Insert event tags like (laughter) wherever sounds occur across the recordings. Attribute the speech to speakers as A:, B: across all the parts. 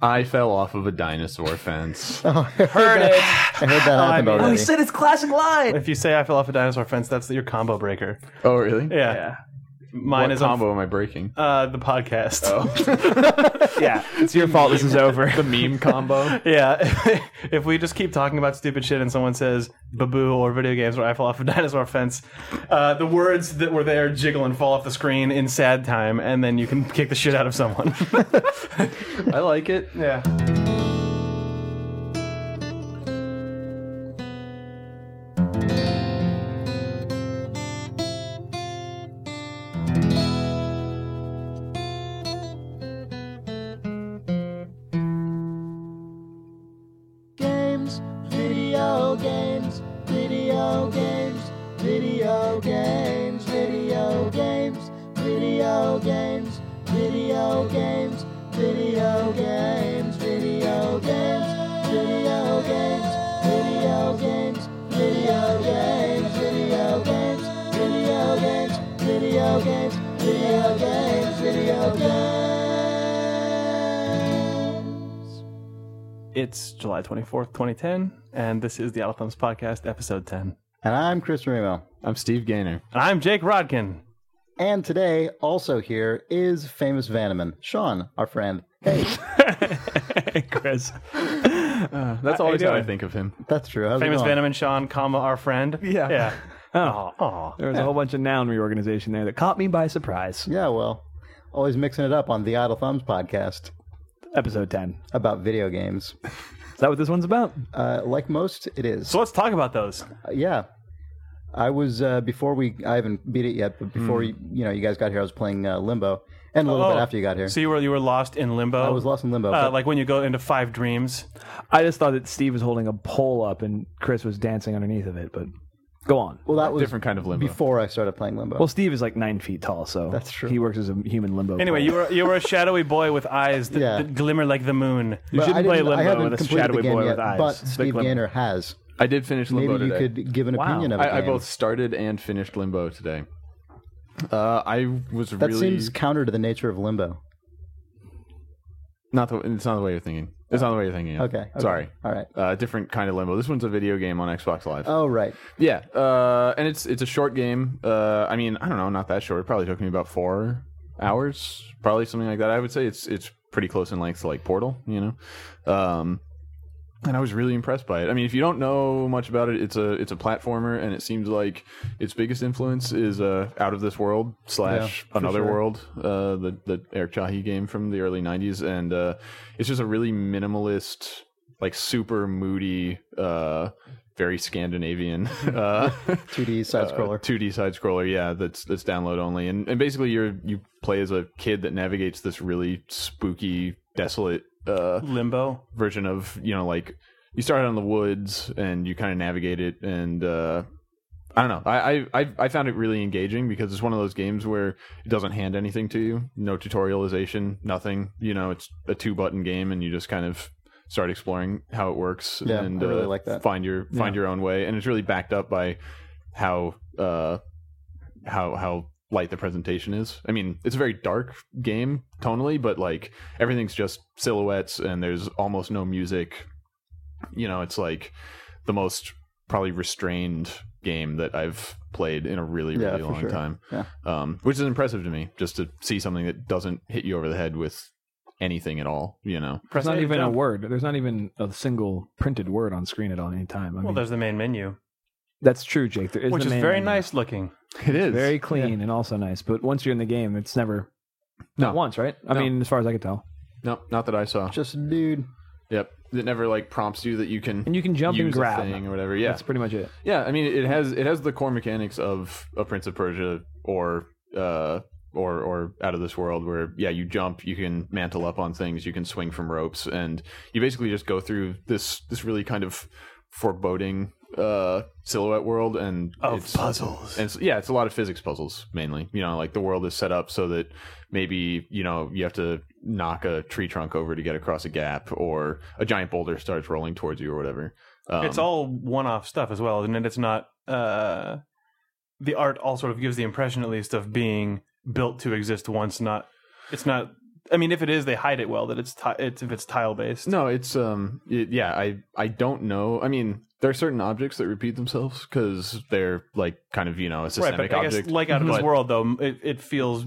A: I fell off of a dinosaur
B: (laughs)
A: fence.
C: Heard it.
B: I heard that happen
C: mean-
B: already.
D: Oh, he said it's classic line.
C: If you say I fell off a dinosaur fence, that's your combo breaker.
A: oh, really?
C: Yeah.
D: Yeah,
C: Mine
A: what
C: is
A: combo am I breaking?
C: on uh, the podcast. (laughs)
D: yeah. Oh. It's your fault. This is over.
A: The meme
D: (laughs)
A: combo.
C: Yeah, (laughs) if we just keep talking about stupid shit and someone says "baboo" or video games where I fall off a (laughs) dinosaur fence, uh, the words that were there jiggle and fall off the screen in sad time, and then you can kick the shit out of someone.
A: I like it.
C: yeah.
E: games, video games, video games, video games, video games, video games, video games, video games, video games, video games, video games, video games, video games, video games, video games, video games, video games.
C: It's July twenty fourth, twenty ten, and this is the Out of Thumbs podcast,
D: (laughs)
C: episode ten.
B: and I'm Chris Remo.
A: I'm Steve Gaynor.
C: And I'm Jake Rodkin.
B: And today, also here, is famous Vanaman, Sean, our friend. Hey,
C: Chris,
A: That's
C: How you
A: always how I
C: doing?
A: think of him.
B: that's true. How's it
C: famous
B: going?
C: Venom and Sean, comma our friend.
D: Yeah.
C: Yeah.
D: Oh,
C: Aw.
D: there was a whole bunch of noun reorganization there that caught me by surprise.
B: Yeah, well, always mixing it up on the Idle Thumbs podcast
D: Episode ten.
B: about video games.
D: Is that what this one's about?
B: Uh, like most, it is.
C: So let's talk about those.
B: Uh, yeah. I was uh, before we. I haven't beat it yet, but before you, you know, you guys got here, I was playing uh, Limbo, and a little bit
C: Oh.
B: after you got here,
C: So you were you were lost in limbo.
B: I was lost in Limbo.
C: Uh,
B: but-
C: like when you go into five dreams.
D: I just thought that Steve was holding a pole up and Chris was dancing underneath of it. But go on.
B: well, that was
A: Different kind of limbo.
B: before I started playing Limbo.
D: Well, Steve is like nine feet tall, so that's
B: true.
D: He works as a human limbo.
C: Anyway,
D: pole.
C: you were you
B: (laughs)
C: were a shadowy boy with eyes that,
B: Yeah.
C: that glimmer like the moon.
D: You
B: But I
D: shouldn't play
B: didn't- I
D: limbo
B: haven't
D: with a
B: completed the
D: shadowy
B: game
D: boy
B: yet,
D: with eyes.
B: But
D: The
B: Steve
D: glimmer.
B: Gaynor has.
A: I did finish
B: Maybe
A: Limbo
B: you
A: today.
B: could give an
D: Wow.
B: opinion of it.
A: I, I both started and finished Limbo today. Uh, I was
B: That
A: really
B: seems counter to the nature of Limbo.
A: not the. It's not the way you're thinking. It's not the way you're thinking. Of.
B: Okay. okay.
A: Sorry.
B: All right.
A: Uh, different kind of Limbo. This one's a video game on Xbox Live.
B: Oh, right.
A: Yeah, uh, and it's it's a short game. Uh, I mean, I don't know, not that short. It probably took me about four hours, probably something like that. I would say it's it's pretty close in length to like Portal, you know. Um, and I was really impressed by it. I mean, if you don't know much about it, it's a it's a platformer, and it seems like its biggest influence is uh, Out of This World slash Another World, uh, the the Eric Chahi game from the early '90s, and uh, it's just a really minimalist, like super moody, uh, very Scandinavian (laughs) uh,
B: 2D side scroller.
A: 2D side scroller, yeah, that's that's download only. And and basically you're you play as a kid that navigates this really spooky, desolate uh
C: Limbo.
A: version of, you know, like you start out in the woods and you kind of navigate it and uh I don't know. I, I- I I found it really engaging because it's one of those games where it doesn't hand anything to you. No tutorialization, nothing. You know, it's a two button game, and you just kind of start exploring how it works
B: Yeah,
A: and uh,
B: I really like that.
A: find your find your own way. And it's really backed up by how uh how how light the presentation is. I mean, it's a very dark game tonally, but like everything's just silhouettes and there's almost no music. You know, it's like the most probably restrained game that I've played in a really
B: Yeah,
A: really
B: for
A: long
B: sure.
A: time.
B: Yeah.
A: Um which is impressive to me just to see something that doesn't hit you over the head with anything at all, you know.
C: Press
D: There's not
C: A to
D: even a
C: jump.
D: word. There's not even a single printed word on screen at all any time. I
C: Well,
D: mean,
C: there's the main menu,
D: that's true, Jake. There is
C: which
D: the
C: is
D: main
C: very
D: menu.
C: nice looking.
A: It is.
D: very clean, and also nice. But once you're in the game, it's never
A: No.
D: not once, right? I
A: No.
D: mean, as far as I can tell,
A: no, not that I saw.
B: Just a dude.
A: Yep. It never like prompts you that you can
D: and you can jump and
A: use
D: grab.
A: a thing or whatever. Yeah.
D: That's pretty much it.
A: Yeah, I mean it has it has the core mechanics of a Prince of Persia or uh or or out of this world where yeah, you jump, you can mantle up on things, you can swing from ropes and you basically just go through this this really kind of foreboding uh silhouette world and
C: Of
A: it's-
C: puzzles.
A: and it's, yeah, it's a lot of physics puzzles mainly. You know, like the world is set up so that maybe you know you have to knock a tree trunk over to get across a gap, or a giant boulder starts rolling towards you, or whatever. Um,
C: it's all one off stuff as well, and it's not. Uh, the art all sort of gives the impression, at least, of being built to exist once. Not, it's not I mean, if it is, they hide it well. That it's ti- it's if it's tile based.
A: No, it's um, y yeah. I I don't know. I mean, there are certain objects that repeat themselves because they're like kind of you know a
C: right,
A: systemic
C: but I guess
A: object.
C: like out of this
A: But-
C: world though, m- it, it feels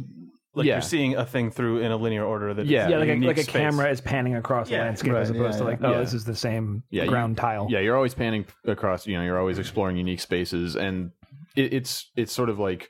C: like
A: Yeah.
C: you're seeing a thing through in a linear order. That
A: Yeah. Yeah,
C: is
D: Yeah, like a,
C: unique
D: like a
C: space.
D: camera is panning across
C: Yeah.
D: the landscape as
B: Right,
D: opposed
B: yeah,
D: to like, oh,
A: yeah.
D: this is the same
A: Yeah, you-
D: ground tile.
A: yeah you're always panning across you know you're always exploring unique spaces and it, it's it's sort of like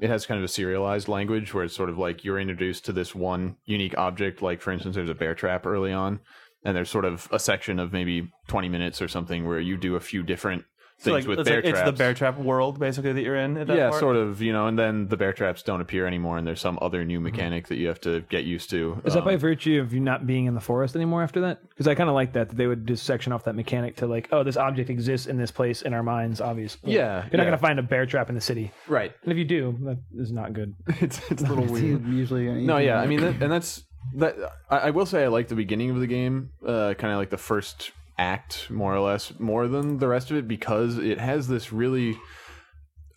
A: it has kind of a serialized language where it's sort of like you're introduced to this one unique object like for instance there's a bear trap early on and there's sort of a section of maybe 20 minutes or something where you do a few different
C: So,
A: things
C: like,
A: with
C: it's,
A: bear
C: like-
A: traps
C: it's the bear trap world basically that you're in. At that
A: yeah
C: part.
A: sort of you know and then the bear traps don't appear anymore and there's some other new mechanic that you have to get used to
D: Is that
A: Um,
D: by virtue of you not being in the forest anymore after that? Because I kind of like that, that they would just section off that mechanic to like, oh, this object exists in this place in our minds, obviously.
A: Yeah,
D: You're not
A: yeah.
D: going to find a bear trap in the city.
A: right
D: And if you do, that is not good.
A: (laughs)
D: (laughs)
A: it's, it's a little weird
B: Usually,
A: No, yeah, I mean, that, and that's that. I, I will say I like the beginning of the game, uh, kind of like the first act, more or less, more than the rest of it because it has this really.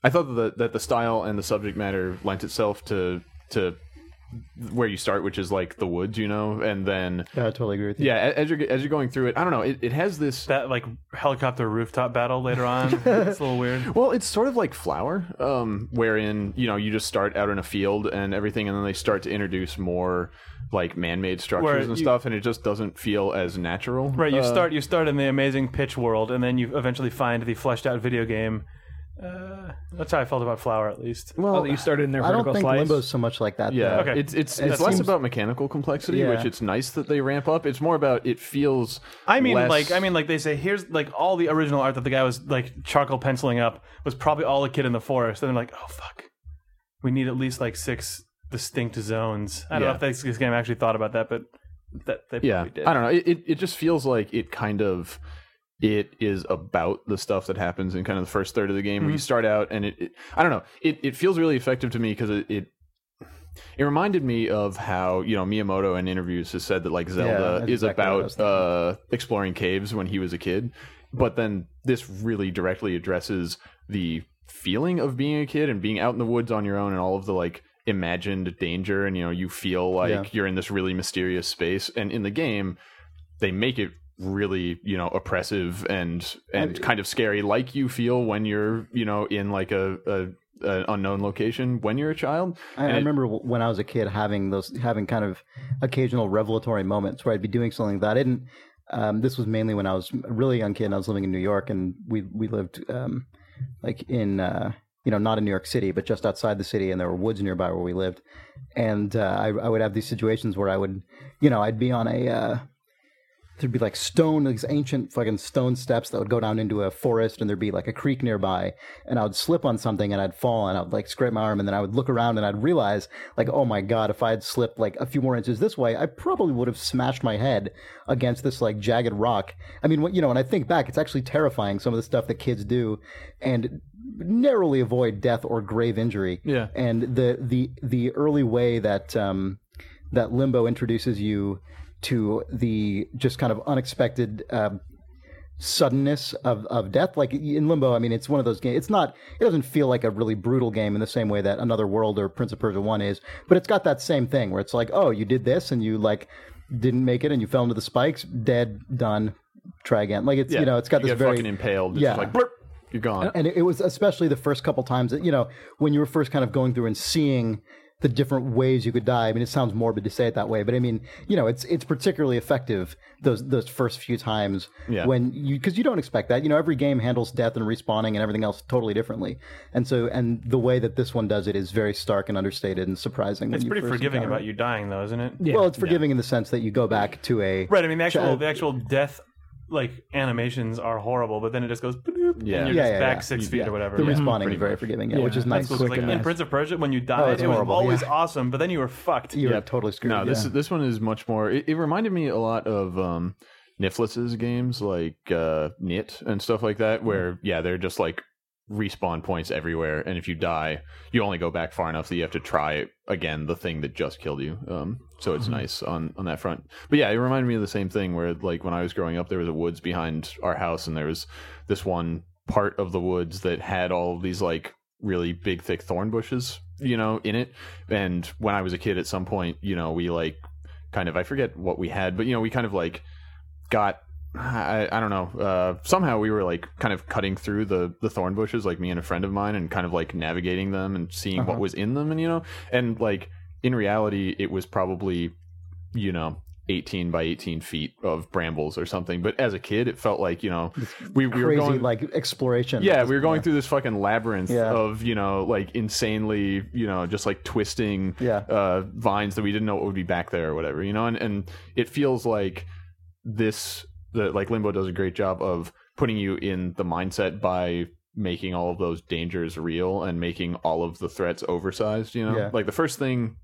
A: I thought that that the style and the subject matter lent itself to to where you start, which is like the woods, you know, and then
B: Yeah, I totally agree with you.
A: yeah, a- as you're as you're going through it, I don't know, it, it has this.
C: that like helicopter rooftop battle later
D: (laughs)
C: on. it's a little weird.
A: Well, it's sort of like flower, um, wherein you know you just start out in a field and everything, and then they start to introduce more like man-made structures
C: Where
A: and
C: you-
A: stuff, and it just doesn't feel as natural.
C: Right, you
A: Uh,
C: start you start in the amazing pitch world, and then you eventually find the fleshed out video game. Uh, that's how I felt about Flower, at least.
D: Well, you started in their
B: I don't
D: vertical
B: think
D: slice.
B: Limbo's so much like that.
A: Yeah,
C: Okay.
A: it's it's
B: It
A: it's less
B: seems-
A: about mechanical complexity,
B: Yeah.
A: which it's nice that they ramp up. It's more about it feels.
C: I mean,
A: less-
C: like, I mean, like they say, here's like all the original art that the guy was like charcoal penciling up was probably all a kid in the forest, and they're like, oh fuck, we need at least like six distinct zones. I don't
A: Yeah.
C: know if this, this game actually thought about that, but that they
A: yeah,
C: probably did.
A: I don't know. It, it it just feels like it kind of it is about the stuff that happens in kind of the first third of the game where
C: Mm-hmm.
A: you start out and it, it I don't know. It it feels really effective to me because it. it it reminded me of how you know Miyamoto in interviews has said that like Zelda
B: that's
A: is
B: exactly what I was
A: about
B: thinking.
A: uh, exploring caves when he was a kid, but then this really directly addresses the feeling of being a kid and being out in the woods on your own and all of the like imagined danger and you know you feel like
B: Yeah.
A: you're in this really mysterious space and in the game they make it really you know oppressive and and kind of scary like you feel when you're you know in like a, a an unknown location when you're a child
B: I, I
A: And it-
B: remember w- when I was a kid having those having kind of occasional revelatory moments where I'd be doing something that I didn't. Um, this was mainly when I was a really young kid and I was living in New York and we we lived um, like in uh, you know not in New York City but just outside the city and there were woods nearby where we lived and uh, I, I would have these situations where I would you know I'd be on a uh, there'd be like stone these ancient fucking stone steps that would go down into a forest and there'd be like a creek nearby and i would slip on something and i'd fall and i'd like scrape my arm and then i would look around and i'd realize like oh my god if i had slipped like a few more inches this way i probably would have smashed my head against this like jagged rock i mean what you know and i think back it's actually terrifying some of the stuff that kids do and narrowly avoid death or grave injury
A: Yeah.
B: and the the the early way that um that limbo introduces you to the just kind of unexpected uh, suddenness of, of death like in limbo i mean it's one of those games it's not it doesn't feel like a really brutal game in the same way that another world or prince of persia 1 is but it's got that same thing where it's like oh you did this and you like didn't make it and you fell into the spikes dead done try again like it's you know it's got
A: you
B: this
A: get
B: very
A: fucking impaled it's
B: Yeah.
A: just like blurp, you're gone
B: and it was especially the first couple times that you know when you were first kind of going through and seeing the different ways you could die. I mean, it sounds morbid to say it that way, but I mean, you know, it's it's particularly effective those those first few times
A: Yeah.
B: when you because you don't expect that. You know, every game handles death and respawning and everything else totally differently, and so and the way that this one does it is very stark and understated and surprising.
C: it's pretty forgiving about you dying, though, isn't it?
D: Yeah.
B: Well, it's forgiving in the sense that you go back to a
C: Right. I mean, the actual
B: Child-
C: the actual death like animations are horrible, but then it just goes bloop,
A: Yeah.
C: and you're
B: Yeah,
C: just
B: yeah,
C: back
B: yeah.
C: six feet or whatever.
B: the
C: yeah.
B: respawning is very forgiving, yeah, which is nice.
C: It's like
D: Quick and
C: in
D: nice.
C: Prince of Persia, when you died,
B: it's
C: it was
B: horrible,
C: always
B: yeah.
C: awesome, but then you were fucked.
B: You're totally screwed.
A: No, this
B: yeah.
A: this one is much more. It, it reminded me a lot of um, Niflis's games like uh, Knit and stuff like that, where yeah, they're just like respawn points everywhere, and if you die, you only go back far enough that you have to try again the thing that just killed you. Um, so it's nice on on that front. But yeah, it reminded me of the same thing where like when I was growing up, there was a woods behind our house, and there was this one part of the woods that had all of these like really big thick thorn bushes you know, in it. And when I was a kid, at some point, you know, we like kind of I forget what we had, but you know, we kind of like got I, I don't know. Uh, somehow we were like kind of cutting through the the thorn bushes, like me and a friend of mine, and kind of like navigating them and seeing what was in them, and you know, and like in reality, it was probably you know. 18 by 18 feet of brambles or something but as a kid it felt like you know we, we were
B: Crazy
A: going
B: like exploration.
A: yeah, we were going through this fucking labyrinth
B: Yeah.
A: of you know like insanely you know just like twisting
B: Yeah.
A: uh, vines that we didn't know what would be back there or whatever you know and and it feels like this the like limbo does a great job of putting you in the mindset by making all of those dangers real and making all of the threats oversized you know
B: Yeah.
A: like the first thing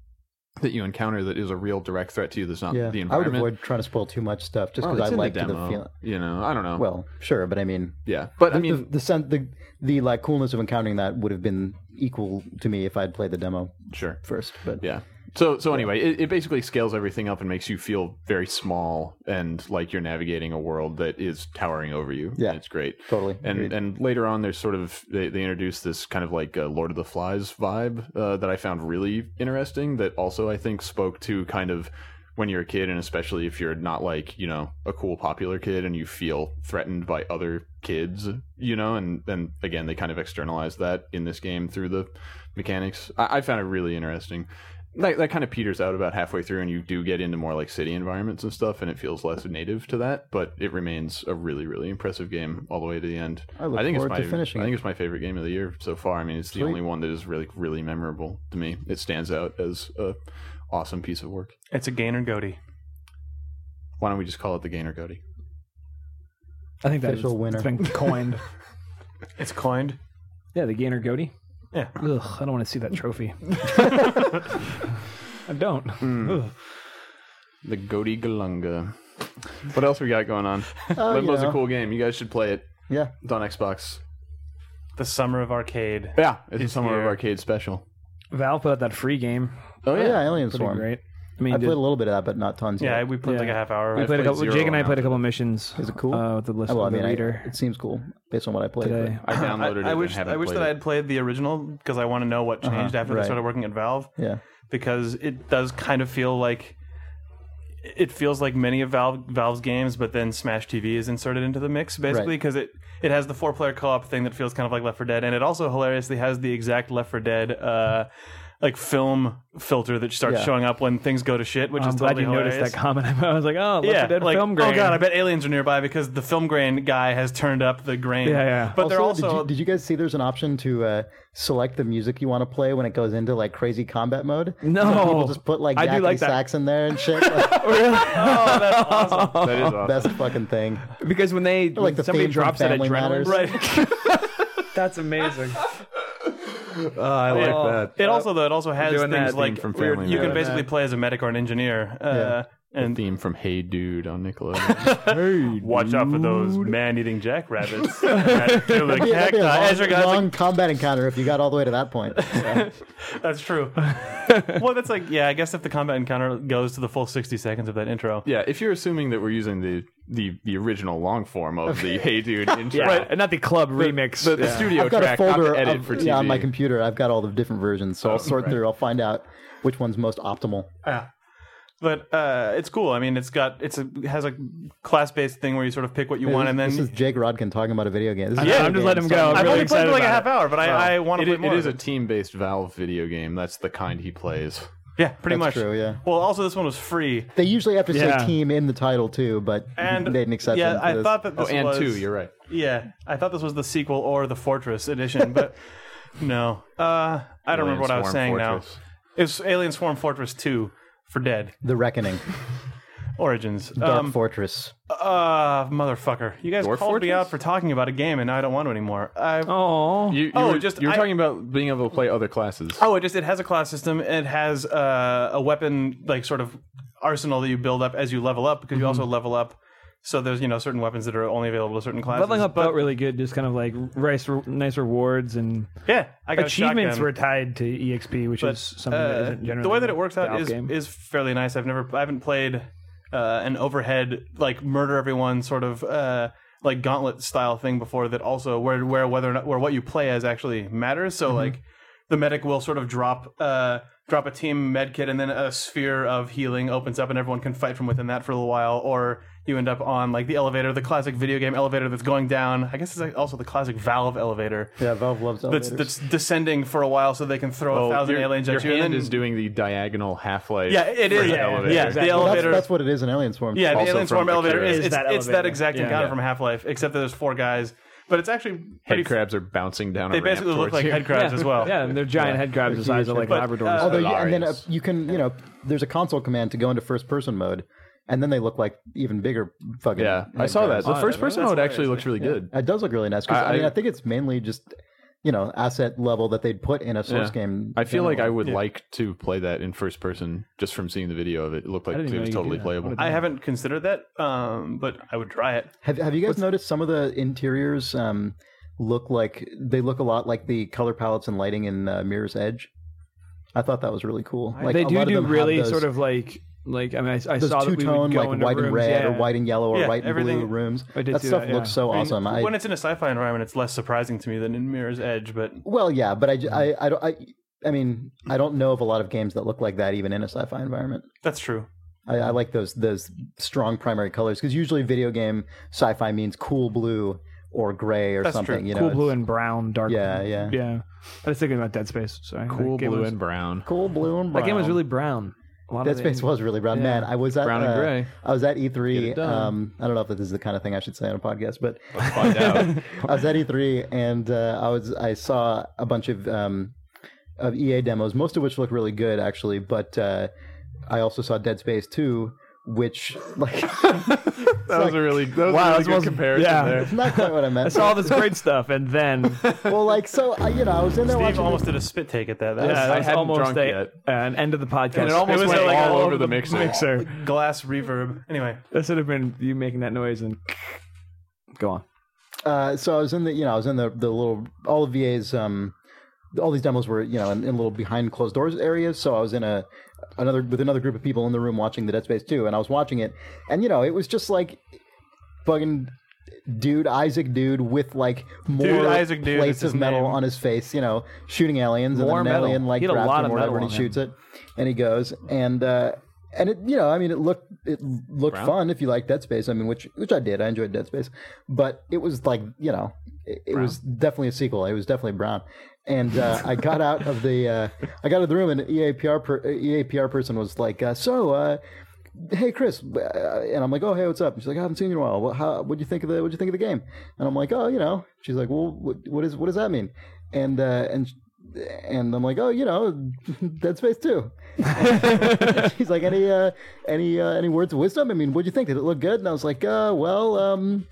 A: that you encounter that is a real direct threat to you that's not
B: Yeah,
A: uh, the
B: I would
A: environment
B: avoid trying to spoil too much stuff just
A: Oh, it's
B: because
A: in
B: I
A: the
B: like to the
A: demo,
B: feeling.
A: you know i don't know
B: Well, sure, but I mean,
A: yeah but i
B: the-
A: mean
B: the, the sen- the the like coolness of encountering that would have been equal to me if I'd played the demo
A: sure
B: first. But
A: Yeah. So so anyway, it, it basically scales everything up and makes you feel very small and like you're navigating a world that is towering over you.
B: Yeah.
A: And it's great.
B: totally.
A: And
B: agreed.
A: and later on, there's sort of they, they introduce this kind of like uh, Lord of the Flies vibe uh, that I found really interesting. That also I think spoke to kind of when you're a kid and especially if you're not like you know a cool popular kid and you feel threatened by other kids you know and and again they kind of externalize that in this game through the mechanics i, I found it really interesting that, that kind of peters out about halfway through and you do get into more like city environments and stuff and it feels less native to that but it remains a really really impressive game all the way to the end
B: I look
A: think it's
B: forward
A: my
B: to finishing
A: i
B: it.
A: think it's my favorite game of the year so far i mean it's the
B: Sweet.
A: only one that is really really memorable to me it stands out as a awesome piece of work
C: It's a gainer goatee.
A: why don't we just call it the gainer goatee
D: I think that's
B: Official winner.
D: It's been coined.
C: It's coined.
D: yeah, the Gainer Goatee.
C: Yeah.
D: Ugh, I don't want to see that trophy. (laughs) I don't. Ugh.
A: The Goaty Galunga. What else we got going on?
B: (laughs) Oh,
A: Limbo's
B: you know.
A: a cool game. You guys should play it.
B: Yeah,
A: It's on Xbox.
C: The summer of arcade.
A: Yeah, it's, a Summer of
C: here.
A: Arcade special.
D: Valve put out that free game.
A: Oh
B: oh,
A: yeah,
B: yeah, Alien
D: Pretty
B: Swarm.
D: great. I
B: I
D: mean,
B: played
D: did-
B: a little bit of that, but not tons.
C: Yeah,
B: yet.
C: we played
D: Yeah.
C: like a half hour.
D: we played a
A: played
D: couple.
A: zero
D: Jake and I
A: on
D: played a couple missions.
B: Is it cool?
D: Uh, with the list
B: Oh, well, I
D: of the
B: mean, I,
D: reader
B: it seems cool based on what I played. but-
D: today.
A: I downloaded it.
C: I, I wish,
A: and haven't
C: I wish
A: played
C: that I
A: it.
C: had played the original because I want to know what changed after
B: Uh-huh. right.
C: they started working at Valve
B: Yeah,
C: because it does kind of feel like it feels like many of Valve, Valve's games, but then Smash TV is inserted into the mix basically
B: Right.
C: because it it has the four player co op thing that feels kind of like Left 4 Dead, and it also hilariously has the exact Left 4 Dead. Uh, like film filter that starts
B: Yeah.
C: showing up when things go to shit, which
D: I'm
C: is
D: glad
C: totally
D: you noticed
C: hilarious
D: that comment. (laughs) I was like, oh, Left 4 Dead
C: like,
D: film grain.
C: Oh god, I bet aliens are nearby because the film grain guy has turned up the
D: (laughs)
C: grain.
D: Yeah, yeah.
C: But they're
B: Also,
C: also
B: Did you, did you guys see? There's an option to uh, select the music you want to play when it goes into like crazy combat mode.
D: No.
B: so people just put like
D: I do
B: Yakety
D: like that. (laughs)
B: (laughs) sax in there and Oh, shit. Like,
A: That
B: (laughs)
A: is awesome.
B: best fucking thing.
D: because when they when
B: Like the
D: Mm, somebody
B: theme from
D: drops that
B: Family
D: adrenaline,
B: Matters.
C: right.
D: that's (laughs) amazing.
B: Oh,
A: I like that.
C: It also though it also has
D: doing that
C: things
D: theme
C: like
A: from
C: where
A: Family
C: you can
A: Matters.
C: basically play as a medic or an engineer. Uh, And
A: Theme from Hey Dude on
C: (laughs)
A: Nickelodeon. hey,
C: watch out for those man-eating
B: (laughs)
C: jackrabbits. (laughs) Kill the
B: Yeah, that'd be a
C: cacti. uh, Ezra
B: long,
C: guy's like,
B: long combat encounter if you got all the way to
C: (laughs)
B: that point.
C: That's
B: (laughs)
C: true. well, that's like yeah. I guess if the combat encounter goes to the full sixty seconds of that intro,
A: yeah. If you're assuming that we're using the the, the original long form of the Hey
C: (laughs)
A: Dude intro,
D: Right, and not the club remix.
A: the, the studio
B: I've got
A: track,
B: a folder
A: not the edit
B: of-
A: for TV.
B: yeah, on my computer. I've got all the different versions, so I'll sort through. I'll find out which one's most optimal.
C: but uh, it's cool. I mean, it's got it's a it has a class-based thing where you sort of pick what you want, and then
B: this is Jake Rodkin talking about a video game. This is a
C: Yeah,
B: video
C: I'm
D: just
B: game,
D: letting him
B: so
D: go.
B: I'm-
C: I've
D: really
C: only played
D: excited
C: for like a
D: about
C: half hour, but I, I want to
A: It,
C: play
A: it
C: more.
A: is a
C: of
A: team-based Valve video game. That's the kind he plays.
C: yeah, pretty much.
B: That's true, yeah.
C: Well, also this one was free,
B: They usually have to
D: Yeah.
B: say team in the title too, but
C: and
B: they made an exception.
C: Yeah,
B: to
C: I
B: this.
C: thought that
A: Oh,
C: this
A: and
C: was,
A: two. You're right.
C: Yeah, I thought this was the sequel or the Fortress
A: (laughs)
C: edition, but no, uh, I don't remember what I was
A: Swarm
C: saying
A: Fortress.
C: now. It's Alien Swarm Fortress Two for Dead (laughs)
B: the Reckoning,
C: Origins.
B: Dark
C: Um,
B: Fortress.
C: uh, motherfucker, you guys
A: Dwarf
C: called me
A: Fortress?
C: out for talking about a game, and now I don't want to anymore. I,
D: Oh,
A: You, you
C: Oh,
A: were,
C: just-
A: you were
C: I-
A: talking about being able to play other classes.
C: Oh, it just it has a class system. It has uh, a weapon like sort of arsenal that you build up as you level up because you
D: Mm-hmm.
C: also level up. So there's you know certain weapons that are only available to certain classes.
D: leveling up
C: but
D: felt really good. Just kind of like rice, nice rewards and
C: yeah, I got a
D: achievements
C: shotgun.
D: were tied to exp, which is something that
C: Uh,
D: isn't generally
C: the way that it works out
D: Valve
C: is
D: game.
C: is fairly nice. I've never I haven't played uh, an overhead like murder everyone sort of uh, like
D: Mm-hmm.
C: gauntlet style thing before that also where where whether or not where what you play as actually matters. So like. the medic will sort of drop uh, drop a team med kit, and then a sphere of healing opens up, and everyone can fight from within that for a little while. Or you end up on like the elevator, the classic video game elevator that's going down. I guess it's like also the classic Valve elevator.
B: Yeah, Valve loves
C: That's,
B: elevators.
C: that's descending for a while, so they can throw a thousand
A: your,
C: aliens
A: your
C: at you.
A: hand
C: and then,
A: is doing the diagonal half life.
C: yeah, it is.
A: the
C: Yeah,
A: elevator.
C: yeah,
D: Exactly.
C: the
D: Well,
B: That's-
C: elevator.
B: that's, what it is in Aliens form.
C: Yeah,
A: Also
C: the Alien
A: from
C: Swarm elevator
A: Akira.
C: is,
D: Is
C: it's,
D: that
C: it's that
D: elevator.
C: exact
D: Yeah.
C: encounter
D: Yeah.
C: from Half Life, except that there's four guys. But it's actually pretty.
A: Head crabs are bouncing down.
C: They
A: a ramp
C: basically look
A: towards
C: like
A: you.
C: head crabs
D: yeah.
C: as well.
D: Yeah, and they're giant head crabs the size of like
C: But,
D: Labradors.
C: uh,
B: Although, you, and then uh,
A: Hilarious.
B: you can, you know, there's a console command to go into first person mode, and then they look like even bigger fucking.
A: Yeah, I
B: head
A: saw that.
B: crabs.
A: The first person
C: that's
A: mode actually looks
C: hilarious.
A: really good.
B: It does look really nice. 'cause,
A: I-
B: I, mean,
A: I-
B: I think it's mainly just, you know, asset level that they'd put in a source
A: Yeah.
B: game.
A: I feel like I
B: generally.
A: would like to play that in first person just from seeing the video of it. It looked like
D: I
A: it
D: didn't
A: was
D: even know
A: totally
D: you could do that.
A: playable.
D: What
C: I haven't considered that, um, but I would try it.
B: Have Have you guys noticed some of the interiors um, look like they look a lot like the color palettes and lighting in uh, Mirror's Edge? I thought that was really cool. Like
D: they
B: a
D: do
B: lot
D: do
B: of them have
D: really
B: those-
D: sort of like like I mean I, I
B: those
D: saw
B: two
D: that we
B: tone
D: would go
B: like
D: into
B: white and
D: rooms,
B: red
D: yeah.
B: or white and yellow or
C: Yeah,
B: white and blue
C: everything-
B: rooms.
D: I did
B: that
D: see
B: stuff
D: that, yeah.
B: looks so
C: I mean,
B: awesome. I,
C: when it's in a sci-fi environment, it's less surprising to me than in Mirror's Edge. But
B: well, yeah, but I, j-
D: Mm.
B: I, I don't, I, I mean, I don't know of a lot of games that look like that even in a sci-fi environment.
C: that's true.
B: I, I like those those strong primary colors because usually video game sci-fi means cool blue or gray or
C: That's
B: something.
C: true.
B: You know,
D: cool blue
B: it's-
D: and brown, dark.
B: Yeah, yeah.
D: yeah. I was thinking about Dead Space. Sorry,
A: Cool
D: That game
A: blue
D: was-
A: and
B: (laughs)
A: brown.
B: cool blue and brown.
D: that game was really brown. A lot
B: Dead
D: of it-
B: Space was really brown.
D: Yeah.
B: Man, I was at
A: Brown and
B: uh,
A: gray.
B: I was at
A: Get
B: E3.
A: it done.
B: Um, I don't know if this is the kind of thing I should say on a podcast, but
A: Find out.
B: I was at E3 and uh, I was I saw a bunch of um, of EA demos, most of which look really good actually. But uh, I also saw Dead Space 2, which like (laughs)
A: That was a really that was
D: Wow,
A: a really
D: that's
A: good
D: most-
A: comparison
D: yeah.
A: there.
B: it's not quite what I meant.
D: I saw all this great stuff, and (laughs) then uh,
B: well, like so I, you know I was in there
C: Steve
B: watching.
C: almost did a spit take at that. That
D: yeah,
A: I
D: that's
A: hadn't
D: almost
A: drunk
D: a,
A: yet.
D: an end of the podcast.
A: it almost
D: was
A: went
D: like
A: all over the mixer.
D: (laughs) Mixer.
C: was glass reverb. Anyway,
D: That should have been you making that noise and go on.
B: uh, so I was in the you know I was in the the little all of VA's um all these demos were you know in, in little behind closed doors areas. So I was in a another with another group of people in the room watching the Dead Space two, and I was watching it, and you know it was just like fucking dude Isaac dude with like more
C: Isaac dude is
B: plates
C: his
B: of metal
C: name.
B: on his face, you know, shooting aliens
D: More
B: and then an
D: metal.
B: alien like
D: He had a
B: grabs
D: lot
B: him
D: of
B: or whatever,
D: metal
B: and he
D: on him.
B: shoots it, and he goes and. uh and it, you know, I mean, it looked it looked fun if you like Dead Space. I mean, which which I did. I enjoyed Dead Space, but it was like you know, it, it was definitely a sequel. It was definitely brown.
D: (laughs)
B: And uh, I got out of the uh, I got out of the room, and E an EAPR per, EAPR person was like, uh, "So, uh, hey Chris," uh, and I'm like, "Oh, hey, what's up?" And she's like, "I haven't seen you in a while. What how, what do you think of the what do you think of the game?" And I'm like, "Oh, you know." She's like, "Well, what, what is what does that mean?" And uh, and and I'm like, "Oh, you know, (laughs) Dead Space 2. She's like, any uh, any uh, any words of wisdom? I mean, what'd you think? Did it look good? And I was like, uh, well, um,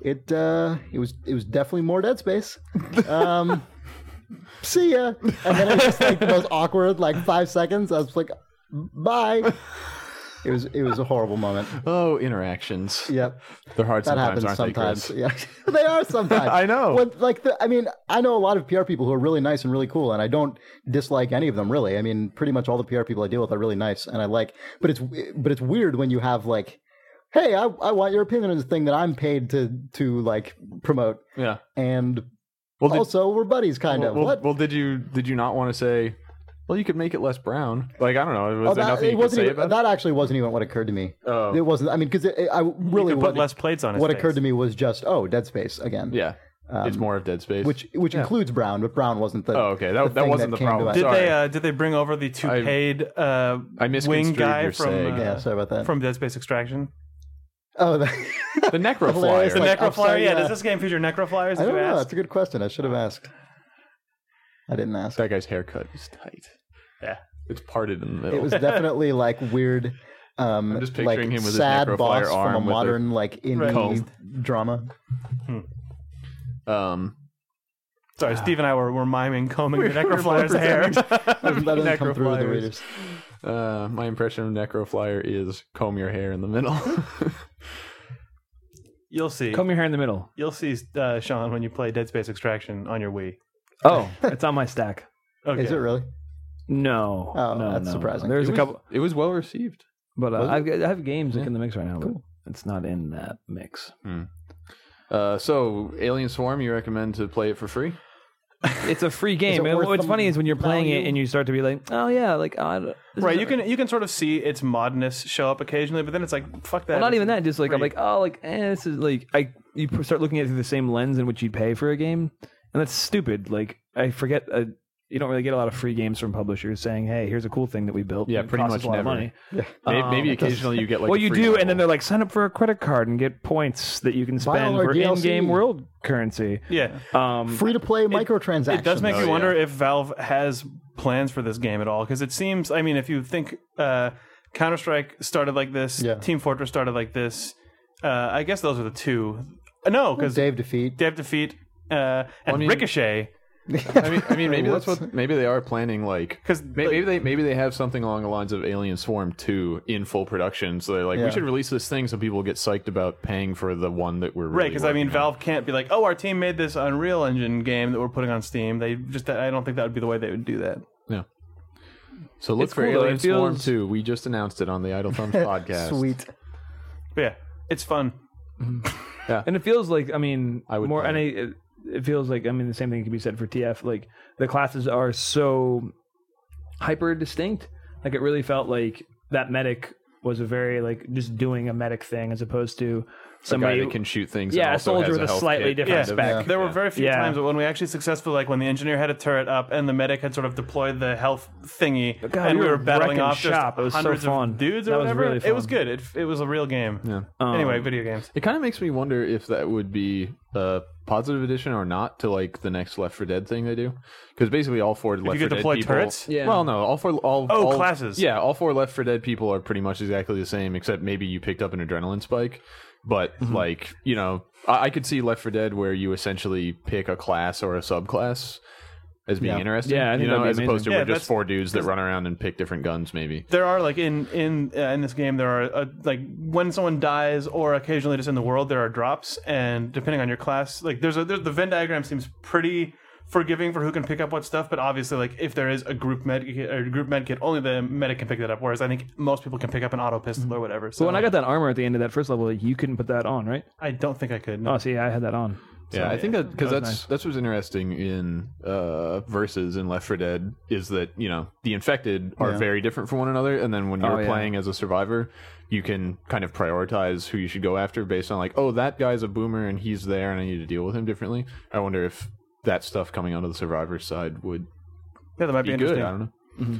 B: it uh, it was it was definitely more Dead Space. Um, see ya. And then it was just, like the most awkward like five seconds. I was like, bye. It was it was a horrible moment.
A: (laughs) Oh, interactions.
B: Yep,
A: They're hard
B: that
A: sometimes,
B: happens
A: aren't
B: sometimes.
A: they, Chris?
B: yeah, (laughs) they are sometimes.
A: I know.
B: When, like the, I mean, I know a lot of PR people who are really nice and really cool, and I don't dislike any of them really. I mean, pretty much all the PR people I deal with are really nice, and I like. But it's but it's weird when you have like, hey, I, I want your opinion on this thing that I'm paid to to like promote,
A: Yeah.
B: and
A: Well, did,
B: also we're buddies, kind
A: well,
B: of.
A: well-
B: what?
A: well, did you did you not want to say? Well, you could make it less brown. Like I don't know. Was
B: Oh,
A: there
B: that,
A: nothing
B: it
A: you could
B: wasn't
A: say
B: even,
A: about
B: that actually wasn't even what occurred to me.
A: Oh.
B: It wasn't. I mean, because I really
C: you could
B: what,
C: put less plates on. His
B: what
C: face.
B: occurred to me was just oh, Dead Space again.
A: it? Yeah. it's more of Dead Space.
B: which which includes Brown, but Brown wasn't the.
A: Oh, okay. That-
B: the
A: that
B: thing
A: wasn't the
B: came to
A: problem.
B: us.
C: Did
A: Sorry.
C: they uh, did they bring over the two-paid uh,
A: I
C: wing
A: misconstrued
C: guy
A: your
C: from uh,
A: saying.
B: yeah, sorry about that.
C: from Dead Space Extraction?
B: oh, (laughs) that,
A: the
B: Hilarious,
A: Necroflyer.
B: like-
C: Necroflyer.
B: upside,
C: yeah.
B: uh,
C: Does this game feature Necroflyers?
B: I
C: Did
B: don't
C: you
B: know.
C: ask?
B: That's a good question. I should have asked. I didn't ask.
A: that guy's haircut is tight.
C: Yeah.
A: It's parted in the middle.
B: It was definitely like weird. Um,
A: I'm just picturing
B: like,
A: him with his
B: sad
A: Necroflyer
B: boss
A: arm
B: from
A: with a
B: a modern like indie drama.
A: um,
C: Sorry, Steve and I were, were miming combing the Necroflyer's hair.
B: That doesn't come through with the
A: Necroflyers.
B: readers.
A: uh, my impression of Necroflyer is comb your hair in the middle.
C: (laughs)
A: (laughs)
C: You'll see.
D: Comb your hair in the middle.
C: You'll see, uh, Sean, when you play Dead Space Extraction on your Wii.
D: Oh, (laughs) it's on my stack.
C: Okay.
B: Is it really?
D: No,
B: Oh,
D: no,
B: that's
D: no.
B: surprising.
D: There's
A: it
D: a
A: was-
D: couple,
A: It was well received.
D: but uh,
B: Was it?
D: I've, got- I have games like in the mix right now. But it's not in that mix.
A: Uh, so, Alien Swarm, you recommend to play it for free?
D: (laughs) It's a free game.
B: it
D: And
B: worth
D: what's
B: the
D: funny is when you're playing it
B: value?
D: and you start to be like, oh yeah, like I don't- this
C: Right,
D: is-
C: you can you can sort of see its modness show up occasionally, but then it's like fuck that.
D: Well, not even that. Just like I'm
C: Right.
D: like, oh, like eh, this is like I. You pr- start looking at it through the same lens in which you'd pay for a game, and that's stupid. Like I forget, uh, you don't really get a lot of free games from publishers saying, "Hey, here's a cool thing that we built."
A: Yeah,
D: and it
A: pretty
D: costs
A: much
D: us a lot of
A: never.
D: money.
A: Maybe,
D: Um,
A: maybe
D: it doesn't-
A: occasionally you get like.
D: well,
A: a
D: you
A: free
D: do, and
A: level.
D: then they're like, sign up for a credit card and get points that you can
B: Buy all
D: spend
B: our
D: for
B: DLC.
D: in-game world currency.
C: Yeah,
D: Um,
B: Free to play microtransactions.
C: it does make
A: Oh,
C: me
A: yeah.
C: wonder if Valve has plans for this game at all because it seems. I mean, if you think uh, Counter Strike started like this,
B: Yeah.
C: Team Fortress started like this. Uh, I guess those are the two. Uh, no, because Dev
B: Dave defeat.
C: Defeat uh, and
A: mean-
C: Ricochet.
A: I mean, I mean, (laughs) maybe that's what. Maybe they are planning like
C: 'Cause,
A: may- maybe, they maybe they have something along the lines of Alien Swarm Two in full production. So they're like,
B: Yeah.
A: we should release this thing so people get psyched about paying for the one that we're really
C: Right, because I mean,
A: working on.
C: Valve can't be like, "Oh, our team made this Unreal Engine game that we're putting on Steam." They just—I don't think that would be the way they would do that.
A: So look
D: It's
A: for
D: cool, though.
A: Alien
D: It
A: Swarm
D: feels-
A: 2. We just announced it on the Idle (laughs) Thumbs podcast.
B: Sweet.
C: But yeah, it's fun.
D: And it feels like I mean,
A: I
D: I
A: would
D: would more.
A: play
D: And I, it- it feels like I mean the same thing can be said for TF. Like the classes are so hyper distinct. Like it really felt like that medic was a very like just doing a medic thing as opposed to
A: A guy
D: somebody
A: that can shoot things.
D: Yeah,
A: and
D: a
A: also
D: soldier
A: has
D: with a
A: health
D: slightly
A: kit,
D: different
A: kind of.
D: spec.
C: There were very few
D: Yeah.
C: times when we actually successfully, like when the engineer had a turret up and the medic had sort of deployed the health thingy,
D: God,
C: and
D: we
C: we
D: were
C: were battling
D: wrecking
C: off just
D: shop. It was so
C: hundreds
D: fun.
C: of dudes or
D: That was
C: whatever.
D: really
C: It was
D: fun.
C: good. It, it was a real game.
A: Yeah.
C: anyway, video games.
A: It kind of makes me wonder if that would be a positive addition or not to like the next Left for Dead thing they do, because basically all four Left
C: you get
A: for
C: to
A: Dead
C: play
A: people.
C: turrets?
D: Yeah.
A: Well, no, all four. All,
C: Oh,
A: all-
C: classes.
A: Yeah, all four Left for Dead people are pretty much exactly the same, except maybe you picked up an adrenaline spike. But like you know, I, I could see Left for Dead where you essentially pick a class or a subclass as being
B: Yeah.
A: interesting.
D: Yeah, I think
A: you know,
D: that'd be
A: as opposed to
C: amazing. Yeah,
A: we're just
C: that's-
A: four dudes that run around and pick different guns. Maybe
C: There are like in in uh, in this game there are uh, like when someone dies or occasionally just in the world there are drops and depending on your class like there's a there's, the Venn diagram seems pretty forgiving for who can pick up what stuff but obviously like if there is a group med kit, or group med kit only the medic can pick that up whereas I think most people can pick up an auto pistol or whatever so
D: But when I got that armor at the end of that first level, you couldn't put that on, right?
C: I don't think I could no.
D: Oh, see, I had that on.
A: yeah, I think that because
D: That was
A: that's that's what's interesting in uh versus in Left 4 Dead is that you know the infected are
B: Yeah.
A: very different from one another, and then when you're
D: Oh, yeah.
A: playing as a survivor, you can kind of prioritize who you should go after based on like, oh, that guy's a boomer and he's there, and I need to deal with him differently. I wonder if that stuff coming onto the survivor side would
C: yeah that might be,
A: be good.
C: interesting
A: I don't know.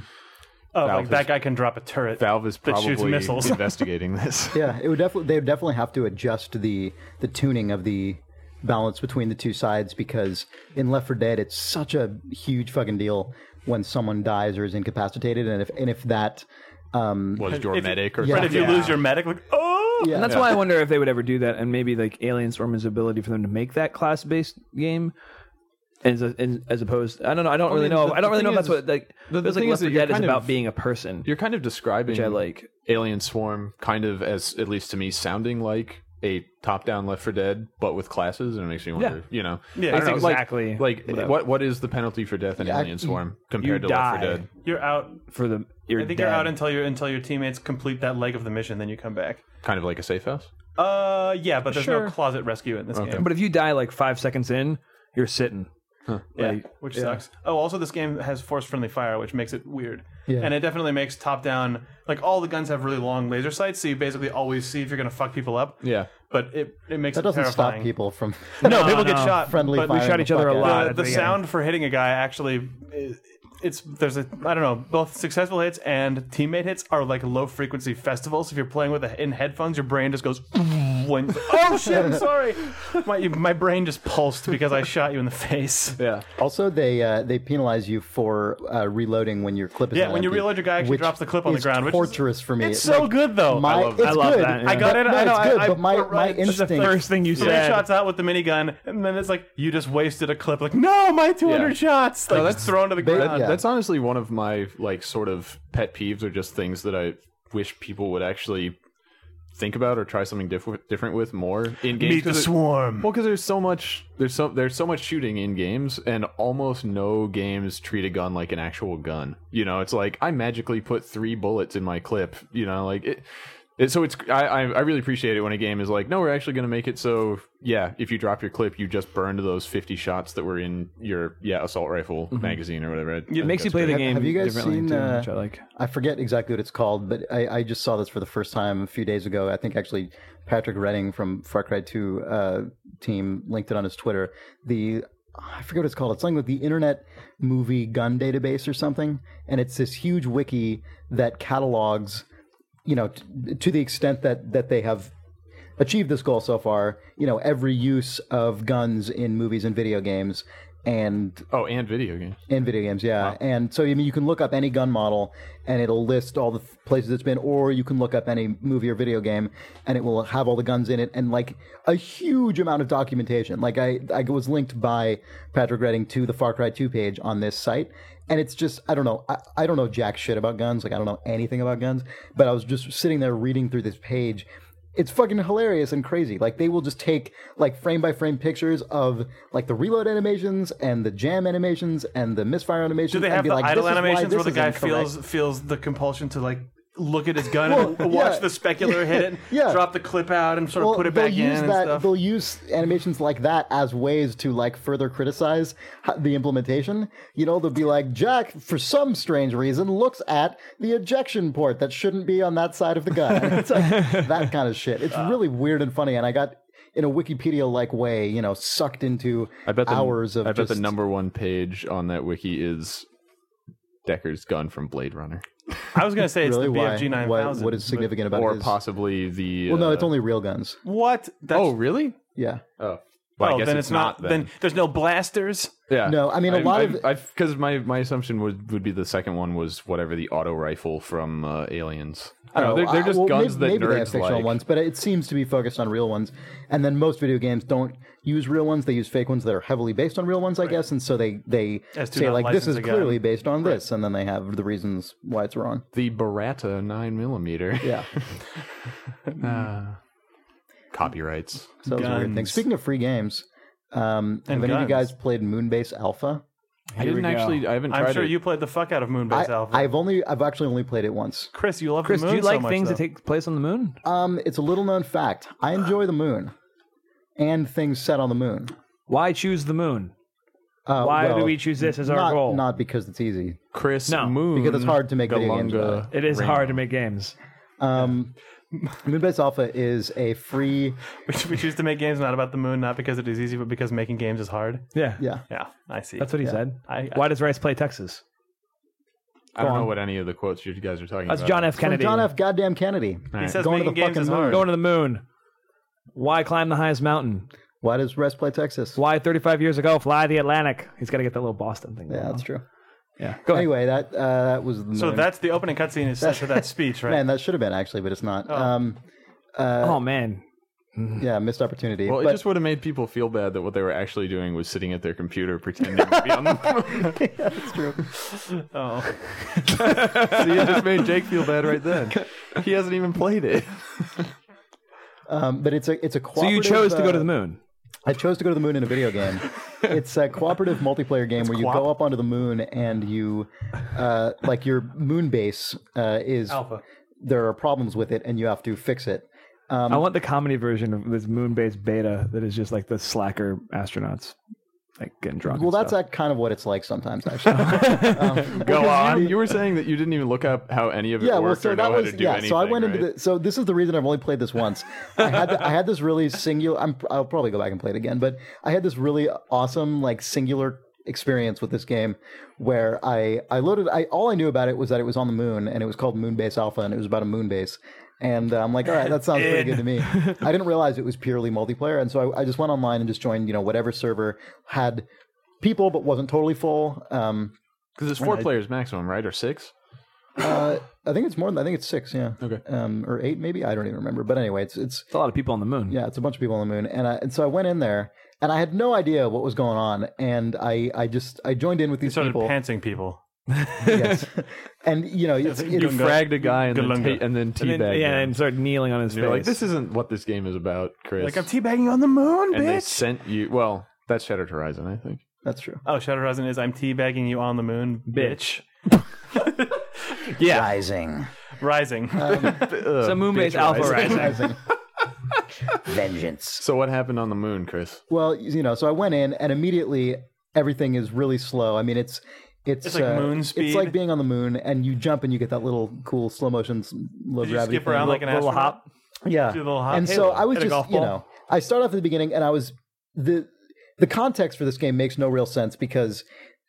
C: Oh,
A: Valve
C: like
A: is-
C: that guy can drop a turret.
A: Valve is
C: That shoots
A: probably
C: missiles. (laughs)
A: investigating
D: (laughs)
A: this.
B: Yeah, it would definitely. They would definitely have to adjust the the tuning of the balance between the two sides because in Left 4 Dead, it's such a huge fucking deal when someone dies or is incapacitated, and if and if that, um,
A: Was your
C: If-
A: medic or
C: But if you
A: something.
C: lose your medic, like oh,
B: yeah,
D: And that's why I wonder if they would ever do that, and maybe like Alien Storm's ability for them to make that class-based game, as a, as- as opposed, I don't know, I don't really
A: mean,
D: know,
A: the-
D: I don't
A: the
D: really know if
A: thing
D: that's
A: is-
D: what like.
A: the- the
D: feels
A: thing
D: like
A: is
D: Left
A: that
D: 4
A: you're
D: Dead is
A: kind
D: about
A: of-
D: being a person,
A: You're kind of describing
D: which I like.
A: Alien Swarm kind of as at least to me sounding like a top down Left for Dead, but with classes, and it makes me wonder. You know,
C: Yeah,
A: I don't know,
D: that's
A: like-
D: exactly
A: Like,
D: what I-
A: what what is the penalty for death in
B: Yeah, I-
A: Alien Swarm compared to Left
D: die.
A: for Dead?
C: you're out.
D: For the you're
C: I think
D: dead.
C: you're out until your until your teammates complete that leg of the mission. Then you come back.
A: Kind of like a safe house.
C: Uh, yeah, but there's
D: Sure.
C: no closet rescue in this game.
D: But if you die like five seconds in, you're sitting.
C: Yeah,
D: Like,
C: which sucks. Oh, also this game has force friendly fire, which makes it weird.
B: Yeah.
C: And it definitely makes top down like all the guns have really long laser sights, so you basically always see if you're gonna fuck people up.
A: Yeah,
C: But it, it makes
B: that
C: it
B: doesn't
C: terrifying. Uh,
B: stop people from
C: (laughs) No, people get
D: no.
C: shot.
B: friendly.
C: but
B: fire.
D: shot each other a lot.
C: the,
D: at
C: the
D: the
C: sound for hitting a guy actually it's there's a I don't know both successful hits and teammate hits are like low frequency festivals. If you're playing with a, in headphones, your brain just goes (laughs) when oh shit, I'm sorry, my my brain just pulsed because I shot you in the face.
A: yeah.
B: (laughs) Also, they uh, they penalize you for uh, reloading when your clip is
C: Yeah,
B: not
C: when you
B: empty,
C: reload, your guy actually
B: which
C: drops the clip on the
B: is
C: ground, which is-
B: torturous for me.
C: It's so
B: Like,
C: good though.
B: My,
C: I
B: it's
D: I love
B: good.
D: that, yeah. I
C: got it.
B: No,
C: I know.
B: it's good,
C: I, I,
B: but my,
C: right,
B: my
C: it's just the
B: instinct.
D: First thing you
C: Three
D: said.
C: shots out with the minigun, and then it's like you just wasted a clip. Like, no, my 200
A: Yeah.
C: shots. Like, that's thrown to the ground.
A: That-
B: yeah.
A: That's honestly one of my like sort of pet peeves, or just things that I wish people would actually think about or try something diff- different with more in games.
C: Meet the
A: 'cause it-
C: swarm.
A: Well, because there's so much there's so there's so much shooting in games, and almost no games treat a gun like an actual gun. You know, it's like I magically put three bullets in my clip. You know, like it. It, so it's I, I I really appreciate it when a game is like, no, we're actually going to make it so yeah, if you drop your clip, you just burned those fifty shots that were in your yeah assault rifle magazine or whatever. I- I
C: It
A: think
C: makes you
A: that's
C: play
A: great.
C: the
B: Have-
C: game
B: have you guys
C: differently
B: seen,
C: too,
B: uh,
C: which I like.
B: I forget exactly what it's called, but I, I just saw this for the first time a few days ago. I think actually Patrick Redding from Far Cry 2 uh, team linked it on his Twitter. The I forget what it's called. It's something like the Internet Movie Gun Database or something, and it's this huge wiki that catalogs, you know, t- to the extent that that they have achieved this goal so far. You know, every use of guns in movies and video games, and
A: Oh, and video games.
B: in video games, yeah. And so I mean, you can look up any gun model, and it'll list all the th- places it's been, or you can look up any movie or video game, and it will have all the guns in it, and like a huge amount of documentation. Like I, I was linked by Patrick Redding to the Far Cry 2 page on this site, and it's just I don't know, I, I don't know jack shit about guns. Like I don't know anything about guns, but I was just sitting there reading through this page, it's fucking hilarious and crazy. Like they will just take like frame by frame pictures of like the reload animations and the jam animations and the misfire animations.
C: Do they
B: and
C: have
B: be
C: the
B: like,
C: idle
B: "This is why
C: animations
B: this
C: where the
B: is
C: guy
B: incorrect."
C: feels feels the compulsion to like look at his gun
B: Well,
C: and (laughs) watch
B: yeah.
C: the specular hit it,
B: (laughs) Yeah.
C: drop the clip out, and sort
B: Well,
C: of put it
B: they'll
C: back in
B: use
C: and
B: that.
C: stuff.
B: They'll use animations like that as ways to like further criticize ho- the implementation. You know, they'll be like Jack, for some strange reason, looks at the ejection port that shouldn't be on that side of the gun.
C: (laughs)
B: it's like that kind of shit. It's
C: Ah.
B: really weird and funny, and I got. In a Wikipedia-like way, you know, sucked into
A: I bet the,
B: hours of
A: I bet
B: just
A: the number one page on that wiki is Decker's gun from Blade Runner,
C: I was gonna say it's
B: really
C: the
B: why,
C: BFG nine
B: why-
C: thousand.
B: what is significant about
A: or
B: his-
A: possibly the.
B: well no
A: uh,
B: it's only real guns
C: What? That's,
A: Oh, really?
B: yeah
A: Oh.
C: oh, then it's not. Then. there's no blasters.
A: Yeah.
B: No, I mean, a lot of-
A: because my my assumption would would be the second one was whatever the auto rifle from uh, Aliens. I don't know. They're, they're just
B: well,
A: guns
B: maybe,
A: that
B: maybe
A: nerds
B: they have fictional
A: like.
B: ones but it seems to be focused on real ones and then most video games don't use real ones they use fake ones that are heavily based on real ones i guess and so they they
C: As to
B: say
C: not
B: like this
C: license
B: is
C: a gun.
B: clearly based on this and then they have the reasons why it's wrong
A: The Beretta nine millimeter.
B: yeah
A: (laughs) Copyrights.
B: (laughs) so that was a weird thing
C: Guns.
B: speaking of free games um have
C: And
B: any of you
C: guns.
B: guys played moonbase alpha
A: I didn't actually. I haven't.
C: I'm
A: tried
C: sure
A: it.
C: you played the fuck out of
B: I,
C: Moonbase Alpha.
B: i've only i've actually only played it once
C: Chris, you love
D: Chris,
C: the
D: do
C: moon
D: you like
C: so much,
D: things
C: though.
D: that take place on the moon?
B: um it's a little known fact i enjoy the moon and things set on the moon
D: Why choose the moon?
B: Uh,
D: Why do
B: well,
D: we choose this as our
B: not,
D: goal?
B: Not because it's easy.
A: Chris
D: No,
A: Moon
B: because it's hard to make video games
A: Galunga
B: about
D: it is
A: Rainbow.
D: hard to make games.
B: Um, Moonbase Alpha is a free.
C: We choose to make games not about the moon, not because it is easy, but because making games is hard.
D: Yeah,
B: Yeah.
C: Yeah, I see.
D: that's what he said.
C: I-
D: Why does Rice play Texas?
A: I don't know what any of the quotes you guys are talking
D: That's
A: about.
D: John F. Kennedy.
B: From John F. Goddamn Kennedy.
A: All right.
C: says
B: Going to
C: making
B: the
C: games
B: fucking
C: is
B: moon.
C: hard.
D: Going to the moon. Why climb the highest mountain?
B: Why does Rest play Texas?
D: Why 35 years ago fly the Atlantic? He's got to get that little Boston thing.
B: Yeah,
D: going
B: that's
D: on.
B: true.
D: Yeah. Go ahead.
B: Anyway, that uh, that was. The
C: So
B: moon.
C: that's the opening cutscene is set to that speech, right?
B: man. That should have been actually, but it's not. Um,
D: oh man,
B: yeah, missed opportunity.
A: Well, it
B: but
A: just would have made people feel bad that what they were actually doing was sitting at their computer pretending to be on the
B: (laughs)
A: phone. (laughs)
B: it's true.
C: oh,
A: See, it just made Jake feel bad right then. He hasn't even played it.
B: Um, but it's a it's a.
D: so you
B: Cooperative,
D: chose to go
B: uh,
D: to the moon.
B: I chose to go to the moon in a
D: (laughs)
B: video game. It's a cooperative multiplayer game where you
C: co-op?
B: go up onto the moon and you, uh, like your moon base uh, is
C: Alpha.
B: There are problems with it, and you have to fix it. Um,
D: I want the comedy version of this moon-based beta that is just like the slacker astronauts, like getting drunk.
B: well,
D: and
B: that's
D: stuff.
B: that kind of what it's like sometimes, actually.
A: Go on. You, were saying that you didn't even look up how any of it
B: yeah,
A: worked
B: well, so
A: or know
B: that
A: how
B: was
A: to do
B: yeah.
A: anything.
B: so I went into
A: right?
B: the. So this is the reason I've only played this once. I had the, I had this really singular. I'm, I'll probably go back and play it again, but I had this really awesome like singular experience with this game where I I loaded. I all I knew about it was that it was on the moon and it was called Moonbase Alpha and it was about a moon base. And uh, I'm like, all right, that sounds pretty good
A: (laughs)
B: to me. I didn't realize it was purely multiplayer, and so I, I just went online and just joined, you know, whatever server had people but wasn't totally full. Um,
A: Because it's four players maximum, right? Or six?
B: uh, I think it's more than I think it's six, yeah.
A: Okay.
B: Um, or eight maybe. I don't even remember. But anyway, it's it's
D: It's a lot of people on the moon.
B: yeah, it's a bunch of people on the moon. And I and so I went in there and I had no idea what was going on. And I I just I joined in with these
C: started
B: people.
C: pantsing people.
B: yes. (laughs) and you
C: (laughs)
B: know, it's, it's
A: You fragged a guy and then,
C: Galunga.
A: ta- and then
D: And
A: teabagged
D: then, yeah,
A: him.
D: and started kneeling on his
A: You're
D: face.
A: like, this isn't what this game is about, Chris.
C: Like I'm teabagging on the moon,
A: and they
C: bitch.
A: sent you. Well, that's Shattered Horizon, I think.
B: that's true.
C: oh, Shadow Horizon is I'm teabagging you on the moon, bitch.
D: yeah.
B: Rising. (laughs)
C: Rising.
D: so Moonbase Alpha (laughs) Rising.
B: Vengeance.
A: So what happened on the moon, Chris?
B: Well, you know, so I went in and immediately everything is really slow. I mean, it's it's,
C: It's like
B: uh,
C: moon speed.
B: It's like being on the moon, and you jump and you get that little cool slow motion, s- low
C: Did you
B: gravity.
C: skip around
B: thing.
C: like an
D: Little
C: astronaut?
D: hop.
B: yeah.
C: do the little hop
B: and so
C: halo,
B: I was
C: hit a golf
B: just, you
C: ball.
B: know, I start off at the beginning, and I was the the context for this game makes no real sense because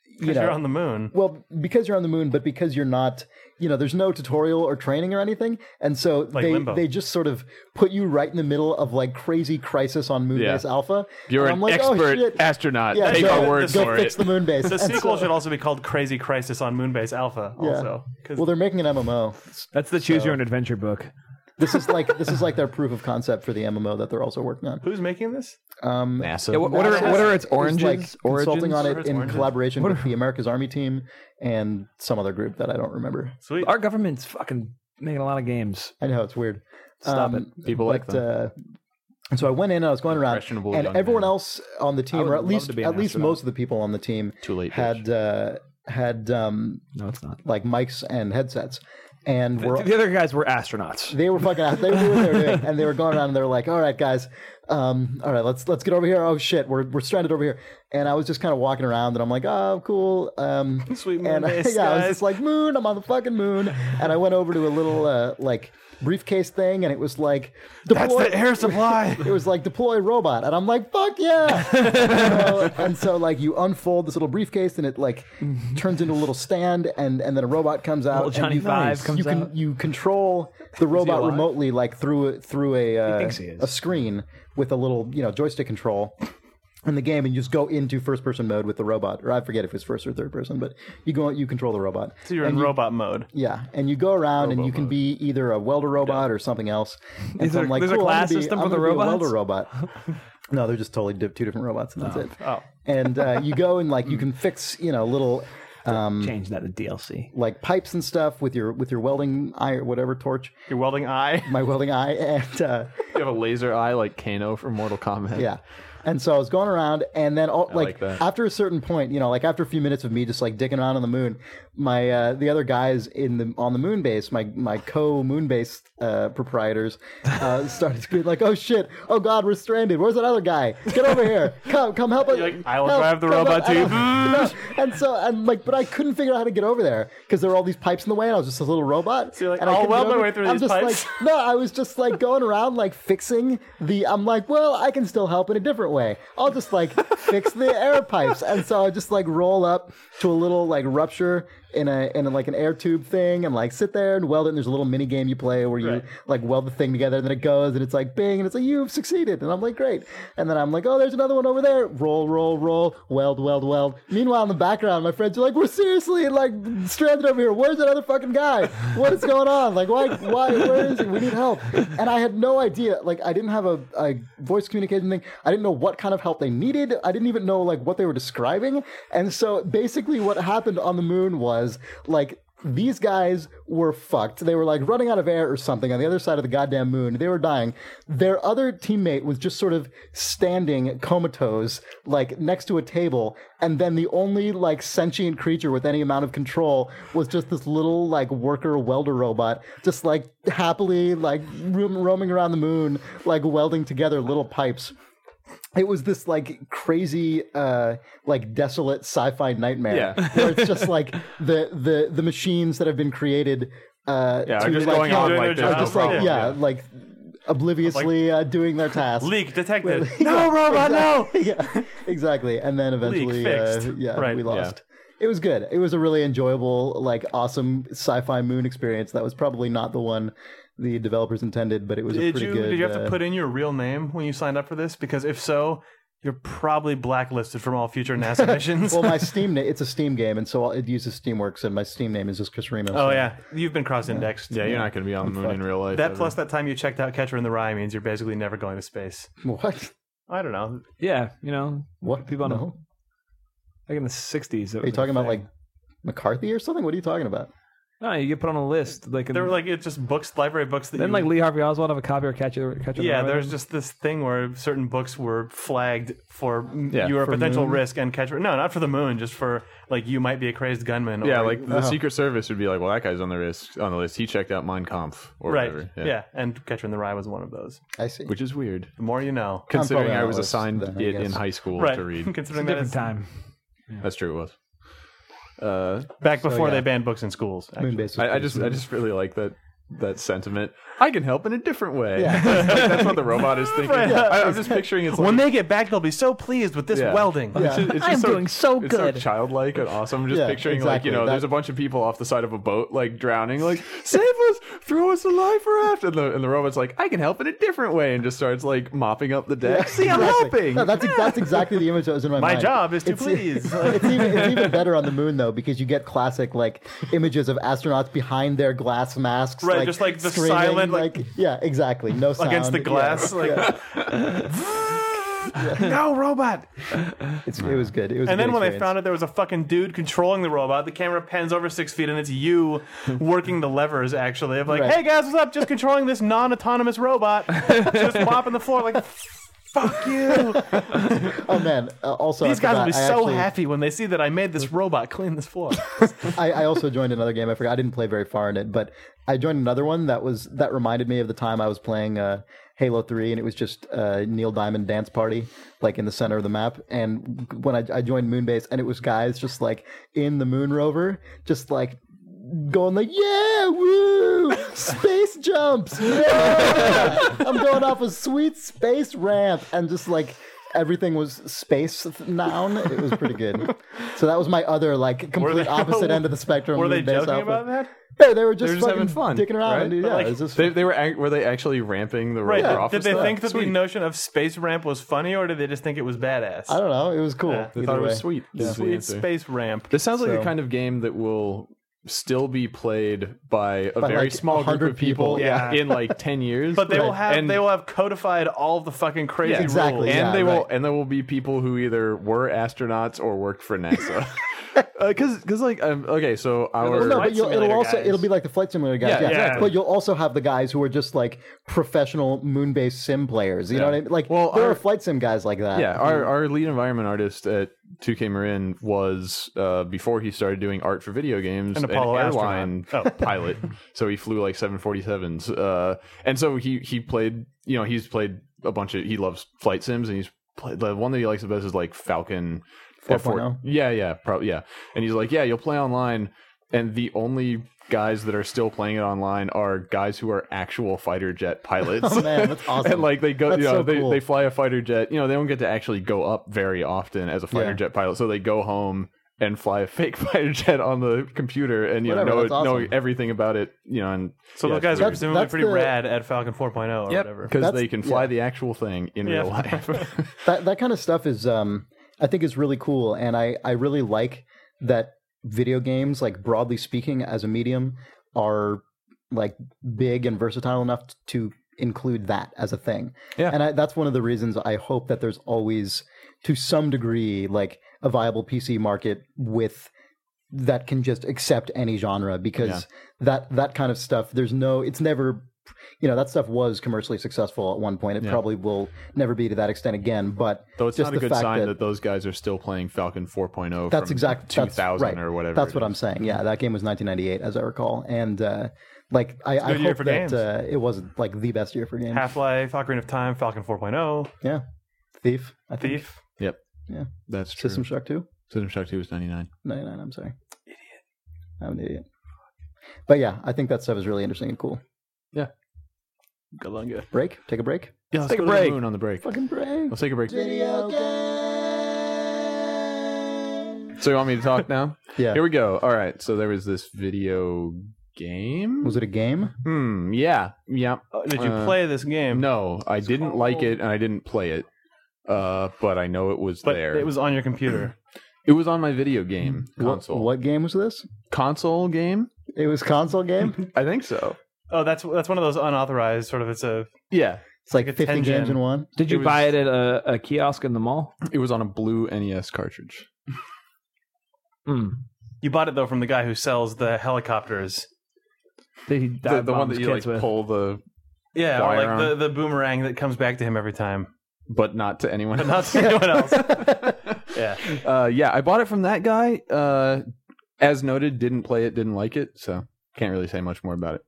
B: you
C: Because
B: know
C: you're on the moon.
B: well because you're on the moon but because you're not you know there's no tutorial or training or anything and so they
C: Limbo.
B: they just sort of put you right in the middle of like crazy crisis on moon
A: Yeah.
B: base alpha
A: You're
B: And
A: an
B: I'm like, oh,
A: expert
B: shit.
A: astronaut.
B: yeah,
A: Take
B: go-
A: our word
B: go
A: for
B: fix
A: it.
B: the moon base
C: The
B: (laughs) And
C: sequel
B: so-
C: should also be called Crazy Crisis on Moonbase Alpha. Also, 'Cause
B: well they're making an mmo
D: That's the choose your own adventure book.
B: this is like this is like their proof of concept for the mmo that they're also working on
C: who's making this?
B: um
A: NASA.
F: Yeah, what, what are what are its
B: there's,
F: oranges?
B: like consulting on
F: origins?
C: What are
B: it
C: its
B: in
C: origins?
B: collaboration with the America's Army team and some other group that I don't remember.
C: Sweet.
D: Our government's fucking making a lot of games.
B: I know it's weird.
D: Stop
B: it.
A: People like them.
B: Uh, and so I went in and I was going around,
A: Impressionable
B: and
A: young
B: everyone
A: man.
B: else on the team,
D: would
B: or at
D: love
B: least
D: to be an
B: at least
D: astronaut.
B: most of the people on the team,
A: Too late,
B: had uh, had um,
D: No, it's not.
B: like mics and headsets, and were
D: The other guys were astronauts.
B: they were fucking out. They knew what they were
C: (laughs)
B: doing, and they were going around and they were like, "All right, guys, um, all right, let's let's get over here. Oh shit, we're we're stranded over here." And I was just kind of walking around, and I'm like, "Oh, cool." Um,
C: (laughs) Sweet moon
B: and (laughs) I,
C: base,
B: yeah, I was
C: guys.
B: just like, "Moon, I'm on the fucking moon." And I went over to a little uh, like briefcase thing, and it was like,
C: That's
B: deploy-
C: the air supply.
B: (laughs) it was like deploy robot, and I'm like,
C: (laughs)
B: fuck yeah! You know, and so like you unfold this little briefcase, and it like turns into a little stand, and and then a robot comes out.
D: Little Johnny
B: and you,
D: Five comes
B: you can
D: out.
B: you control
D: (laughs)
B: the robot
D: alive?
B: remotely, like through a- through a uh,
D: thinks he is.
B: a screen with a little you know joystick control. In the game, and you just go into first-person mode with the robot, or I forget if it's first or third person, but you go, you control the robot.
C: So you're in robot mode.
B: Yeah, and you go around and you can be either a welder robot or something else. And so
D: are-
B: I'm like,
D: there's a
B: cool, I'm
D: class
B: gonna be-
D: system
B: I'm
D: for the
B: gonna be a
D: robots?
B: welder robot.
D: (laughs)
B: No, they're just totally di- two different robots, and that's it.
C: Oh.
B: And uh, you go and like
D: Mm.
B: you can fix, you know, little
D: Change that to DLC.
B: like pipes and stuff with your with your welding eye or whatever torch,
C: You're welding eye.
B: (laughs)
C: (laughs)
B: my welding eye, and uh,
A: You have a laser eye like Kano from Mortal Kombat.
B: yeah. And so I was going around, and then all,
A: like
B: like,
A: that.
B: after a certain point, you know, like after a few minutes of me just like dicking around on the moon, my uh, the other guys in the on the moon base, my my co moon base uh, proprietors, uh, (laughs) started to be like, "Oh shit! Oh god, we're stranded. Where's that other guy? Get over here! Come, come help us!
C: You're like, "I will
B: Help,
C: drive the
B: come
C: robot
B: (laughs) help."
C: to you." (laughs)
B: And I- no, and so I'm like, but I couldn't figure out how to get over there because there were all these pipes in the way, and I was just a little robot.
C: you're like,
B: and I
C: "I'll
B: couldn't
C: weld
B: get
C: my
B: over-
C: way through
B: I'm
C: these
B: just
C: pipes."
B: Like, no, I was just like going around like fixing the. I'm like, well, I can still help in a different way. I'll just like
C: (laughs)
B: fix the air pipes, and so I just like roll up to a little like rupture in a in a, like an air tube thing, and like sit there and weld it. And there's a little mini game you play where you
C: Right.
B: like weld the thing together, and then it goes, and it's like bing, and it's like you've succeeded, and I'm like great, and then I'm like, oh, there's another one over there. Roll, roll, roll, weld, weld, weld. Meanwhile, in the background, my friends are like, we're seriously like stranded over here. Where's that other fucking guy? What is going on? Like, why, why, where is he? We need help. And I had no idea. Like, I didn't have a, a voice communication thing. I didn't know what kind of help they needed. I didn't even know like what they were describing. And so basically, what happened on the moon was like these guys were fucked. They were like running out of air or something on the other side of the goddamn moon. They were dying. Their other teammate was just sort of standing comatose, like next to a table. And then the only like sentient creature with any amount of control was just this little like worker welder robot, just like happily like roam- roaming around the moon, like welding together little pipes it was this like crazy uh like desolate sci-fi nightmare
A: Yeah.
B: (laughs) where it's just like the the the machines that have been created uh
A: Yeah,
B: to,
A: are just
B: like,
A: going on
B: help-
C: doing
A: like
C: their
A: there's
B: are
C: job.
A: no
B: just like
A: problem.
B: yeah, like obliviously uh, doing their task
C: Leak detected.
B: no robot no (laughs) yeah exactly and then eventually uh,
C: fixed.
B: yeah
C: Right,
B: we
C: yeah.
B: lost it was good it was a really enjoyable like awesome sci-fi moon experience that was probably not the one the developers intended but it was a
C: Did
B: pretty
C: you
B: good
C: did you have
B: uh,
C: to put in your real name when you signed up for this? Because if so, you're probably blacklisted from all
B: (laughs)
C: future NASA missions.
B: well, my Steam name, it's a Steam game, and so it uses Steamworks, and my Steam name is just Chris Remo.
C: (laughs) oh yeah, you've been cross-indexed.
A: Yeah, you're not going to be on the moon in real life.
C: That
A: ever.
C: plus that time you checked out Catcher in the Rye means you're basically never going to space.
B: (laughs) What?
C: I don't know.
D: Yeah, you know,
B: What?
D: people on
B: No.
D: like in the '60s.
B: Are you talking about like McCarthy or something? What are you talking about?
D: No, you get put on a list. Like in,
C: They were like it's just books, library books that
D: then
C: you
D: like Lee Harvey Oswald have a copy or catch it. Catch it
C: Yeah, there's just this thing where certain books were flagged for
A: Yeah,
C: you were a
A: for
C: potential
A: moon.
C: risk and catch. No, not for the moon, just for like you might be a crazed gunman.
A: Yeah,
C: or-
A: like the Secret Service would be like, well, that guy's on the risk on the list. He checked out Mein Kampf or
C: right.
A: whatever.
C: Yeah. and Catcher in the Rye was one of those.
B: I see.
A: which is weird
C: The more you know,
A: considering
B: probably on
A: I
B: that
A: was
B: list
A: assigned
B: then, I
A: it in
B: guess.
A: high school
C: right?
A: to (laughs) read.
C: (laughs) Considering that
D: different
C: it's
D: time.
A: That's true. It was. Uh,
C: back before
B: yeah.
C: they banned books in schools. actually.
B: Moonbase. was
A: I, I
B: pretty
A: just
B: sweet.
A: I just really like that that sentiment. I can help in a different way.
B: Yeah.
A: Like, (laughs) that's what the robot is thinking. I, I'm just picturing it's like
C: When they get back, they'll be so pleased with this
A: Yeah.
C: welding.
A: It's just, it's just
D: I am
A: so,
D: doing so
A: it's
D: good.
A: so childlike and awesome. I'm just
B: Yeah,
A: picturing like you
B: exactly.
A: know,
B: That-
A: there's a bunch of people off the side of a boat like drowning,
B: (laughs)
A: like save us, throw us alive raft, and the and the robot's like I can help in a different way, and just starts like mopping up the deck. See, I'm
B: (laughs) Exactly.
A: helping.
B: No, that's, that's exactly the image that was in my,
C: My
B: mind.
C: job is to
B: It's-
C: please.
B: it's, even,
C: (laughs)
B: it's even better on the moon though because you get classic like images of astronauts behind their glass masks,
C: Right, just, like, the
B: screaming,
C: silent, like-
B: yeah, exactly, no sound
C: Against the
B: Yeah,
C: glass, like
A: (laughs)
C: no robot.
B: it's, it was good. It was. a
C: And
B: good
C: then when they
B: experience.
C: found out there was a fucking dude controlling the robot, the camera pans over six feet and it's you working the levers actually. Of like,
B: Right.
C: hey guys, what's up? Just controlling this non autonomous robot. just mopping the floor like fuck you.
B: oh man, uh, also
C: These
B: I
C: guys
B: forgot,
C: will be
B: I
C: so
B: actually-
C: happy when they see that I made this robot clean this floor.
B: (laughs) I, I also joined another game. I forgot. I didn't play very far in it, but I joined another one that was that reminded me of the time I was playing uh, Halo Three, and it was just uh, Neil Diamond dance party, like in the center of the map. And when I, I joined Moonbase, and it was guys just like in the moon rover, just like going like yeah woo space jumps yeah! i'm going off a sweet space ramp and just like everything was space noun it was pretty good so that was my other like complete
C: they-
B: opposite
A: (laughs)
B: end of the spectrum
C: Were they
B: moon-based
C: joking
B: outfit.
C: about that?
B: yeah, they were just,
A: They're just
B: fucking
A: having fun,
B: dicking around
A: right?
B: and dude, yeah,
C: Like,
B: it was just-
A: They, they were ac- were they actually ramping the
C: Right.
A: robot off?
C: Did
A: and
C: they
A: stuff?
C: think that
A: Sweet.
C: the notion of space ramp was funny or did they just think it was badass?
B: i don't know it was cool
A: They thought
B: either
A: it was
B: way.
A: sweet. is the
C: Sweet
A: answer.
C: space ramp.
A: This sounds like the
B: So-
A: kind of game that will still be played by a
B: By,
A: very
B: like,
A: small group
B: 100
A: of people,
B: people.
C: Yeah.
A: in like 10 years.
C: But they will
B: Right.
C: have
A: And-
C: they will have codified all of the fucking crazy
A: Yeah,
B: exactly,
C: rules.
A: and
B: Yeah,
A: they will
B: right.
A: and there will be people who either were astronauts or worked for
B: (laughs)
A: NASA. Uh 'cause cuz like um, okay, so our
B: Well, no,
C: Flight
B: but you'll, it'll
C: Simulator
B: also
C: guys.
B: it'll be like the flight simulator guys,
A: Yeah,
B: yeah.
A: exactly.
B: But you'll also have the guys who are just like professional moon-based sim players. You know what I mean? Like,
A: Well,
B: there
A: our-
B: are flight sim guys like that.
A: yeah, our, our lead environment artist at 2K Marin was uh, before he started doing art for video games
C: An Apollo (laughs)
A: airline
C: astronaut. Oh.
A: pilot. so he flew like 747s, uh, and so he he played. You know, he's played a bunch of. He loves flight sims, and he's played the one that he likes the best is like Falcon. oh.
B: 4.0?
A: Yeah, yeah, probably yeah. And he's like, yeah, you'll play online, and the only guys that are still playing it online are guys who are actual fighter jet pilots.
B: (laughs) Oh, man, that's
A: (laughs)
B: awesome.
A: and like they go,
B: That's
A: you know,
B: so
A: they,
B: cool.
A: they fly a fighter jet. You know, they don't get to actually go up very often as a fighter
B: Yeah.
A: jet pilot, so they go home and fly a (laughs) fake fighter jet on the computer and you
B: Whatever,
A: know know,
B: that's awesome.
A: know everything about it. You know, and
C: So
A: yeah,
C: those guys
A: so-
C: are
B: That's-
C: presumably
B: that's
C: pretty
B: the-
C: rad at Falcon 4.0 or whatever.
A: because
B: That's-
A: they can fly
B: yeah.
A: the actual thing in
C: Yeah.
A: real life. (laughs)
B: that that kind of stuff is um I think is really cool and I I really like that video games like broadly speaking as a medium are like big and versatile enough t- to include that as a thing.
A: Yeah.
B: And I, that's one of the reasons I hope that there's always to some degree like a viable PC market with that can just accept any genre because that that kind of stuff there's no it's never you know that stuff was commercially successful at one point it
A: Yeah.
B: probably will never be to that extent again but
A: Though it's
B: just
A: not a
B: the
A: good
B: fact
A: sign that,
B: that-
A: those guys are still playing Falcon 4.0.
B: that's
A: from
B: exactly
A: 2000
B: right.
A: or whatever.
B: that's
A: it
B: what
A: is.
B: i'm saying yeah that game was 1998 as i recall and uh like i, I
C: good year
B: hope
C: for
B: that
C: games.
B: uh, it wasn't like the best year for games
C: Half Life, Ocarina of Time, Falcon 4.0,
B: yeah thief i think
C: Thief.
A: That's true.
B: system shock 2
A: System Shock 2 was 99.
B: 99 i'm sorry idiot i'm an idiot but yeah i think that stuff is really interesting and cool
C: Good luck.
B: break take a break
A: Yeah, let's
D: Take
A: go
D: a
A: to the
D: break.
A: moon on the break.
B: fucking break
A: Let's take a break.
E: Video game.
A: So you want me to talk now?
B: yeah
A: Here we go. All right. So there was this video game.
B: was it a game
A: Hmm. Yeah. Yeah.
C: Did you
A: Uh,
C: play this game?
A: No, I didn't like it, and I didn't play it. Uh, but I know it was
C: but
A: there.
C: it was on
A: (clears throat)
C: your computer.
A: It was on my video game console.
B: What, what game was this
A: console game?
B: it was console
C: (laughs)
B: game
A: I think so.
C: oh, that's that's one of those unauthorized sort of. It's a
A: Yeah,
B: it's like
C: Like a
B: 50
C: 10
B: games
C: gen.
B: in one
D: Did you
A: It
D: buy
A: was-
D: it at a, a kiosk in the mall?
A: E it was on a blue NES cartridge.
D: Hmm.
C: You bought it though from the guy who sells the helicopters.
D: That he
A: The,
D: dive
A: the one
D: bombs
A: that you like
D: kids with.
A: pull the,
C: Yeah, or
A: Wire
C: like
A: on.
C: the, the boomerang that comes back to him every time. (laughs)
A: but not to anyone.
C: Not to anyone else. Yeah.
A: (laughs) uh, yeah, I bought it from that guy. Uh, as noted, didn't play it, didn't like it, so can't really say much more about it.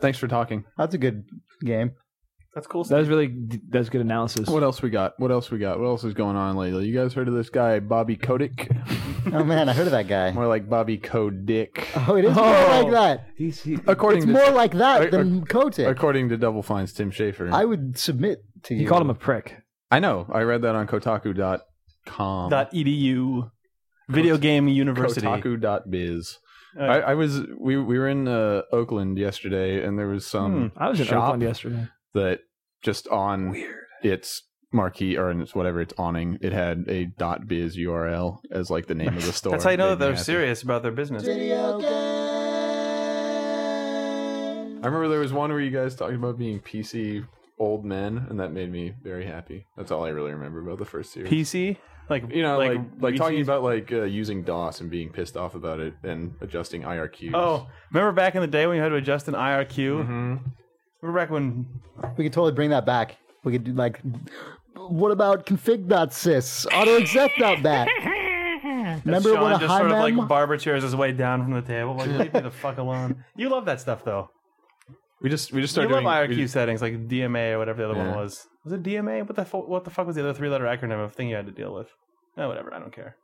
A: Thanks for talking.
B: That's a good game.
C: That's cool.
D: That was really that's good analysis.
A: What else we got? What else we got? What else is going on lately? You guys heard of this guy Bobby Kotick? (laughs)
B: Oh man, I heard of
D: (laughs)
B: that guy.
A: More like Bobby Kotick.
B: Oh, it is more like that.
D: He's he,
A: According
B: It's
A: to
B: more like that
A: I-
B: than Kotick.
A: according to Double Fine's Tim Schafer.
B: I would submit to you.
D: he called him a prick.
A: I know. I read that on Kotaku.com.
C: Dot edu. Video game university.
A: Kotaku.biz.
C: Uh,
A: I, I was we we were in uh, Oakland yesterday, and there was some
D: I was in
A: Shop.
D: Oakland yesterday.
C: Hmm.
A: that just on Weird. its marquee or in its whatever its awning, it had a .biz URL as like the name
B: (laughs)
A: of the store.
C: That's how you know that
A: Made me
C: they're
A: happy.
C: serious about their business.
E: Video game.
A: I remember there was one where you guys talked about being PC old men, and that made me very happy. That's all I really remember about the first series.
C: PC? Like
A: you know, like like, talking
C: VTs?
A: about like uh, using DOS and being pissed off about it and adjusting IRQs.
C: Oh, remember back in the day when you had to adjust an IRQ?
B: Mm-hmm.
A: Mhm.
C: Remember back when
B: We could totally bring that back. We could do like, what about config.sys?
C: (laughs)
B: Autoexec.bat. Remember
C: Sean
B: when a
C: just
B: high
C: sort of
B: mem?
C: like barber chairs his way down from the table? Like, leave me the fuck alone. You love that stuff though.
A: we just we just
C: You
A: started doing
C: love IRQ
A: we-
C: settings like DMA or whatever the other
A: Yeah.
C: one was. Was it DMA? What the fu- what the fuck was the other three letter acronym of thing you had to deal with? No, whatever. I don't care.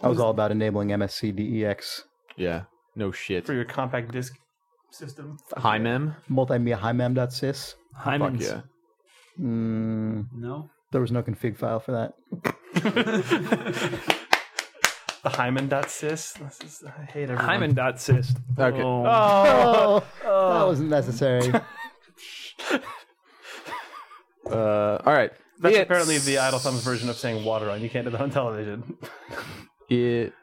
B: I was all about enabling MSCDEX,
A: yeah, no shit.
C: For your compact disc system.
A: Hi mem.
B: multimedia highmem.sys.
A: Fuck
D: Hyman's.
A: yeah.
B: Mm,
D: No.
B: there was no config file for that.
C: The hymen.sys. This is, I hate everyone.
D: Hyman.sys.
A: Okay.
D: Oh.
C: Oh,
B: Oh, that
C: (laughs)
B: wasn't necessary.
A: Uh, all right.
C: that's
A: It's-
C: apparently the idle thumbs version of saying water on. You can't do that on television.
A: It's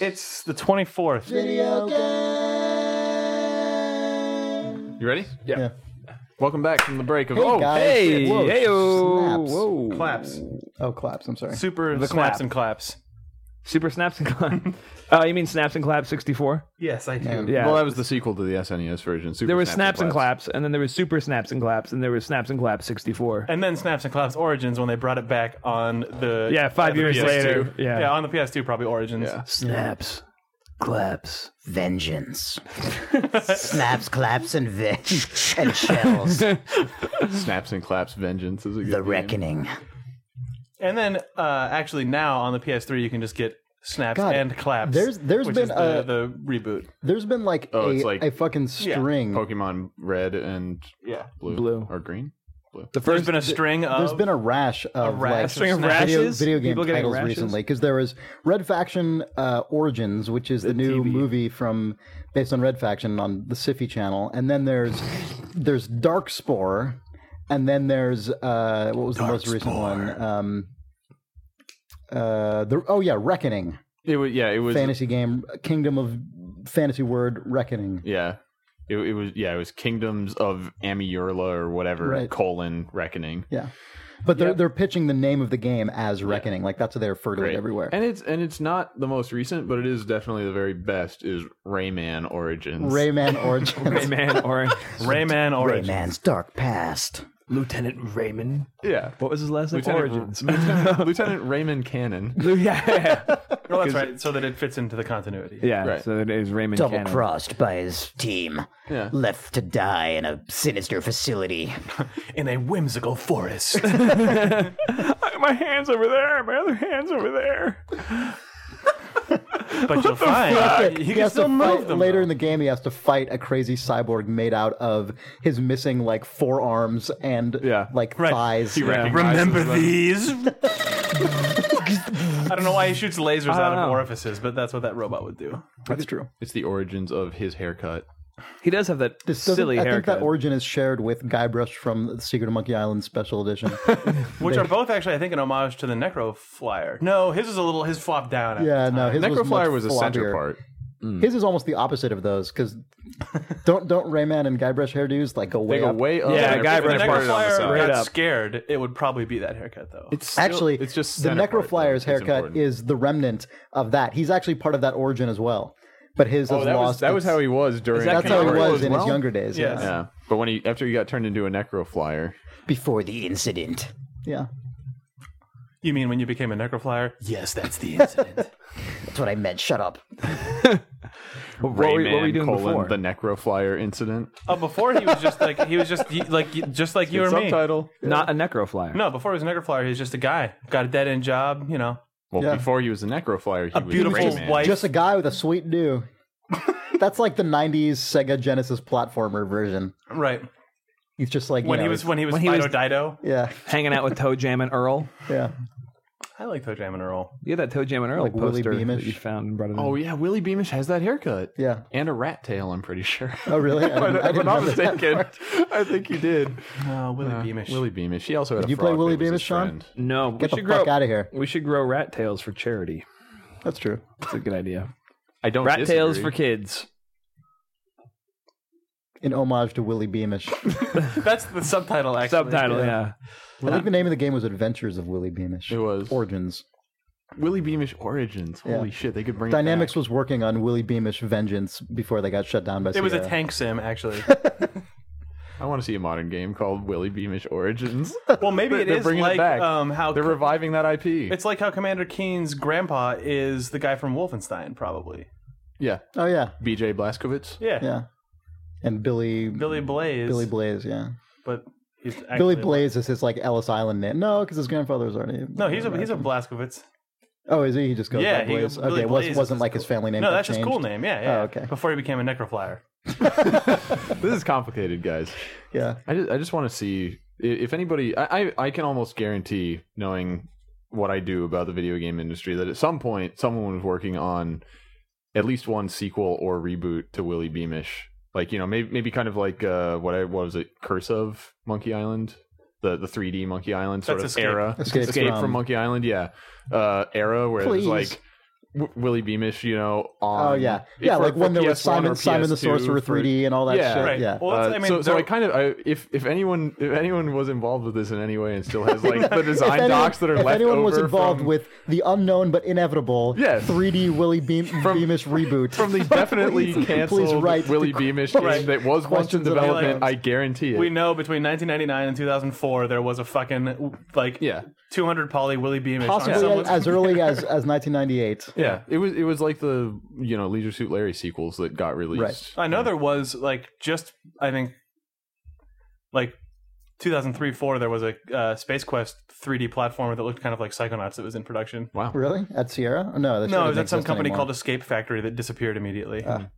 C: It's the 24th.
E: Video game.
A: you ready?
D: Yeah.
B: Yeah.
A: Welcome back from the break of
B: Hey,
A: oh
B: guys.
A: hey
B: Whoa,
A: heyo,
B: snaps.
A: whoa
C: Claps.
B: Oh, claps. I'm sorry.
C: Super
D: The
C: snaps
D: clap.
C: and claps.
D: Super snaps and (laughs) claps. uh, you mean snaps and claps 64?
C: Yes, I do.
D: Yeah.
A: Well, that was the sequel to the SNES version. Super
D: there was snaps and claps, and then there was super snaps and claps, and there was snaps and claps 64.
C: And then Snaps and Claps Origins when they brought it back on the
D: Yeah, five
C: on the
D: years
C: PS2.
D: later. Yeah.
C: Yeah. on the PS2 probably Origins.
A: Yeah.
D: Snaps, claps.
F: vengeance. Snaps, claps, and veg and shells. The
A: Snaps and claps. Vengeance is a good game.
F: reckoning.
C: And then uh, actually now on the PS3 you can just get Snaps
B: God,
C: and Claps.
B: there's-
C: there's
B: there's been
C: the,
B: a-
C: the reboot.
B: There's been like,
A: Oh,
B: a,
A: it's like-
B: a fucking string.
A: Pokemon Red and
C: Yeah.
A: Blue,
D: Blue.
A: or Green.
D: The
C: There's
D: first
C: been a string of
B: There's been a rash of
C: rash
B: like,
C: of String of
D: snaps.
B: video,
D: rashes?
B: video game
D: People getting
B: titles
D: rashes?
B: recently because there was Red Faction uh, Origins, which is the, new movie from based on Red Faction on the Syfy channel, and then there's there's Dark Spore, and then there's uh, what was the most recent one? Um, uh, the oh yeah, Reckoning
A: It was yeah. It was
B: fantasy game, Kingdom of Fantasy Word Reckoning.
A: Yeah. It, it was yeah, it was Kingdoms of Amiurla or whatever
B: Right.
A: colon reckoning.
B: Yeah, but they're they're pitching the name of the game as Reckoning, like that's what they refer to it
A: Right.
B: everywhere.
A: And it's and it's not the most recent, but it is definitely the very best is Rayman Origins.
B: (laughs) Rayman
D: (laughs)
B: Origins. (laughs)
D: man or
C: Rayman Origins.
F: Rayman's dark past.
D: Lieutenant Raymond.
A: yeah.
D: What was his last name?
A: Lieutenant,
D: Origins.
B: (laughs)
A: Lieutenant, Lieutenant Raymond Cannon.
D: (laughs) yeah.
C: Oh, that's right. So that it fits into the continuity.
D: Yeah.
A: Right.
D: So it is Raymond.
F: Double
D: Cannon.
F: crossed by his team.
A: Yeah.
F: Left to die in a sinister facility.
C: In a
D: (laughs)
C: whimsical
D: (laughs)
C: forest.
D: My hands over there. My other hands over there.
C: but you'll find you
B: He
C: can
B: has
C: still
B: to fight-
C: move them
B: later
C: though.
B: in the game. He has to fight a crazy cyborg made out of his missing like forearms and
A: Yeah.
B: like
C: Right.
B: thighs.
A: He recognizes
C: Remember
A: them.
C: these? I
B: (laughs)
C: don't know why he shoots lasers
D: don't
C: out of
D: know.
C: orifices, but that's what that robot would do.
B: That's true.
A: It's the origins of his haircut.
D: He does have that
B: This doesn't-
D: silly
B: I think
D: haircut.
B: that origin is shared with Guybrush from Secret of Monkey Island Special Edition.
C: Which are both actually, I think, an homage to the Necro Flyer. No, his is a little his flop down. at
B: yeah,
C: the
B: no,
C: time.
B: his was,
A: Necroflyer
B: much
A: was a center
B: floppier.
A: part.
B: His is almost the opposite of those because don't don't Rayman and Guybrush hairdos like go way
A: They go
B: up.
A: way up.
D: Yeah,
A: and
D: guy
A: they're- and
D: right
A: they're parted on the
C: Necroflyer
A: side.
D: Right
C: got
D: up.
C: scared, it would probably be that haircut though.
A: It's still-
B: Actually,
A: it's just
B: the
A: center part,
B: Necroflyer's
A: though. It's
B: haircut
A: important.
B: is the remnant of that. He's actually part of that origin as well, but his
A: Oh,
B: has
A: that
B: lost.
A: was that was
B: its-
A: how he was during.
C: that
B: That's how he
C: Necro
B: was
C: as
B: in
C: well?
B: his younger days.
C: Yes.
B: Yeah.
A: Yeah, but when he after he got turned into a Necroflyer,
F: before the incident.
B: yeah.
C: You mean when you became a necroflyer? Yes, that's the
F: That's what I meant. Shut up.
D: What were, we- what were we
A: Rayman
D: doing
A: colon,
D: before?
A: the Necroflyer incident?
C: (laughs) Oh, before he was just like he was just he- like you- just like you or
A: Good
C: me.
A: subtitle.
D: Not a necroflyer.
C: No, before he was a necroflyer, he was just a guy. Got a dead end job, you know.
A: Well,
B: Yeah.
A: before he was a Necroflyer, he
C: A
A: was
C: beautiful
A: Rayman.
C: white-
B: Just a guy with a
A: (laughs)
B: sweet do. That's like the '90s Sega Genesis platformer version.
C: Right.
B: He's just like you
C: When he
B: know,
C: was when he was
D: When he
C: Fido
D: was-
C: Dido.
B: yeah,
D: Hanging out with Toe Jam and Earl.
B: yeah.
C: I like Toe Jam and Earl.
D: You had that Toe Jam and Earl
B: Like Willie
D: poster that
B: Beamish.
D: you found and brought it in.
A: Oh yeah, Willie Beamish has that haircut.
B: Yeah.
A: and a rat tail. I'm pretty sure. (laughs)
B: Oh, really? (laughs) I didn't,
A: But
B: I
A: if
B: didn't
A: I'm not
B: remember that
A: mistaken,
B: part.
A: I think he did.
C: Oh, Willie
A: Uh,
C: Beamish.
A: Willie Beamish. He also had. a
B: you play
A: frog that
B: Willie
A: was his
B: Beamish, Sean?
A: friend.
D: Oh, no, we
B: Get the
D: should
B: fuck
D: grow.
B: out of here.
D: We should grow rat tails for charity.
B: That's true.
D: That's a good idea.
A: I don't.
D: Rat tails
A: disagree.
D: for kids.
B: In homage to Willie Beamish.
C: That's the subtitle actually.
D: Subtitle, yeah.
A: (laughs)
B: I think the name of the game was Adventures of Willie Beamish.
A: It was.
B: Origins.
A: Willie Beamish Origins. Holy shit, they could bring it
B: Dynamics
A: back.
B: was working on Willie Beamish Vengeance before they got shut down by.
C: It was a
B: Sierra.
C: tank sim actually.
A: I want to see a modern game called Willie Beamish
B: (laughs)
A: Origins.
C: Well, maybe
A: They're-
C: it
A: they're
C: is
A: bringing it
C: like
A: back.
C: um how
A: They're reviving that IP.
C: it's like how Commander Keen's grandpa is the guy from Wolfenstein probably.
A: yeah,
B: Oh yeah,
A: BJ
B: (laughs)
A: Blazkowicz.
C: Yeah.
B: yeah. And Billy
C: Billy Blaze.
B: Billy Blaze, yeah.
C: but he's actually
B: Billy Blaze is his like Ellis Island name. No, because his grandfather was already.
C: No, he's a he's a Blazkowicz.
B: Oh, is he? He just goes
C: Yeah,
B: by
C: he
B: Blaze.
C: goes- Billy
B: okay,
C: Blaze
B: was,
C: is
B: wasn't
C: his
B: like
C: cool-
B: his family name.
C: No,
B: got
C: that's his cool
B: changed.
C: name. Yeah, yeah.
B: Oh, okay.
C: Before he became a necroflyer.
A: This is complicated, guys.
B: Yeah,
A: I just, I just want to see i- if anybody. I, I, I can almost guarantee, knowing what I do about the video game industry, that at some point someone was working on at least one sequel or reboot to Willie Beamish. Like you know, maybe maybe kind of like uh, what I what was it, Curse of Monkey Island, the the 3D Monkey Island sort
C: That's
A: of
C: Escape.
A: era,
B: Escape
A: from...
B: from-
A: Monkey Island, yeah, uh, era where
B: Please.
A: it was like. W- Willie Beamish, you know, on
B: Oh, yeah. Yeah,
A: for-
B: like
A: for
B: when there was
A: PS1 or
B: Simon- Simon the
A: PS2
B: Sorcerer
A: for-
B: 3D and all that
A: Yeah.
B: shit,
C: Right.
B: yeah.
C: Well, it's- I
A: uh,
C: mean,
A: so, so
C: there-
A: I kind of, I, if if anyone if anyone was involved with this in any way and still has
B: (laughs)
A: like the
B: If
A: design
B: anyone-
A: docs that are
B: if
A: left
B: anyone
A: over
B: was involved
A: from,
B: with the unknown but inevitable
A: Yes.
B: 3D Willie Beam-
A: From-
B: Beamish
A: (laughs)
B: reboot (laughs)
A: from the definitely
B: please
A: canceled
B: write
A: Willie
B: the
A: Beamish game
C: Right.
A: that was once in
B: questions that I
A: development,
B: like.
A: I guarantee it.
C: We know between 1999 and 2004 there was a fucking like
A: Yeah.
C: 200 poly Willie Beamish
A: Possibly
C: on
B: Really,
C: someone's
B: as early as, as 1998.
A: yeah, it was it was like the you know Leisure Suit Larry sequels that got released.
B: Right.
C: I know there was like just I think like 2003 4 there was a uh, Space Quest 3D platformer that looked kind of like Psychonauts that was in production.
A: Wow.
B: Really? At Sierra? Oh, No, that
C: No, it was
B: doesn't
C: at some
B: exist
C: company
B: anymore. Ah.
C: called Escape Factory that disappeared immediately.
A: God,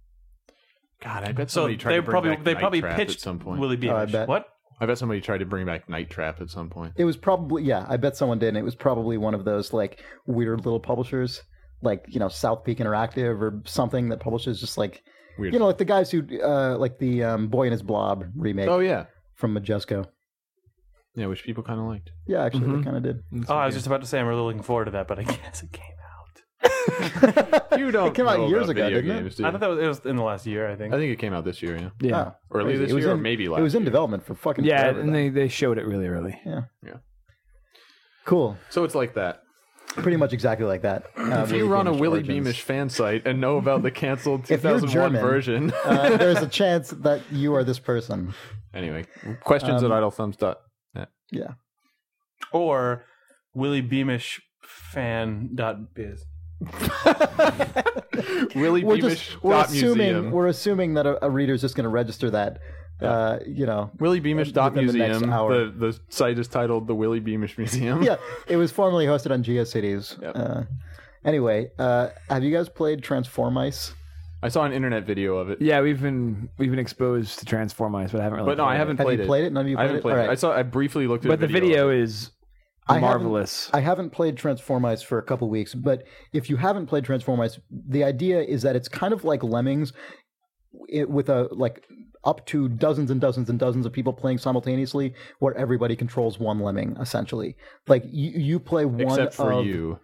A: I bet
C: so
A: somebody tried
C: they
A: to bring
C: probably
A: back
C: they
A: Night
C: probably
A: Trap
C: pitched
A: at some point.
C: Willie
B: Oh, I
C: Beamish.
B: bet.
C: what?
A: I bet somebody tried to bring back Night Trap at some point.
B: It was probably yeah. I bet someone did. And it was probably one of those like weird little publishers, like you know South Peak Interactive or something that publishes just like
A: Weird.
B: you know like the guys who uh, like the um, Boy and His Blob remake
A: oh yeah,
B: from Majesco.
A: yeah, which people kind of liked.
B: Yeah, actually, they kind of did.
C: Oh, I was just about to say I'm really looking forward to that, but I (laughs) guess it came out.
B: (laughs)
A: You don't
B: came out
A: know
B: years
A: about
B: ago,
A: video
B: didn't it?
A: games, do
C: I
A: you?
C: thought that was, it was in the last year. I think.
B: Uh,
A: I think it came out this year, yeah,
D: Yeah.
B: Oh,
A: or early
B: crazy.
A: this
B: It was
A: year, or
B: in-
A: maybe last.
B: It was
A: year.
B: in development for fucking
D: yeah,
B: forever,
D: and
B: though.
D: they, they showed it really early.
B: yeah
A: Yeah.
B: cool.
A: So it's like that.
B: Pretty much exactly like that. Uh,
A: If you
B: Willie
A: run a Willie
B: Origins.
A: Beamish fan site and know about the canceled
B: (laughs) If you're
A: 2001
B: German,
A: version,
B: uh, there's a chance that you are this person.
A: (laughs) anyway, questions
B: um,
A: at idlethumbs.
B: Yeah.
C: or Willie Beamish fan dot biz.
A: Willie
B: we're
A: Beamish
B: just we're
A: dot
B: assuming
A: museum.
B: we're assuming that a, a reader's just going to register that. Uh, you know, (laughs)
A: Willie Beamish dot
B: within the next
A: museum.
B: hour.
A: The, the site is titled the Willie Beamish Museum.
B: yeah, it was formerly hosted on GeoCities.
A: Yep.
B: Uh, anyway, uh, have you guys played Transformice?
A: I saw an internet video of it,
D: Yeah, we've been we've been exposed to Transform Ice, but I haven't really.
A: but no, I
D: played
A: haven't
B: Have
A: played
B: you
A: it.
B: played it? None of you
A: I
B: played
A: haven't
B: it?
A: played
B: Alright.
A: it. I saw. I briefly looked
D: it.
A: at
D: But
A: a
D: the video is
B: I haven't-
D: marvelous.
B: I haven't played Transformice for a couple weeks, but if you haven't played Transformice, the idea is that it's kind of like Lemmings, it, with a like up to dozens and dozens and dozens of people playing simultaneously, where everybody controls one lemming essentially. Like you, you play one
A: except for
B: of,
A: you.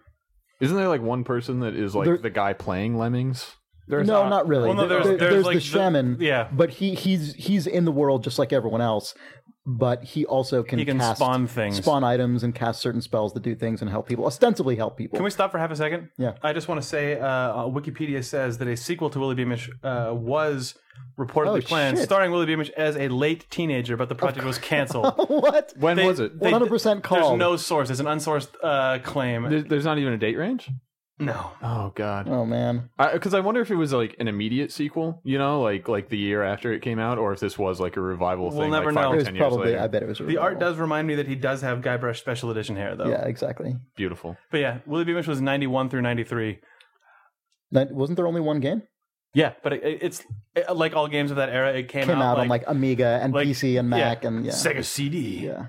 A: Isn't there like one person that is like
B: There-
A: the guy playing Lemmings?
D: There's
B: no,
D: uh,
B: not really.
C: Well, no,
B: There-
C: there's-
B: there-
C: there's, like,
B: the
C: the-
B: shaman.
C: yeah.
B: but he he's he's in the world just like everyone else. But he also can
C: He can
B: cast-
C: spawn things.
B: spawn items, and cast certain spells that do things and help people. Ostensibly help people.
C: Can we stop for half a second?
B: Yeah.
C: I just want to say uh, uh, Wikipedia says that a sequel to Willie Beamish uh, was reportedly
B: Oh,
C: planned,
B: shit.
C: starring Willie Beamish as a late teenager, but the project
B: (laughs)
C: was canceled.
B: what?
A: When
C: They-
A: was it?
C: they-
B: 100%
C: There's
B: called.
C: no source. It's an unsourced uh, claim.
A: There- There's not even a date range.
C: no.
A: Oh God.
B: Oh man.
A: because I, wonder if it was like an immediate sequel, you know, like like the year after it came out, or if this was like a revival
C: We'll
A: thing.
C: never
A: like five
C: know.
A: Or
B: It was
A: 10 years
B: probably.
A: later.
B: I bet it was. a
C: The art
B: revival.
C: does remind me that he does have Guybrush special edition hair, though.
B: Yeah, exactly.
A: Beautiful.
C: But yeah, Willie Beamish was 91 through 93.
B: That, wasn't there only one game?
C: Yeah, but it, it's it, like all games of that era, it came,
B: Came out on like Amiga and
C: like-
B: PC and
C: yeah,
B: Mac and yeah,
C: Sega CD.
B: yeah.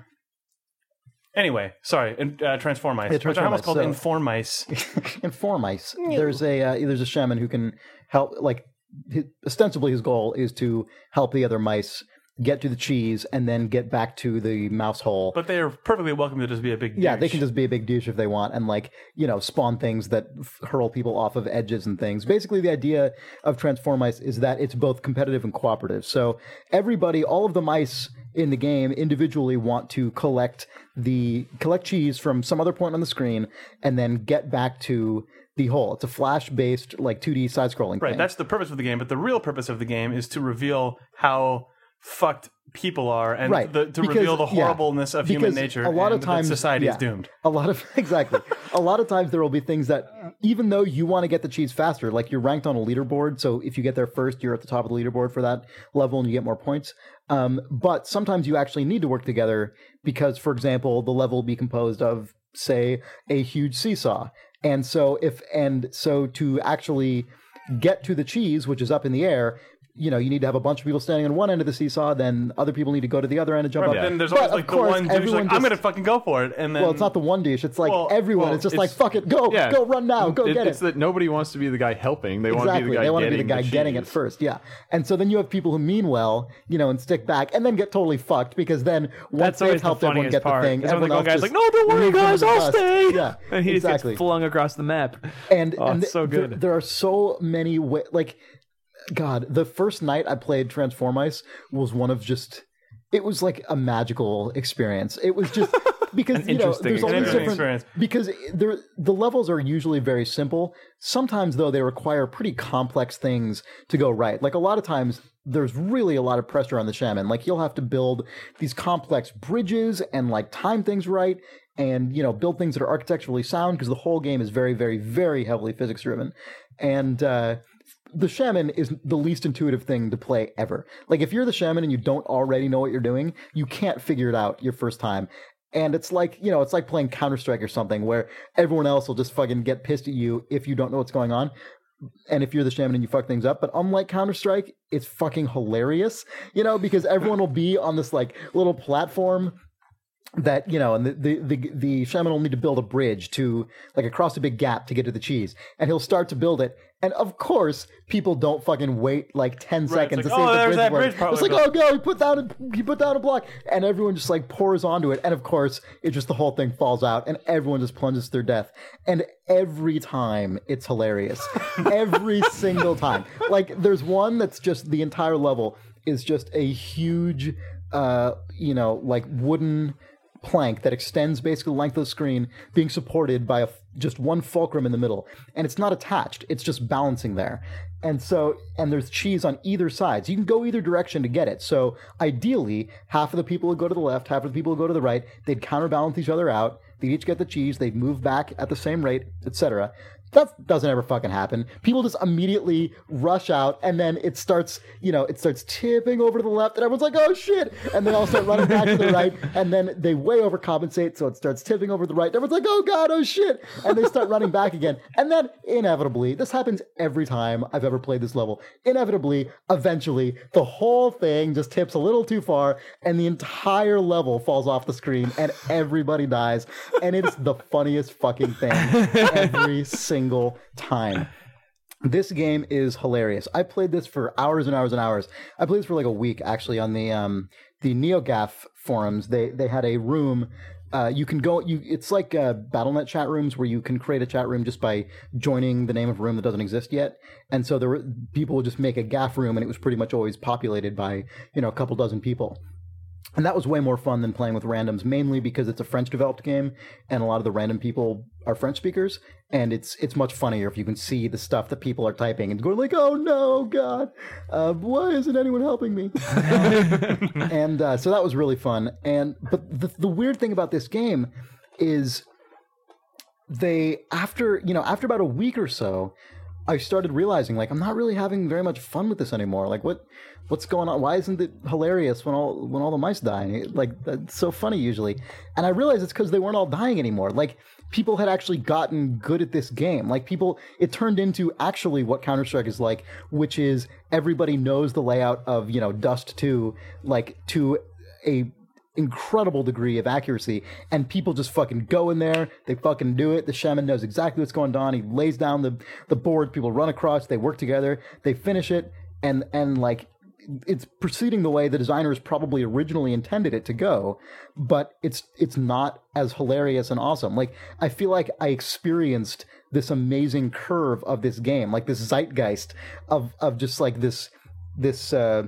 C: Anyway, sorry, and, uh, Transform Mice.
B: Yeah,
C: which I almost
B: Transformice,
C: called
B: so-
C: Inform Mice.
B: (laughs) and four mice. There's a uh, there's a shaman who can help. Like hi- ostensibly, his goal is to help the other mice get to the cheese and then get back to the mouse hole.
C: But they are perfectly welcome to just be a big
B: yeah, they
C: douche.
B: can just be a big douche if they want, and like you know, spawn things that f- hurl people off of edges and things. Basically, the idea of transform mice is that it's both competitive and cooperative. So everybody, all of the mice in the game individually want to collect the collect cheese from some other point on the screen, and then get back to the hole. It's a flash based like 2D side scrolling.
C: Right,
B: thing.
C: that's the purpose of the game, but the real purpose of the game is to reveal how fucked people are and
B: Right,
C: the, to
B: because-
C: reveal the
B: yeah.
C: horribleness of human
B: Because
C: nature
B: a lot
C: and
B: of
C: that
B: times
C: society is
B: yeah.
C: doomed.
B: A lot of (laughs) exactly. a lot of times there will be things that even though you want to get the cheese faster, like you're ranked on a leaderboard, so if you get there first, you're at the top of the leaderboard for that level and you get more points. Um, but sometimes you actually need to work together because, for example, the level will be composed of, say, a huge seesaw. And so if and so to actually get to the cheese, which is up in the air, you know, you need to have a bunch of people standing on one end of the seesaw, then other people need to go to the other end and jump
C: But
B: up.
C: then there's
B: But
C: always
B: of
C: like
B: course,
C: the one dude's
B: everyone
C: like, I'm
B: just-
C: gonna fucking go for it and then
B: well, it's not the one douche. It's like
C: Well,
B: everyone.
C: well,
B: it's just
C: it's-
B: like fuck it, go,
A: Yeah.
B: go, run now, go
A: It-
B: get it.
A: It's that nobody wants to be the guy helping. They want to
B: exactly.
A: be the guy
B: they want to
A: getting
B: be the guy getting it
A: cheese.
B: first. Yeah. And so then you have people who mean well, you know, and stick back, and then get totally fucked because then
D: That's
B: once they've
D: always the
B: helped everyone
D: funniest
B: get
D: part.
B: the thing,
D: It's when the
B: everyone else
D: guy's
B: just
D: like, "No, don't worry,
B: leaves them
D: guys,
B: in the
D: I'll
B: dust."
D: stay.
B: Yeah.
D: (laughs) and he
B: exactly.
D: just gets flung across the map.
B: and,
D: Oh,
B: and
D: it's so
B: there-
D: good.
B: there are so many wa- like god the first night i played transform ice was one of just it was like a magical experience it was just because you know
D: interesting
B: there's all these
C: experience.
B: different
C: Experience.
B: because there the levels are usually very simple sometimes though they require pretty complex things to go right like a lot of times there's really a lot of pressure on the shaman like you'll have to build these complex bridges and like time things right and you know build things that are architecturally sound because the whole game is very very very heavily physics driven and uh the shaman is the least intuitive thing to play ever. Like if you're the shaman and you don't already know what you're doing, you can't figure it out your first time. And it's like, you know, it's like playing Counter-Strike or something where everyone else will just fucking get pissed at you if you don't know what's going on. And if you're the shaman and you fuck things up, but unlike Counter-Strike, it's fucking hilarious, you know, because everyone will be on this like little platform that you know, and the the the, the shaman will need to build a bridge to like across a big gap to get to the cheese, and he'll start to build it. And of course, people don't fucking wait like ten
C: like,
B: seconds to see
C: "Oh,
B: if the
C: there's
B: bridge
C: that
B: works."
C: bridge probably
B: It's like,
C: built."
B: oh no, he put down a, he put down a block, and everyone just like pours onto it, and of course, it just the whole thing falls out, and everyone just plunges to their death. And every time,
C: (laughs)
B: it's hilarious. every single time, like there's one that's just the entire level is just a huge, uh, you know, like wooden plank that extends basically the length of the screen, being supported by a, just one fulcrum in the middle, and it's not attached; it's just balancing there. And so, and there's cheese on either side, so you can go either direction to get it. So ideally, half of the people would go to the left, half of the people would go to the right. They'd counterbalance each other out. They'd each get the cheese. They'd move back at the same rate, etc. That doesn't ever fucking happen. People just immediately rush out, and then it starts, you know, it starts tipping over to the left, and everyone's like, "Oh shit!" And they all start running back to the right, and then they way overcompensate, so it starts tipping over to the right. and Everyone's like, "Oh god, oh shit!" And they start running back again, and then inevitably, this happens every time I've ever played this level. Inevitably, eventually, the whole thing just tips a little too far, and the entire level falls off the screen, and everybody dies, and it's the funniest fucking thing every single time. This game is hilarious. I played this for hours and hours and hours. I played this for like a week actually on the um the NeoGaf forums. They they had a room Uh, you can go. You it's like uh, BattleNet chat rooms where you can create a chat room just by joining the name of a room that doesn't exist yet. And so there were people would just make a gaff room, and it was pretty much always populated by you know a couple dozen people. And that was way more fun than playing with randoms, mainly because it's a French developed game, and a lot of the random people are French speakers, and it's it's much funnier if you can see the stuff that people are typing and going like, "Oh no, God, uh, why isn't anyone helping me?" and uh, so that was really fun. And but the, the weird thing about this game is they after you know after about a week or so i started realizing like i'm not really having very much fun with this anymore like what what's going on why isn't it hilarious when all when all the mice die And it- like that's so funny usually and i realized it's because they weren't all dying anymore like people had actually gotten good at this game like people it turned into actually what counter-strike is like which is everybody knows the layout of you know dust 2 like to a incredible degree of accuracy and people just fucking go in there they fucking do it the shaman knows exactly what's going on he lays down the the board people run across they work together they finish it and and like it's proceeding the way the designers probably originally intended it to go but it's it's not as hilarious and awesome like i feel like i experienced this amazing curve of this game like this zeitgeist of of just like this this uh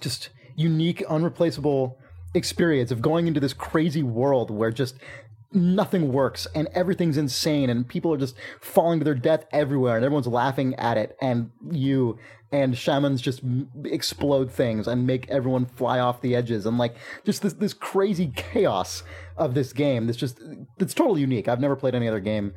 B: just unique, unreplaceable experience of going into this crazy world where just nothing works and everything's insane and people are just falling to their death everywhere and everyone's laughing at it and you and shamans just m- explode things and make everyone fly off the edges and like just this this crazy chaos of this game that's just it's totally unique i've never played any other game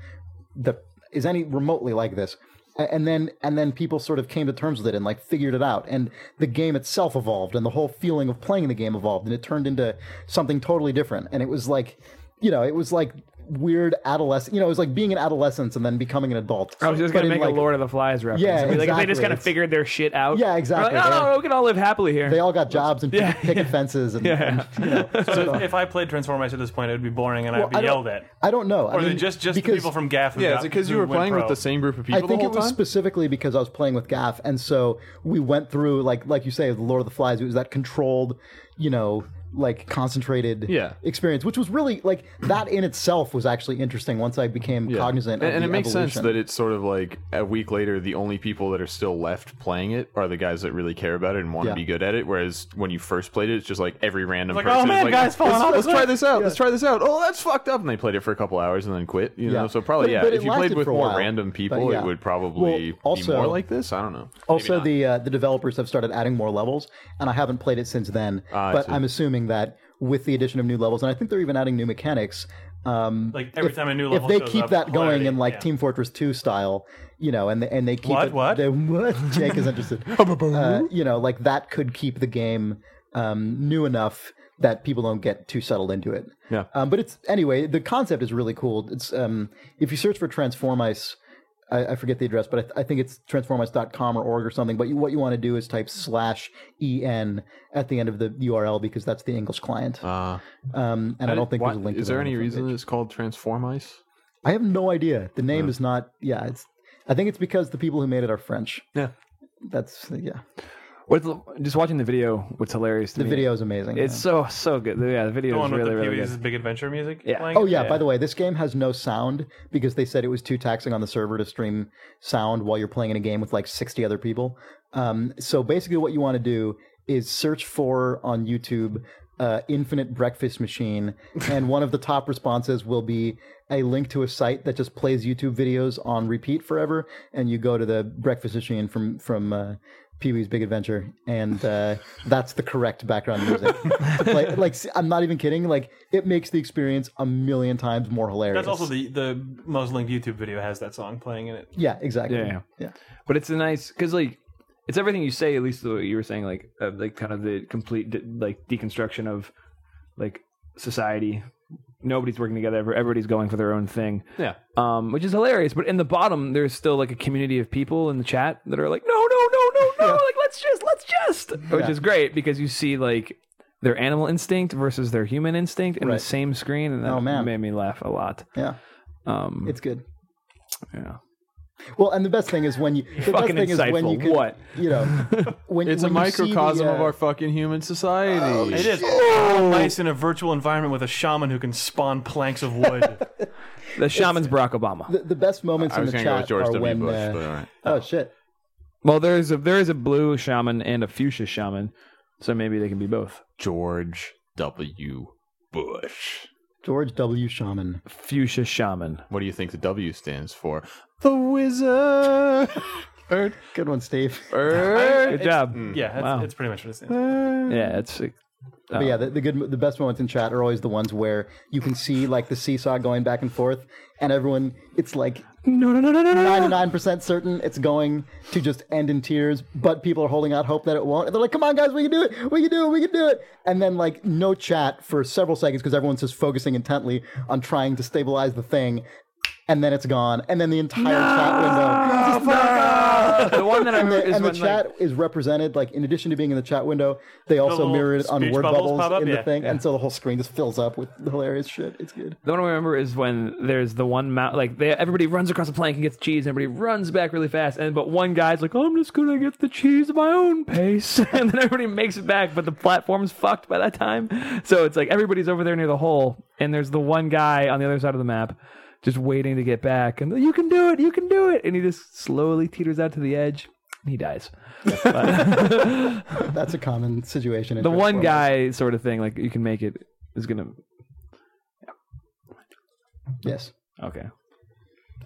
B: that is any remotely like this A- and then and then people sort of came to terms with it and like figured it out and the game itself evolved and the whole feeling of playing the game evolved and it turned into something totally different and it was like you know it was like weird adolescent you know it was like being an adolescent and then becoming an adult
D: I was just
B: But
D: gonna
B: in,
D: make
B: like,
D: a Lord of the Flies reference.
B: Yeah,
D: It'd be like if they just
B: exactly.
D: kind of figured their shit out.
B: Yeah,
D: They're
B: exactly.
D: Like, oh,
B: They-
D: no, we can all live happily here.
B: they all got jobs and
D: Yeah,
B: picket fences and,
D: Yeah.
B: and, you know
C: So if, if I played Transformers at this point, it would be boring and
B: Well,
C: I'd be
B: I don't-
C: yelled at.
B: i don't know
C: Or then just just the people from Gaff. Who
A: Yeah,
C: got-
A: is it because
C: who
A: you were
C: went
A: playing
C: pro?
A: with the same group of people
B: I think
A: the
B: it
A: whole
B: was
A: time?
B: specifically because I was playing with Gaff, and so we went through like like you say, the Lord of the Flies. It was that controlled, you know, like concentrated
A: Yeah.
B: experience, which was really like that in itself was actually interesting. Once I became
A: Yeah. and,
B: cognizant, of
A: and
B: the
A: it makes
B: evolution.
A: sense that it's sort of like a week later the only people that are still left playing it are the guys that really care about it and want
B: Yeah.
A: to be good at it whereas when you first played it it's just like every random
C: Like,
A: person
C: "Oh,
A: is
C: man,
A: like,
C: guys falling
A: let's,
C: off the
A: let's try
C: cliff."
A: this out let's try this out oh that's fucked up and they played it for a couple hours and then quit you know
B: Yeah.
A: so probably
B: But-
A: yeah
B: but it
A: if you played
B: lasted
A: with
B: for a
A: more
B: while.
A: random people
B: yeah.
A: it would probably
B: Well, also-
A: be more like this i don't know
B: also the uh, the developers have started adding more levels, and I haven't played it since then.
A: Ah, I
B: but
A: see.
B: I'm assuming that with the addition of new levels, and I think they're even adding new mechanics. Um,
C: Like every time a new
B: if
C: level
B: they
C: shows
B: keep
C: up, oh,
B: that going
C: hilarity,
B: in like
C: yeah.
B: Team Fortress 2 style, you know, and and they keep
C: What?
B: it,
C: What?
B: They, (laughs) what? Jake is interested. uh, you know, like that could keep the game um, new enough that people don't get too settled into it.
A: Yeah.
B: Um, but it's anyway, the concept is really cool. It's um, if you search for Transform Ice. I, I forget the address, but I, th- I think it's transformice.com or org or something. But you, what you want to do is type slash en at the end of the URL because that's the English client.
A: uh,
B: Um, and I, don't think
A: why-
B: there's a link.
A: is
B: to that
A: there
B: on
A: any
B: the front
A: reason
B: page.
A: it's called transform ice
B: I have no idea. The name is not. Yeah, it's. I think it's because the people who made it are French.
D: Yeah.
B: That's yeah.
D: What's, just watching the video, what's hilarious to
B: The
D: me.
B: video is amazing.
D: It's
B: yeah.
D: so so good. Yeah, the
C: The
D: video is
C: one with
D: really
C: the
D: really
C: Pee-wee's
D: good.
C: Big Adventure music.
D: Yeah.
C: playing?
B: Oh yeah, By the way, this game has no sound because they said it was too taxing on the server to stream sound while you're playing in a game with like 60 other people. Um, so basically, what you want to do is search for on YouTube uh, "infinite breakfast machine," and one of the top responses will be a link to a site that just plays YouTube videos on repeat forever, and you go to the breakfast machine from from. Uh, Pee Wee's Big Adventure, and uh, that's the correct background music.
A: (laughs)
B: to play. Like, s- I'm not even kidding. Like, it makes the experience a million times more hilarious.
C: That's also the the most linked YouTube video has that song playing in it.
B: yeah, exactly.
D: Yeah, yeah.
B: yeah.
D: But it's a nice because like it's everything you say. At least what you were saying, like of, like kind of the complete de- like deconstruction of like society. Nobody's working together. ever- Everybody's going for their own thing.
A: Yeah.
D: Um, which is hilarious. But in the bottom, there's still like a community of people in the chat that are like, no, no, no, no, no. Like let's just, let's just, which
B: Yeah.
D: is great because you see like their animal instinct versus their human instinct in the
B: Right.
D: same screen, and that
B: Oh, man.
D: made me laugh a lot.
B: Yeah.
D: Um,
B: It's good.
D: yeah.
B: Well, and the best thing is when you the best
D: Fucking
B: thing is when you
D: insightful.
B: can,
D: What?
B: you know when
A: (laughs) It's a
B: when you see the,
A: microcosm of
B: uh,
A: our fucking human society.
C: It is. Oh. Nice in a virtual environment with a shaman who can spawn planks of
B: (laughs)
C: wood.
D: The shaman's Barack Obama.
B: the, the best moments
A: I
B: in
A: was going
B: the
A: to go with
B: chat
A: George
B: are
A: W.
B: when
A: Bush,
B: uh,
A: but all right.
B: oh shit
D: Well, there is a there is a blue shaman and a fuchsia shaman, so maybe they can be both.
A: George W. Bush.
B: George W. Shaman.
D: Fuchsia shaman.
A: What do you think the W stands for? The
B: (laughs)
A: wizard. Bird.
B: Good one, Steve.
A: Bird.
D: Good job.
C: Yeah, it's,
D: Wow.
C: it's pretty much what it's in.
D: Yeah, it's uh,
B: But yeah, the, the good, the best moments in chat are always the ones where you can see like the seesaw going back and forth, and everyone, it's like
D: no no no no no. no.
B: ninety nine percent certain it's going to just end in tears, but people are holding out hope that it won't. And they're like, "Come on, guys, we can do it, we can do it, we can do it." And then like no chat for several seconds because everyone's just focusing intently on trying to stabilize the thing, and then it's gone, and then the entire chat window.
D: The one that I
B: and
D: heard
C: (laughs)
B: the,
D: is
B: and the
D: when like,
B: chat is represented like in addition to being in the chat window they also
C: little
B: mirror it on
C: speech
B: word
C: bubbles
B: bubbles,
C: pop up?
B: in the
C: Yeah,
B: thing and so the whole screen just fills up with hilarious shit it's good
D: The one I remember is when there's the one mount, like they, everybody runs across the plank and gets cheese, and everybody runs back really fast, and but one guy's like, "I'm just gonna get the cheese at my own pace," (laughs) and then everybody makes it back, but the platform's fucked by that time, so it's like everybody's over there near the hole, and there's the one guy on the other side of the map, just waiting to get back, and you can do it, you can do it, and he just slowly teeters out to the edge, and he dies.
B: that's a common situation in
D: The one
B: Transformers.
D: guy sort of thing, like you can make it, is gonna
B: yes
D: okay.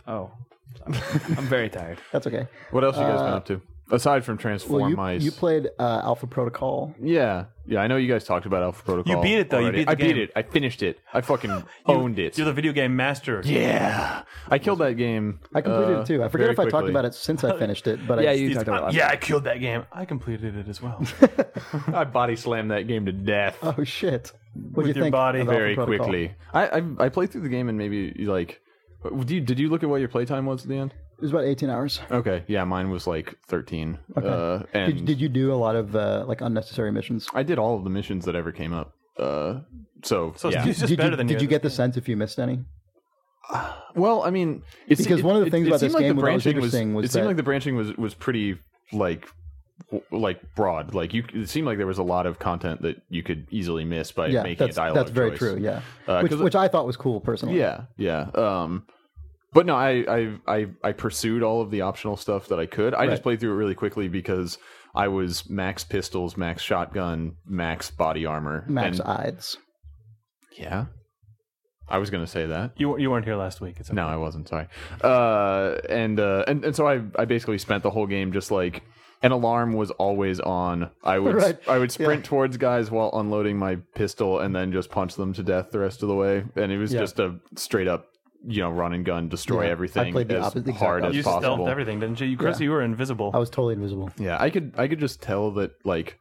D: Oh, (laughs) I'm very tired.
B: that's okay
A: What else you guys been up to? Aside from Transform
B: Uh, well you,
A: Mice.
B: you played uh, alpha protocol
A: yeah. Yeah, I know you guys talked about Alpha Protocol.
C: You beat it, though. You
A: already.
C: beat the
A: I beat
C: game.
A: it. I finished it. I
C: (laughs)
A: fucking owned it.
C: You're the video game master.
A: yeah. I killed that game.
B: i completed
A: uh,
B: it too i forget
A: very
B: if i talked
A: quickly.
B: about it
C: (laughs)
B: since i finished it but
D: Yeah,
B: I,
D: you
C: It's-
D: talked about it.
C: "Oh, yeah, I killed that game. I completed it as well.
A: I body slammed that game to death.
B: (laughs) oh shit what do you
C: your
B: think
C: body.
B: of Alpha
A: very
B: Protocol?
A: quickly. I, I I played through the game and maybe like, did you, did you look at what your playtime was at the end?
B: it was about 18 hours
A: Okay, yeah, mine was like thirteen. Uh, and
B: did, did you do a lot of uh, like unnecessary missions
A: I did all of the missions that ever came up. Uh, so,
C: So
A: yeah.
C: it's just
B: did
C: better
B: you,
C: than
B: did
C: you.
B: you get the sense if you missed any
A: Well, I mean, it's,
B: Because
A: it-
B: one of the
A: it-
B: things
A: it
B: about
A: seemed
B: this
A: like
B: game
A: the
B: that was
A: branching was,
B: interesting was
A: it seemed
B: that-
A: like the branching was was pretty like w- like broad. Like you, it seemed like there was a lot of content that you could easily miss by
B: yeah
A: making
B: that's,
A: a dialogue.
B: that's very
A: choice.
B: true yeah
A: Uh,
B: which,
A: 'cause-
B: which i thought was cool personally
A: Yeah, yeah. Um, but no, I, I I I pursued all of the optional stuff that I could. I just played through it really quickly because I was max pistols, max shotgun, max body armor.
B: max
A: and-
B: ides
A: yeah, I was gonna say that.
C: You, you weren't here last week. It's okay.
A: No, I wasn't. Sorry. Uh, and uh, and and so I I basically spent the whole game just like an alarm was always on. I would
B: Right.
A: I would sprint towards guys while unloading my pistol and then just punch them to death the rest of the way. And it was
B: Yeah.
A: just a straight up you know run and gun destroy
B: Yeah, I
A: everything
B: played the
A: as
B: opposite- exact
A: hard as
C: You
B: opposite.
A: possible.
C: stealthed everything, didn't you? You- Chris, you were invisible.
B: i was totally invisible
A: Yeah, I could I could just tell that like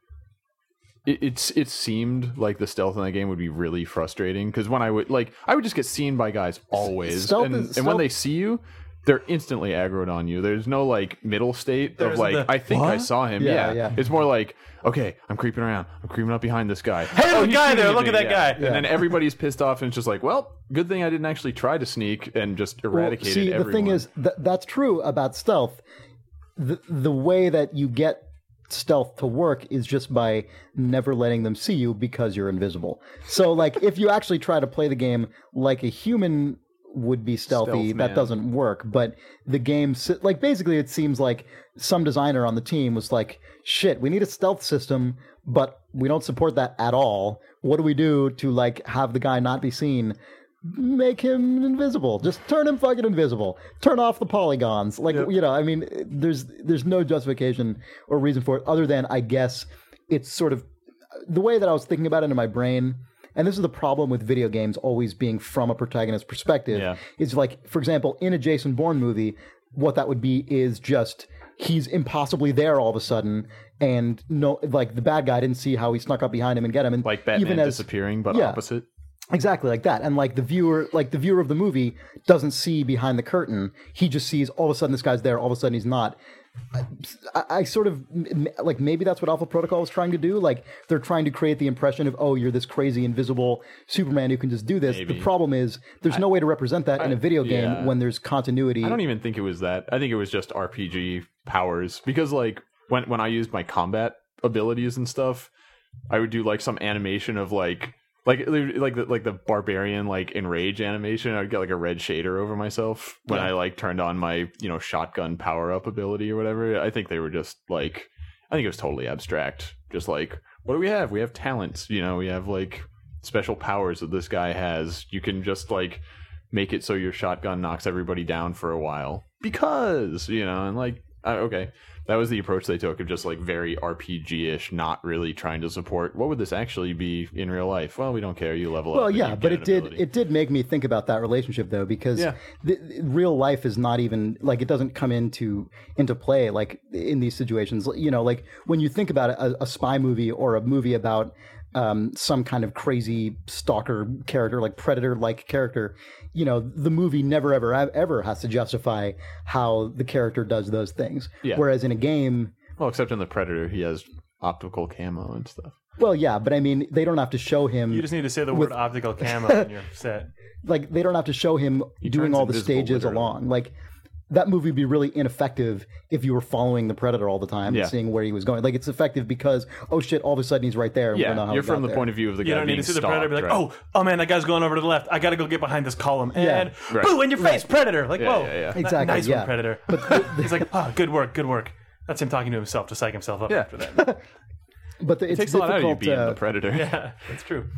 A: it, it's it seemed like the stealth in that game would be really frustrating because when I would like I would just get seen by guys always,
B: stealth
A: and,
B: is-
A: and when
B: stealth-
A: they see you. They're instantly aggroed on you. There's no like middle state
C: There's
A: of like
C: the,
A: I think I
C: "What?"
A: saw him.
B: Yeah,
A: Yeah,
B: yeah.
A: It's more like okay, I'm creeping around. I'm creeping up behind this guy. Oh, Hey,
C: there's a guy there. Look at that guy.
A: And then everybody's pissed off and it's just like, well, good thing I didn't actually try to sneak and just eradicated
B: see,
A: everyone.
B: the thing is, th- that's true about stealth. The, the way that you get stealth to work is just by never letting them see you because you're invisible. So, like, if you actually try to play the game like a human would be stealthy,
A: Stealth man.
B: that doesn't work. But the game, si- like, basically, it seems like some designer on the team was like, shit, we need a stealth system, but we don't support that at all. What do we do to, like, have the guy not be seen? make him invisible. Just turn him fucking invisible. Turn off the polygons. Like you know, I mean, there's there's no justification or reason for it other than I guess it's sort of the way that I was thinking about it in my brain. And this is the problem with video games always being from a protagonist perspective.
A: Yeah.
B: Is like, for example, in a Jason Bourne movie, what that would be is just he's impossibly there all of a sudden, and no, like the bad guy didn't see how he snuck up behind him and get him, and
A: like Batman
B: even as
A: disappearing, but
B: yeah.
A: opposite.
B: exactly like that and like the viewer like the viewer of the movie doesn't see behind the curtain he just sees all of a sudden this guy's there all of a sudden he's not I, I sort of m- m- like maybe that's what Alpha Protocol is trying to do. Like they're trying to create the impression of oh, you're this crazy invisible Superman who can just do this.
A: Maybe.
B: The problem is there's no way to represent that in a video game
A: yeah.
B: when there's continuity.
A: I don't even think it was that. I think it was just RPG powers because like when when I used my combat abilities and stuff, I would do like some animation of like like like the, like the barbarian like enrage animation. I would get like a red shader over myself when I like turned on my you know shotgun power up ability or whatever. I think they were just like I think it was totally abstract. Just like what do we have? We have talents. You know, we have like special powers that this guy has. You can just like make it so your shotgun knocks everybody down for a while because you know and like I, okay that was the approach they took of just like very rpg-ish not really trying to support what would this actually be in real life well we don't care you level
B: Well,
A: up and
B: yeah,
A: you
B: but
A: get
B: it
A: an
B: did
A: ability.
B: it did make me think about that relationship though because
A: Yeah.
B: th- th- real life is not even like it doesn't come into into play like in these situations. You know, like when you think about a, a spy movie or a movie about um, some kind of crazy stalker character, like predator like character, you know, the movie never ever e, ever has to justify how the character does those things.
A: Yeah.
B: Whereas in a game,
A: well except in the predator he has optical camo and stuff
B: well, yeah, but I mean, they don't have to show him.
C: You just need to say the word
A: (laughs)
C: optical camo and you're set.
B: like they don't have to show him doing
A: turns
B: all the
A: invisible,
B: stages
A: literally.
B: along. Like that movie would be really ineffective if you were following the predator all the time
A: Yeah.
B: and seeing where he was going. Like it's effective because oh shit, all of a sudden he's right there. And we don't know
A: yeah
B: how
A: you're
B: he
A: from
B: got
A: the
B: there.
A: point of view of the
C: You
A: guy
C: don't need
A: being
C: to see the
A: stalked,
C: predator and be like,
A: right?
C: oh, oh man, that guy's going over to the left. I got to go get behind this column and
A: Right.
C: boo in your face, predator. Like
A: Yeah,
C: whoa,
A: yeah, yeah.
C: N-
B: Exactly,
C: nice
B: yeah.
C: one, predator. (laughs) He's like, oh, good work, good work. That's him talking to himself to psych himself up
A: Yeah.
C: after that. (laughs)
B: But the,
A: it
B: it's
A: takes a lot
B: difficult.
A: out of you being
B: uh,
A: the predator
B: (laughs)
C: Yeah, that's true.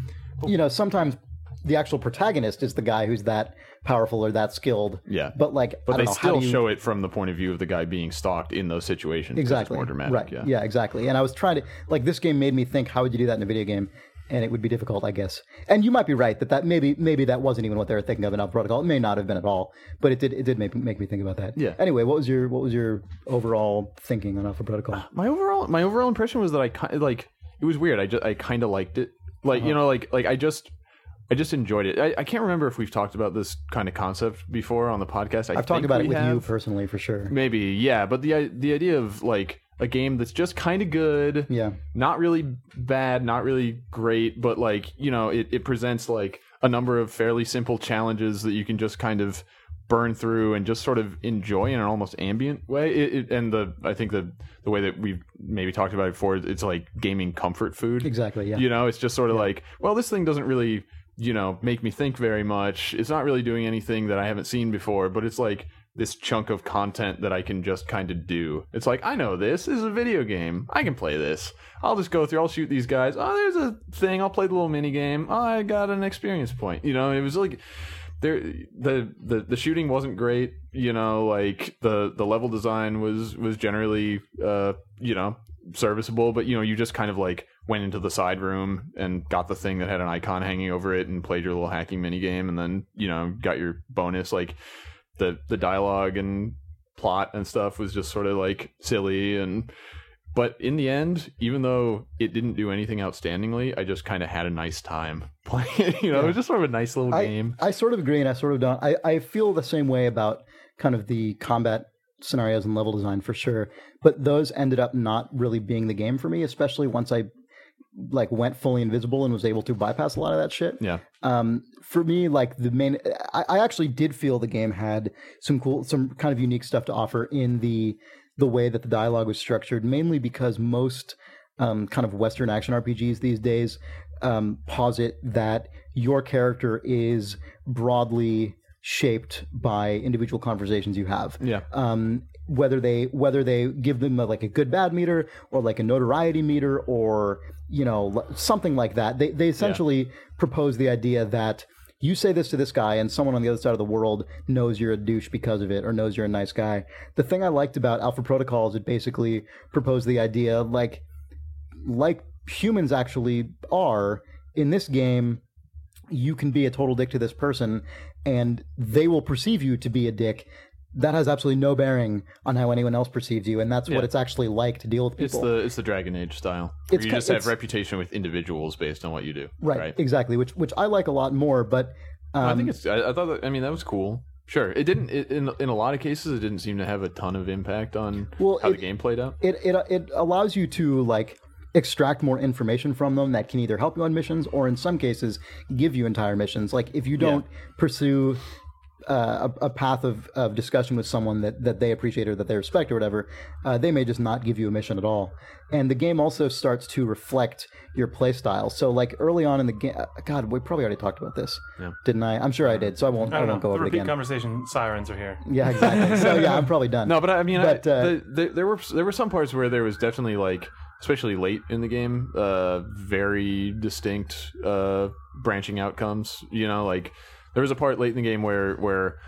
B: you know, sometimes the actual protagonist is the guy who's that powerful or that skilled.
A: Yeah.
B: but like,
A: but
B: I
A: they
B: don't know, how
A: still
B: do you-
A: show it from the point of view of the guy being stalked in those situations 'cause
B: exactly
A: it's more dramatic
B: Right.
A: yeah
B: exactly. And I was trying to like this game made me think how would you do that in a video game? And it would be difficult, I guess. And you might be right that that maybe maybe that wasn't even what they were thinking of in Alpha Protocol. It may not have been at all, but it did it did make, make me think about that.
A: Yeah.
B: Anyway, what was your what was your overall thinking on Alpha Protocol?
A: my overall my overall impression was that I ki- like it was weird. I just I kind of liked it. Like you know like like I just I just enjoyed it. I, I can't remember if we've talked about this kind of concept before on the podcast. I
B: I've talked
A: think
B: about it
A: we
B: with you
A: have.
B: personally for sure.
A: Maybe yeah, but the i- the idea of like a game that's just kind of good,
B: Yeah.
A: not really bad, not really great, but like you know it it presents like a number of fairly simple challenges that you can just kind of burn through and just sort of enjoy in an almost ambient way. It, it, and the I think the the way that we've maybe talked about it before, it's like gaming comfort food.
B: Exactly, yeah.
A: You know, it's just sort of like, well, this thing doesn't really, you know, make me think very much. It's not really doing anything that I haven't seen before, but it's like this chunk of content that I can just kind of do. It's like, I know this. This is a video game. I can play this. I'll just go through, I'll shoot these guys. Oh, there's a thing. I'll play the little mini game. Oh, I got an experience point. You know, it was like there the, the the shooting wasn't great you know like the the level design was was generally uh you know serviceable but you know you just kind of like went into the side room and got the thing that had an icon hanging over it and played your little hacking mini game and then you know got your bonus like the the dialogue and plot and stuff was just sort of like silly and but in the end even though it didn't do anything outstandingly i just kind of had a nice time (laughs) playing it you know it was just sort of a nice little game
B: I, I sort of agree and I sort of don't. I, I feel the same way about kind of the combat scenarios and level design for sure. But those ended up not really being the game for me, especially once I like went fully invisible and was able to bypass a lot of that shit.
A: Yeah.
B: Um, for me, like the main, I, I actually did feel the game had some cool, some kind of unique stuff to offer in the the way that the dialogue was structured, mainly because most um, kind of Western action RPGs these days um, posit that your character is broadly shaped by individual conversations you have
A: Yeah.
B: um, whether they whether they give them a, like a good bad meter or like a notoriety meter or you know l- something like that. They they essentially propose the idea that you say this to this guy and someone on the other side of the world knows you're a douche because of it or knows you're a nice guy. The thing I liked about Alpha Protocol is it basically proposed the idea like like humans actually are in this game you can be a total dick to this person and they will perceive you to be a dick that has absolutely no bearing on how anyone else perceives you and that's what
A: Yeah.
B: it's actually like to deal with people
A: It's the it's the Dragon Age style. where
B: It's
A: you
B: ki-
A: just have
B: it's-
A: reputation with individuals based on what you do.
B: right, exactly which which i like a lot more but um,
A: I think it's. I, I thought. That, I mean, that was cool. Sure, it didn't. It, in in a lot of cases, it didn't seem to have a ton of impact on
B: Well,
A: how the
B: it-
A: game played out.
B: it, it it allows you to like extract more information from them that can either help you on missions or in some cases give you entire missions like if you don't pursue uh, a, a path of, of discussion with someone that, that they appreciate or that they respect or whatever uh, they may just not give you a mission at all and the game also starts to reflect your play style so like early on in the game god we probably already talked about this didn't i i'm sure i did so i won't i,
C: I don't
B: won't
C: know.
B: go
C: The
B: over it
C: repeat
B: again
C: conversation sirens are here.
B: yeah exactly so yeah i'm probably done
A: (laughs) No, but I I mean,
B: But,
A: I,
B: uh,
A: the, the, there were there were some parts where there was definitely like, especially late in the game, uh, very distinct uh, branching outcomes. You know, like there was a part late in the game where where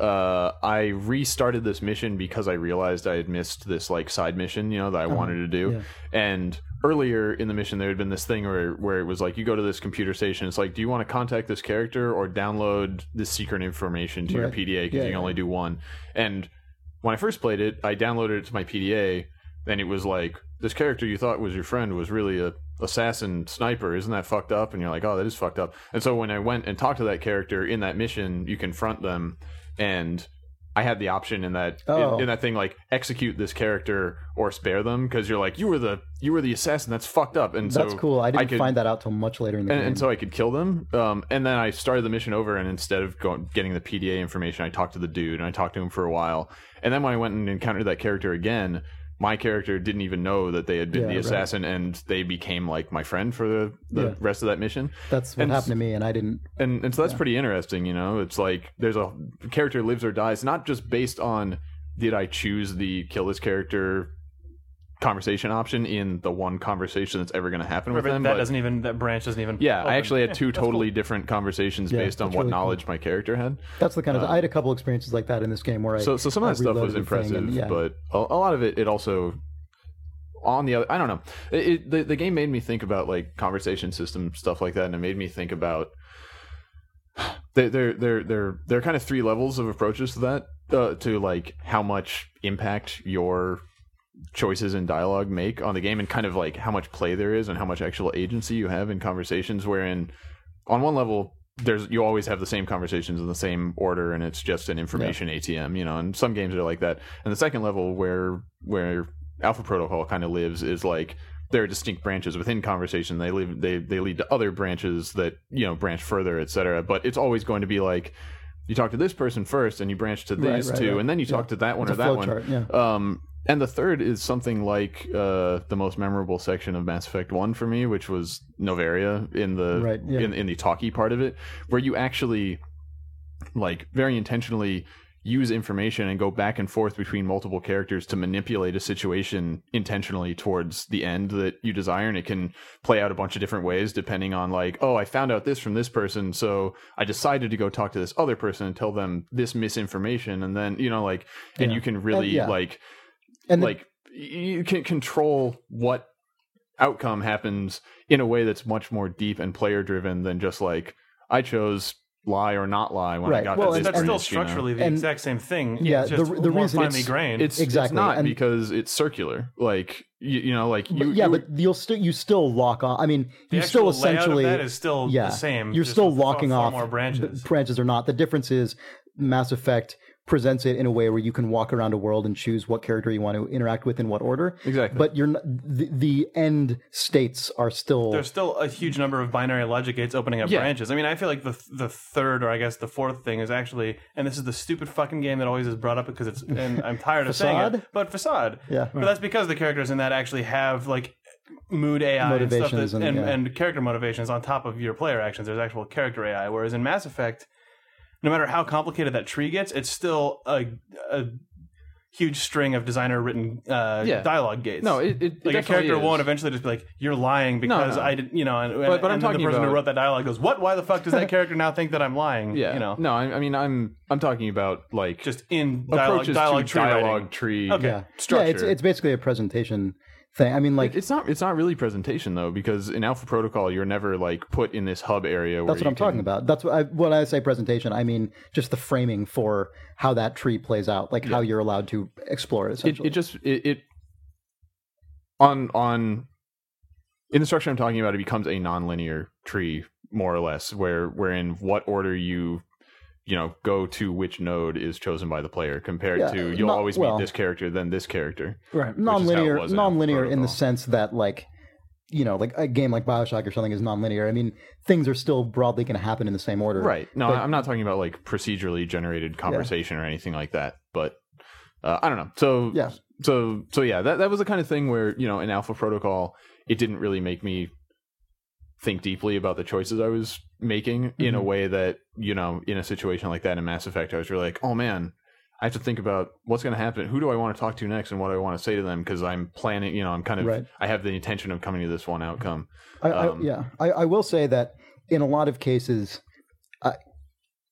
A: uh, I restarted this mission because I realized I had missed this like side mission, you know, that I
B: Uh-huh.
A: wanted to do. And earlier in the mission, there had been this thing where where it was like you go to this computer station. It's like, do you want to contact this character or download this secret information to your
B: Right.
A: PDA because
B: Yeah,
A: you can
B: yeah.
A: only do one. And when I first played it, I downloaded it to my PDA, and it was like, this character you thought was your friend was really a assassin sniper. Isn't that fucked up? And you're like, oh, that is fucked up. And so when I went and talked to that character in that mission, you confront them, and I had the option in that in-
B: Oh.
A: in, that thing like execute this character or spare them because you're like, you were the you were the assassin. That's fucked up. And
B: that's
A: so
B: cool i didn't
A: could-
B: find that out till much later in the
A: and,
B: game
A: and so I could kill them. Um, and then I started the mission over, and instead of going, getting the PDA information, I talked to the dude, and I talked to him for a while. And then when I went and encountered that character again, my character didn't even know that they had been
B: Yeah,
A: the
B: right.
A: assassin, and they became like my friend for the, the
B: Yeah.
A: rest of that mission.
B: That's what
A: And s-
B: happened to me, and I didn't.
A: And and so that's pretty interesting, you know. It's like there's a character lives or dies, not just based on did I choose the kill this character conversation option in the one conversation that's ever going to happen with
C: Remember,
A: them.
C: that
A: but-
C: doesn't even that branch doesn't even.
A: yeah,
C: open.
A: I actually had two totally different conversations
B: Yeah,
A: based on
B: that's
A: what
B: really cool.
A: knowledge my character had.
B: That's the kind of. I had a couple experiences like that in this game where I.
A: Uh, So, so some
B: I
A: of that stuff was
B: reloaded the thing
A: impressive,
B: and- yeah.
A: but a, a lot of it, it also on the other. I don't know. It, it, the the game made me think about like conversation system stuff like that, and it made me think about there there there there there are kind of three levels of approaches to that uh, to like how much impact your choices and dialogue make on the game and kind of like how much play there is and how much actual agency you have in conversations wherein on one level there's you always have the same conversations in the same order and it's just an information ATM, you know, and some games are like that. And the second level where where Alpha Protocol kind of lives is like there are distinct branches within conversation. They live they they lead to other branches that, you know, branch further, et cetera. But it's always going to be like you talk to this person first and you branch to
B: Right,
A: these
B: right,
A: two
B: right.
A: and then you talk to that one
B: It's
A: or
B: a
A: that
B: flow
A: one.
B: chart, yeah.
A: Um, and the third is something like uh, the most memorable section of Mass Effect One for me, which was Novaria in the
B: Right, yeah.
A: in, in the talkie part of it, where you actually like very intentionally use information and go back and forth between multiple characters to manipulate a situation intentionally towards the end that you desire and it can play out a bunch of different ways depending on like oh i found out this from this person so i decided to go talk to this other person and tell them this misinformation and then you know like and you can really
B: yeah.
A: like
B: and the-
A: like y- you can control what outcome happens in a way that's much more deep and player driven than just like I chose lie or not lie when I
B: Right.
A: got
B: Well,
A: to
B: and-
A: this.
C: that's
A: branch,
C: still
A: you
C: structurally the
B: And-
C: exact same thing.
B: Yeah,
C: it's just
B: the- the
C: more
B: reason
C: finely
B: it's-
A: know?
C: grained.
A: It's exactly it's
B: Exactly,
A: not
B: and-
A: because it's circular. Like you, you know, like
B: but
A: you,
B: yeah,
A: you-
B: but you'll still you still lock on. I mean,
C: the
B: you still
C: actual layout
B: essentially
C: of that is still
B: yeah,
C: the same.
B: You're
C: just
B: still
C: with far-
B: locking
C: far
B: off
C: more branches.
B: b- branches or not. The difference is Mass Effect presents it in a way where you can walk around a world and choose what character you want to interact with in what order.
A: Exactly.
B: But you're not, the, the end states are still
C: There's still a huge number of binary logic gates opening up
A: Yeah.
C: branches. I mean, I feel like the the third or I guess the fourth thing is actually, and this is the stupid fucking game that always is brought up because it's, and I'm tired of saying it,
B: Facade?
C: but facade.
B: Yeah.
C: But that's because the characters in that actually have like mood AI and
B: Motivations
C: stuff
B: and-
C: that, and,
B: yeah.
C: and character motivations on top of your player actions. There's actual character AI. Whereas in Mass Effect, no matter how complicated that tree gets, it's still a, a huge string of designer written uh,
A: Yeah.
C: dialogue gates.
A: no, it, it, it
C: like a
A: definitely
C: character
A: is.
C: won't eventually just be like, "You're lying because
A: no.
C: I didn't," you know. And,
A: But- but I'm
C: and then
A: talking
C: the person who
A: about-
C: wrote that dialogue goes, "What? Why the fuck
A: (laughs)
C: does that character now think that I'm lying?"
A: Yeah,
C: you know,
A: no, I, I mean, I'm I'm talking about like
C: just in dialogue,
A: approaches
C: dialogue,
A: to
C: tree writing.
A: dialogue tree.
C: Okay.
B: yeah
A: structure.
B: Yeah, it's it's basically a presentation thing. I mean, like
A: it's not it's not really presentation though because in alpha protocol you're never like put in this hub area where
B: That's what
A: you
B: I'm
A: can-
B: talking about. That's what I, when I say presentation, I mean just the framing for how that tree plays out, like how you're allowed to explore it.
A: it,
B: Essentially,
A: it just it, it on on in the structure i'm talking about it becomes a nonlinear tree more or less where where in what order you you know go to which node is chosen by the player compared
B: Yeah, uh,
A: to you'll
B: not-
A: always
B: well-
A: meet this character then this character
D: Right.
A: Which is how it
B: non-linear
A: was in
B: non-linear in the
A: Protocol.
B: sense that like you know like a game like bioshock or something is non-linear i mean things are still broadly going to happen in the same order
A: right no i'm not talking about like procedurally generated conversation or anything like that but uh, i don't know so
B: Yeah.
A: so so yeah that, that was the kind of thing where you know in alpha protocol it didn't really make me think deeply about the choices i was making in
B: Mm-hmm.
A: a way that you know in a situation like that in mass effect i was really like oh man i have to think about what's going to happen who do i want to talk to next and what do i want to say to them because i'm planning you know i'm kind of
B: Right.
A: i have the intention of coming to this one outcome
B: I,
A: Um,
B: I, yeah, I, I will say that in a lot of cases, I,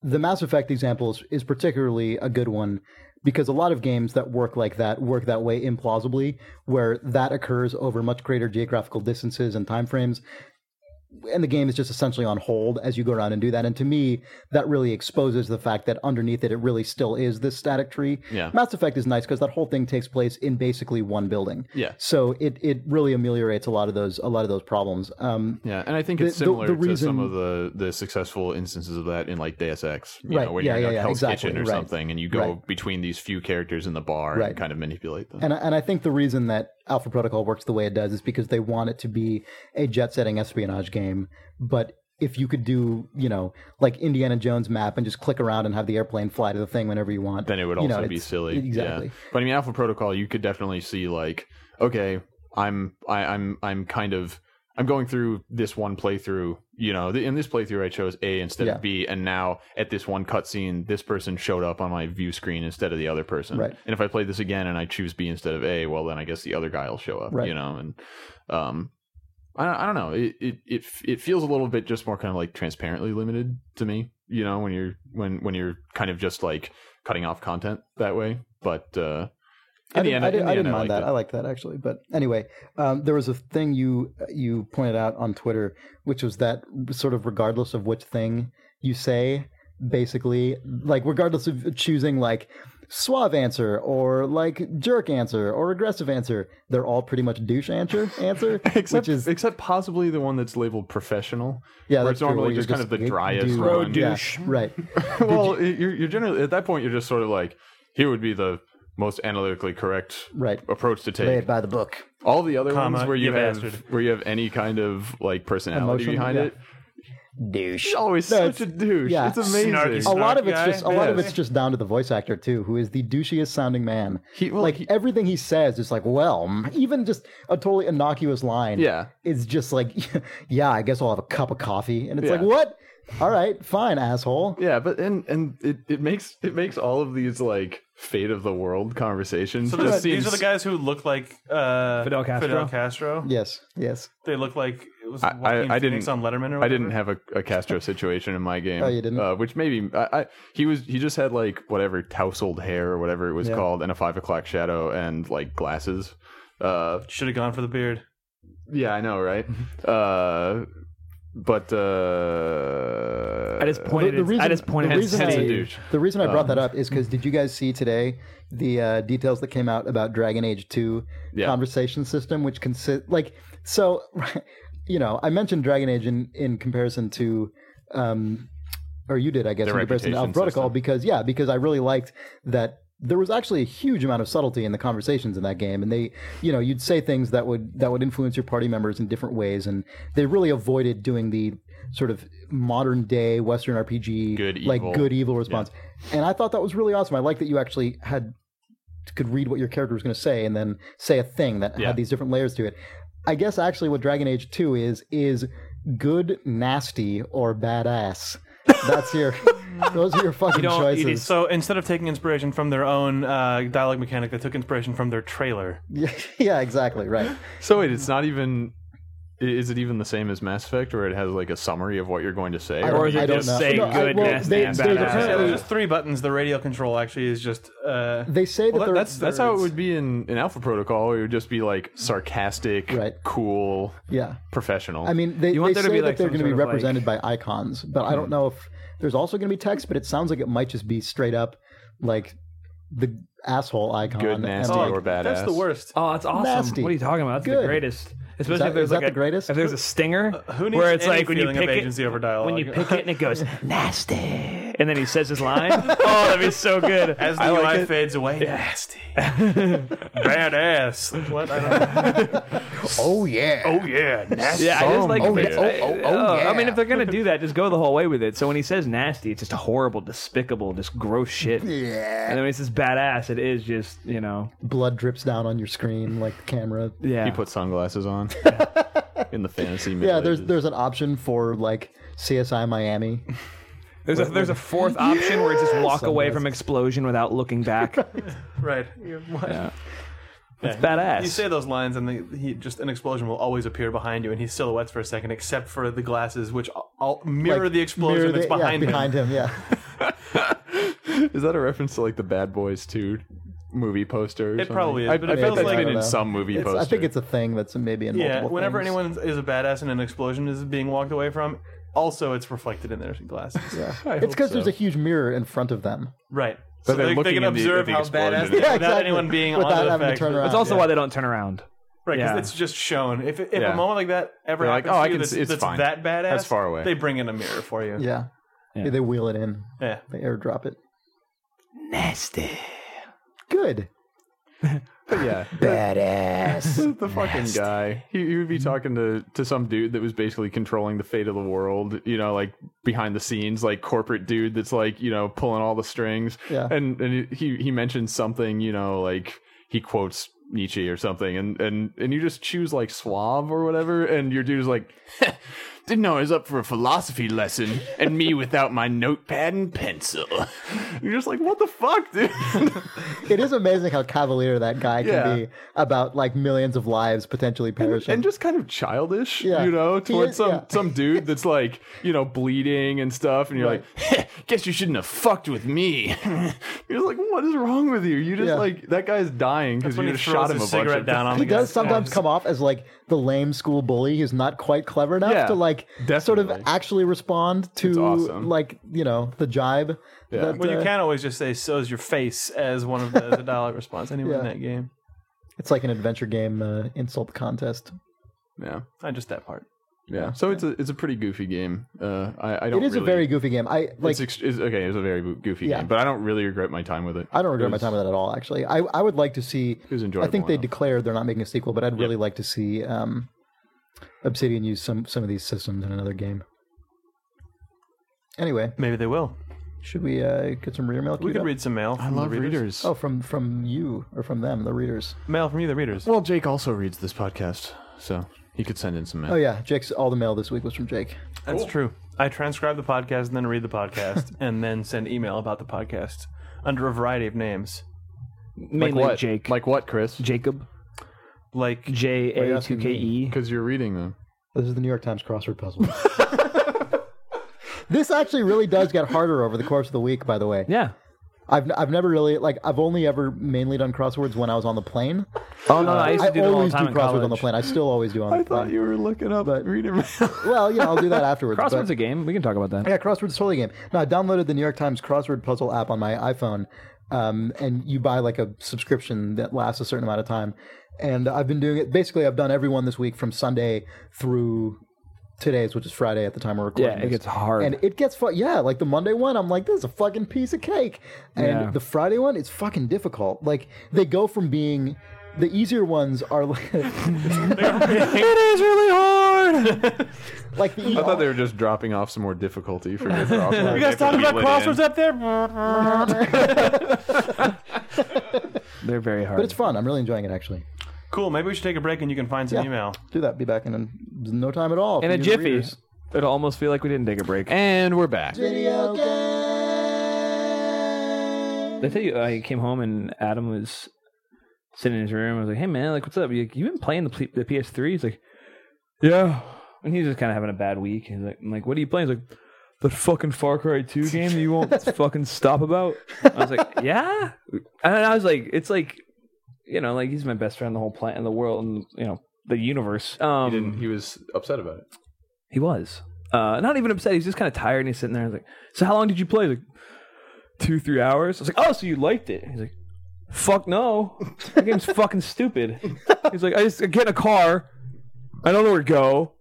B: the Mass Effect example is, is particularly a good one because a lot of games that work like that work that way implausibly, where that occurs over much greater geographical distances and timeframes. And the game is just essentially on hold as you go around and do that. And to me, that really exposes the fact that underneath it, it really still is this static tree.
A: Yeah.
B: Mass Effect is nice because that whole thing takes place in basically one building.
A: Yeah.
B: So it, it really ameliorates a lot of those a lot of those problems. Um,
A: Yeah, and I think
B: The-
A: it's
B: the-
A: similar
B: the
A: to some
B: reason-
A: of the the successful instances of that in like Deus Ex, you
B: Right,
A: know, when
B: yeah,
A: you're in
B: yeah,
A: like
B: yeah,
A: Hell's
B: exactly,
A: Kitchen or
B: right,
A: something, and you go
B: right.
A: between these few characters in the bar
B: Right.
A: and kind of manipulate them.
B: And I, and I think the reason that Alpha Protocol works the way it does is because they want it to be a jet-setting espionage game. But if you could do, you know, like Indiana Jones map and just click around and have the airplane fly to the thing whenever you want,
A: then it would
B: you
A: also
B: know,
A: be
B: it's-
A: silly.
B: Exactly.
A: Yeah. But I mean, Alpha Protocol, you could definitely see like, okay, I'm I, I'm I'm kind of I'm going through this one playthrough. You know, th- in this playthrough, I chose A instead
B: Yeah.
A: of B, and now at this one cutscene, this person showed up on my view screen instead of the other person.
B: Right.
A: And if I play this again and I choose B instead of A, well, then I guess the other guy will show up.
B: Right.
A: You know, and um. I, I don't know. It, it it f- it feels a little bit just more kind of like transparently limited to me. You know, when you're when when you're kind of just like cutting off content that way. But uh, in the
B: I
A: end,
B: didn't,
A: in
B: I didn't,
A: the
B: I
A: end,
B: didn't
A: liked
B: mind that.
A: (laughs)
B: I
A: it.
B: like that actually. But anyway, um, there was a thing you you pointed out on Twitter, which was that sort of regardless of which thing you say, basically, like regardless of choosing like suave answer or like jerk answer or aggressive answer, they're all pretty much douche answer answer,
A: (laughs) Except,
B: which is
A: except possibly the one that's labeled professional.
B: yeah,
A: where
B: that's
A: it's
B: true,
A: normally
B: where you're
A: just kind of the
B: do-
A: driest
B: do-
A: Pro
B: yeah,
A: one.
D: douche.
B: right?
A: (laughs) well, you're, you're generally at that point you're just sort of like here would be the most analytically correct
B: Right.
A: approach to take.
F: Play it by the book.
A: All the other
C: Comma,
A: ones where you,
C: you
A: have
C: bastard.
A: where you have any kind of like personality
B: Emotion,
A: behind
B: yeah.
A: it,
F: Douche.
A: you're (laughs) always
B: No,
A: such a
B: it's-
A: douche.
B: yeah.
A: It's amazing.
C: Snarky
B: a lot of
C: snarky
B: it's
C: guy?
B: just a lot of
C: Yes.
B: it's just down to the voice actor too, who is the douchiest sounding man.
A: He- well,
B: like
A: he-
B: everything he says is like, well, mm," even just a totally innocuous line,
A: Yeah.
B: is just like, (laughs) yeah, I guess I'll have a cup of coffee, and it's like,
A: Yeah.
B: what? All right, fine, asshole.
A: Yeah, but and and it, it makes it makes all of these like fate of the world conversations
C: So
A: just
C: this,
A: seem
C: these are the guys who look like uh,
D: Fidel Castro?
C: Fidel Castro.
B: Yes, yes.
C: They look like it was
A: I- I-
C: Joaquin
A: I
C: Phoenix
A: didn't-
C: on Letterman. Or
A: I didn't
C: whatever.
A: have a, a Castro situation in
B: (laughs)
A: my game.
B: Oh, you didn't?
A: Uh, which maybe I, I he was he just had like whatever tousled hair or whatever it was
B: Yeah.
A: called, and a five o'clock shadow and like glasses. Uh,
C: Should have gone for the beard.
A: yeah, I know, right?
B: Mm-hmm.
A: uh, but uh,
D: I just pointed.
B: the
D: at, I
B: reason-
D: just pointed.
B: the
D: at
B: reason
D: his
B: I-
D: head.
A: douche.
B: The reason I brought that up is
A: Mm-hmm.
B: because did you guys see today the uh, details that came out about Dragon Age Two
A: Yeah.
B: conversation system, which consist like so, (laughs) you know, I mentioned Dragon Age in in comparison to. Um, or you did, I guess,
A: The
B: in comparison
A: reputation
B: to Alpha Protocol,
A: system.
B: because yeah, because I really liked that there was actually a huge amount of subtlety in the conversations in that game, and they, you know, you'd say things that would that would influence your party members in different ways, and they really avoided doing the sort of modern day Western RPG
A: Good,
B: like
A: evil.
B: good evil response, and I thought that was really awesome. I like that you actually had could read what your character was going to say and then say a thing that
A: Yeah.
B: had these different layers to it. I guess actually what Dragon Age 2 is is good, nasty, or badass. That's your those are your fucking
C: You don't- you-
B: choices.
C: so instead of taking inspiration from their own uh, dialogue mechanic, they took inspiration from their trailer.
B: (laughs) yeah, exactly, right.
A: So wait, it's not even. i- Is it even the same as Mass Effect, where it has like a summary of what you're going to say?
B: I
A: or
D: Or
B: don't-
D: is it
B: I don't
D: just
B: know.
D: say
B: No, I-
D: good,
B: well,
D: nasty,
B: they-
D: and
B: there's
D: badass?
C: Yeah,
B: apparently-
C: there's just three buttons. The radio control actually is just. Uh,
B: They say that
A: Well, that,
B: they're,
A: that's that's
B: they're-
A: how it would be in, in Alpha Protocol. It would just be like sarcastic,
B: Right.
A: cool,
B: Yeah.
A: professional.
B: I mean, they,
D: You want
B: they
D: there to
B: say
D: be,
B: that
D: like,
B: they're
D: some
B: going to be
D: sort of, like-
B: represented by icons, but I don't know if there's also going to be text. But it sounds like it might just be straight up like the asshole icon.
A: Good,
B: and,
A: nasty,
B: like,
A: or badass.
C: That's the worst.
D: Oh, that's awesome!
B: Nasty.
D: What are you talking about? That's
B: Good.
D: the greatest. Especially
B: that-
D: if there's
B: is
D: like
B: that
D: a,
B: the greatest?
D: If there's a stinger,
C: Uh, who needs
D: where it's
C: any
D: like when you
C: feeling
D: pick
C: of agency
D: it,
C: (laughs) over dialogue?
D: when you pick it and it goes nasty. and then he says his line. oh, that'd be so good.
C: As the
D: I like
C: UI
D: it.
C: fades away,
B: (laughs)
C: nasty, badass. What? I don't know.
F: Oh yeah.
C: Oh yeah, nasty.
D: Yeah, I just like.
F: Oh,
D: I-
F: yeah. Oh, oh, oh,
D: I
F: yeah.
D: mean, if they're gonna do that, just go the whole way with it. So when he says nasty, it's just horrible, despicable, just gross shit.
F: Yeah.
D: And then when he says badass, it is just you know,
B: Blood drips down on your screen like the camera.
D: yeah.
A: He put sunglasses
B: (laughs)
A: on in the fantasy.
B: Yeah,
A: Middle
B: there's
A: Ages.
B: there's an option for like CSI
C: (laughs)
B: Miami.
D: there's a there's a fourth option where it's just walk away from explosion without looking back.
C: Right. You're- what?
D: yeah.
C: That's
D: badass.
C: (laughs) You say those lines, and the, he just an explosion will always appear behind you, and he silhouettes for a second, except for the glasses, which all- all mirror
B: Like,
C: the explosion
B: mirror
C: that's
B: the- yeah,
C: behind,
B: behind
C: him.
B: him. Yeah,
A: Is that a reference to like the Bad Boys Two movie poster? Or
C: It
A: something?
C: probably is,
A: I,
C: but
A: I
C: it
A: feel
C: feels
A: it's
C: like-
A: been
C: I
A: in
B: don't know.
A: some movie
B: It's-
A: poster.
B: I think it's a thing that's maybe in
C: Yeah.
B: multiple.
C: Whenever
B: things.
C: anyone is a badass and an explosion is being walked away from, also it's reflected in their glasses.
B: yeah, it's because there's a huge mirror in front of them.
C: Right.
A: But
C: so
A: they're
C: they, they
A: looking
C: can
A: at the-
C: observe
A: at the
C: how
A: explosion. (laughs)
C: badass
A: Yeah,
C: they are without
B: exactly.
C: anyone being
B: Without
C: on
B: having
C: the
B: to
C: fact.
B: turn
D: That's
B: around.
D: also
B: yeah.
D: why they don't turn around.
C: Right, because
D: Yeah.
C: it's just shown. If, if
A: Yeah.
C: a moment like that ever
A: They're like,
C: happens
A: "Oh, I
C: to you
A: can
C: that's,
A: see- it's
C: that's
A: fine.
C: that badass,
A: That's far away."
C: They bring in a mirror for you.
B: Yeah.
D: Yeah.
B: they wheel it in.
C: Yeah.
B: They airdrop it.
F: Nasty.
B: Good.
A: But yeah, (laughs)
F: Badass.
A: the fucking guy. He, he would be talking to to some dude that was basically controlling the fate of the world. You know, like behind the scenes, like corporate dude that's like you know pulling all the strings.
B: Yeah.
A: And and he he mentions something. You know, like he quotes Nietzsche or something, and and and you just choose like suave or whatever, and your dude's like. (laughs) Didn't know I was up for a philosophy lesson, and me without my notepad and pencil. (laughs) You're just like, what the fuck, dude? (laughs)
B: It is amazing how cavalier that guy
A: Yeah.
B: can be about like millions of lives potentially perishing.
A: and just kind of childish,
B: Yeah.
A: you know,
B: He
A: towards
B: is-
A: some
B: yeah.
A: some dude that's like, you know, bleeding and stuff, and you're
B: Right.
A: like, "Heh, guess you shouldn't have fucked with me. (laughs) you're like, what is wrong with you? You just
B: Yeah.
A: like that guy's dying because
C: That's
A: you
C: when he
A: just
C: throws
A: shot him
C: his
A: a bunch of
C: cigarette down on
B: he
C: the guy.
B: does sometimes
C: Yeah.
B: come off as like the lame school bully who's not quite clever enough
A: Yeah,
B: to like sort of
A: definitely.
B: actually respond
A: It's
B: to
A: awesome.
B: like you know the jibe.
A: Yeah.
B: that,
C: Well, you
B: uh,
C: can't always just say "so's your face" as one of the, the dialogue response. Anyone in
B: Yeah.
C: that game,
B: It's like an adventure game uh, insult contest.
A: (laughs) Yeah,
C: not just that part.
A: yeah. So it's a it's a pretty goofy game. Uh, I, I
B: It
A: don't.
B: is
A: really,
B: a very goofy game. I like.
A: it's, ex- it's okay. It's a very goo- goofy
B: Yeah.
A: game, but I don't really regret my time with it.
B: I don't regret
A: It
B: my
A: was-
B: time with that at all. Actually, I, I would like to see.
A: was
B: I think
A: enjoyable
B: they
A: enough.
B: declared they're not making a sequel, but I'd really like to see um, Obsidian use some some of these systems in another game. Anyway,
C: Maybe they will.
B: should we uh, get some reader mail?
C: We
B: queued
C: could
B: up?
C: read some mail.
A: I
C: From
A: love
C: the
A: readers.
B: Oh, from from you or from them, the readers.
C: Mail from you, the readers.
A: well, Jake also reads this podcast, so he could send in some mail.
B: Oh yeah, Jake's all the mail this week was from Jake.
C: That's true. I transcribe the podcast and then read the podcast (laughs) and then send email about the podcast under a variety of names,
D: Mainly
A: Like what?
D: Jake.
A: Like what, Chris?
D: Jacob.
C: like
D: J A two
B: asking
D: K E.
A: Because you're reading them.
B: This is the New York Times crossword puzzle. (laughs) this actually really does get harder over the course of the week. By the way,
D: Yeah.
B: I've I've never really like I've only ever mainly done crosswords when I was on the plane.
D: Oh no, no I used to
B: I
D: do them all the
B: always do
D: time in
B: crosswords
D: college.
B: on the plane. I still always do on the
A: I
B: plane.
A: thought you were looking up
B: But-
A: reader mail.
B: Well, you know, I'll do that afterwards.
D: (laughs)
B: but-
D: Crossword's a game. We can talk about
B: (laughs)
D: that.
B: Oh, Yeah, crossword's totally a game. No, I downloaded the New York Times crossword puzzle app on my iPhone, um, and you buy like a subscription that lasts a certain amount of time. And I've been doing it. Basically, I've done every one this week from Sunday through today's, which is Friday at the time we're recording.
D: Yeah, it
B: this.
D: gets hard.
B: And it gets fun. Yeah, like the Monday one, I'm like, this is a fucking piece of cake. And
D: Yeah.
B: the Friday one, it's fucking difficult. Like they go from being the easier ones are (laughs) like,
D: It is really hard.
B: like the
A: I thought they were just dropping off some more difficulty
C: (laughs)
A: for your
C: you guys talking about crosswords up there?
D: (laughs) They're very hard.
B: but it's fun. I'm really enjoying it actually.
C: Cool. Maybe we should take a break and you can find some
B: Yeah.
C: email.
B: Do that. Be back in no time at all.
D: in
B: for
D: a
B: you
D: jiffy.
B: readers.
D: It'll almost feel like we didn't take a break.
A: And we're back.
E: Video game.
D: Did I tell you, I uh, came home and Adam was sitting in his room. I was like, "Hey man, like, what's up? You you been playing the, P- the PS3?" He's like, "Yeah." And he's just kind of having a bad week. He's like, "I'm like, what are you playing?" He's like, "That fucking Far Cry
A: (laughs)
D: 2 game that you won't fucking stop about." I was like, "Yeah," and I was like, "It's like, you know, like he's my best friend in the whole planet, in the world, and you know, the universe." Um,
A: He, didn't, he was upset about it.
D: he was. Uh, not even upset. He's just kind of tired and he's sitting there. I was like, So how long did you play? He's like, two, three hours. I was like, Oh, so you liked it? He's like, Fuck no. That game's (laughs) fucking stupid. He's like, I just I get in a car. I don't know where to go.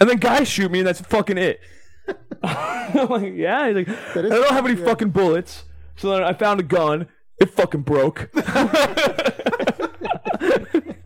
D: And then guys shoot me and that's fucking it. (laughs) I'm like, yeah. He's like, I
B: is
D: don't have any
B: good.
D: fucking bullets. So then I found a gun. It fucking broke. (laughs)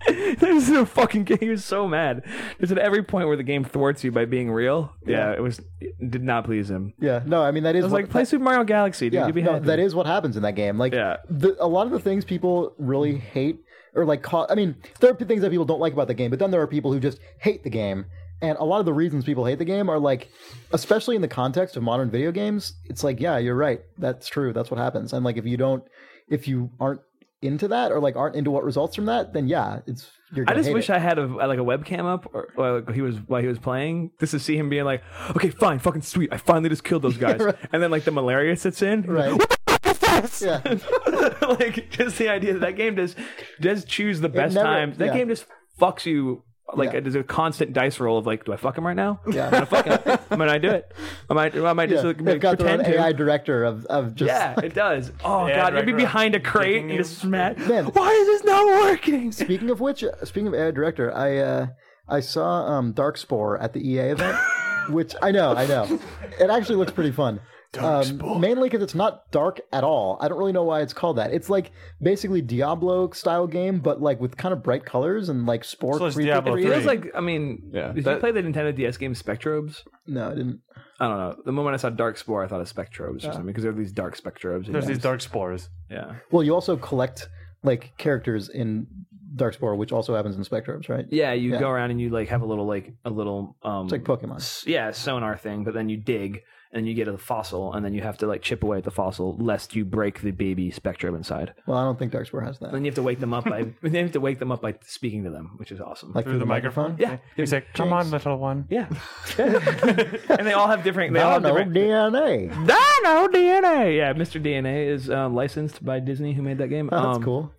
D: this is a fucking game. He was so mad. It's at every point where the game thwarts you by being real. Yeah, it was it did not please him.
B: Yeah, no, I mean that is
D: I was
B: what-
D: like, play Super Mario Galaxy, dude.
B: yeah,
D: You'd be
B: no,
D: happy.
B: that is what happens in that game. Like,
D: Yeah.
B: the, a lot of the things people really hate or like, ca- I mean, there are things that people don't like about the game, but then there are people who just hate the game. And a lot of the reasons people hate the game are like, especially in the context of modern video games, it's like, yeah, you're right. That's true. That's what happens. And like, if you don't, if you aren't into that or like aren't into what results from that, then yeah, it's you're.
D: I
B: Gonna
D: just
B: hate
D: wish
B: it.
D: I had a like a webcam up or, or like he was while he was playing, just to see him being like, "Okay, fine, fucking sweet, I finally just
B: (laughs)
D: killed those guys,"
B: right.
D: and then like the malaria sits in, He's (laughs) like,
B: Right.
D: "What the fuck is this?" (laughs)
B: Yeah.
D: like just the idea that that game does does choose the best
B: never-
D: time. That
B: yeah.
D: game just fucks you. Like
B: Yeah.
D: there's a constant dice roll of like, do I fuck him right now?
B: Yeah.
D: I'm gonna fuck him. I'm gonna do it. I might, I might
B: Yeah,
D: just like,
B: they've got their own
D: pretend to.
B: AI director of, of just
D: yeah, it
C: (laughs)
D: does. Oh
C: Yeah,
D: god, you'd be
C: director
D: behind a crate
C: kicking
D: and
C: you.
D: just smack.
B: Man.
D: Why is this not working?
B: Speaking of which, uh, speaking of AI director, I uh, I saw um, Dark Spore at the EA event,
C: (laughs)
B: which I know, I know, it actually looks pretty fun. Um, mainly because it's not dark at all. I don't really know why it's called that. It's like basically Diablo style game, but like with kind of bright colors and like spore.
C: So it's
B: creepy
C: Diablo
B: creatures.
D: It
C: three.
D: feels like I mean,
A: Yeah,
D: did you
A: that-
D: play the Nintendo DS game Spectrobes?
B: No, I didn't.
D: I don't know. The moment I saw Dark Spore, I thought of Spectrobes or something because there are these dark Spectrobes.
C: There's these dark spores.
D: yeah,
B: Well, you also collect like characters in Dark Spore, which also happens in Spectrums, right?
D: yeah. You
B: Yeah.
D: go around and you like have a little like a little um,
B: It's like Pokemon.
D: s- yeah sonar thing, but then you dig and you get a fossil, and then you have to like chip away at the fossil lest you break the baby Spectrobe inside.
B: Well, I don't think Dark Spore has that.
D: Then you have to wake them up
B: (laughs)
D: by then you have to wake them up by speaking to them, which is awesome.
B: Like
C: Through the microphone?
D: Yeah.
C: He's like, come on, little one.
B: (laughs)
D: yeah, (laughs) and they all have different. They all
B: I
D: have
B: don't know
D: different.
B: DNA.
D: Dino DNA. Yeah, Mr. DNA is um, licensed by Disney, who made that game.
B: Oh, (laughs) that's
D: Um,
B: cool.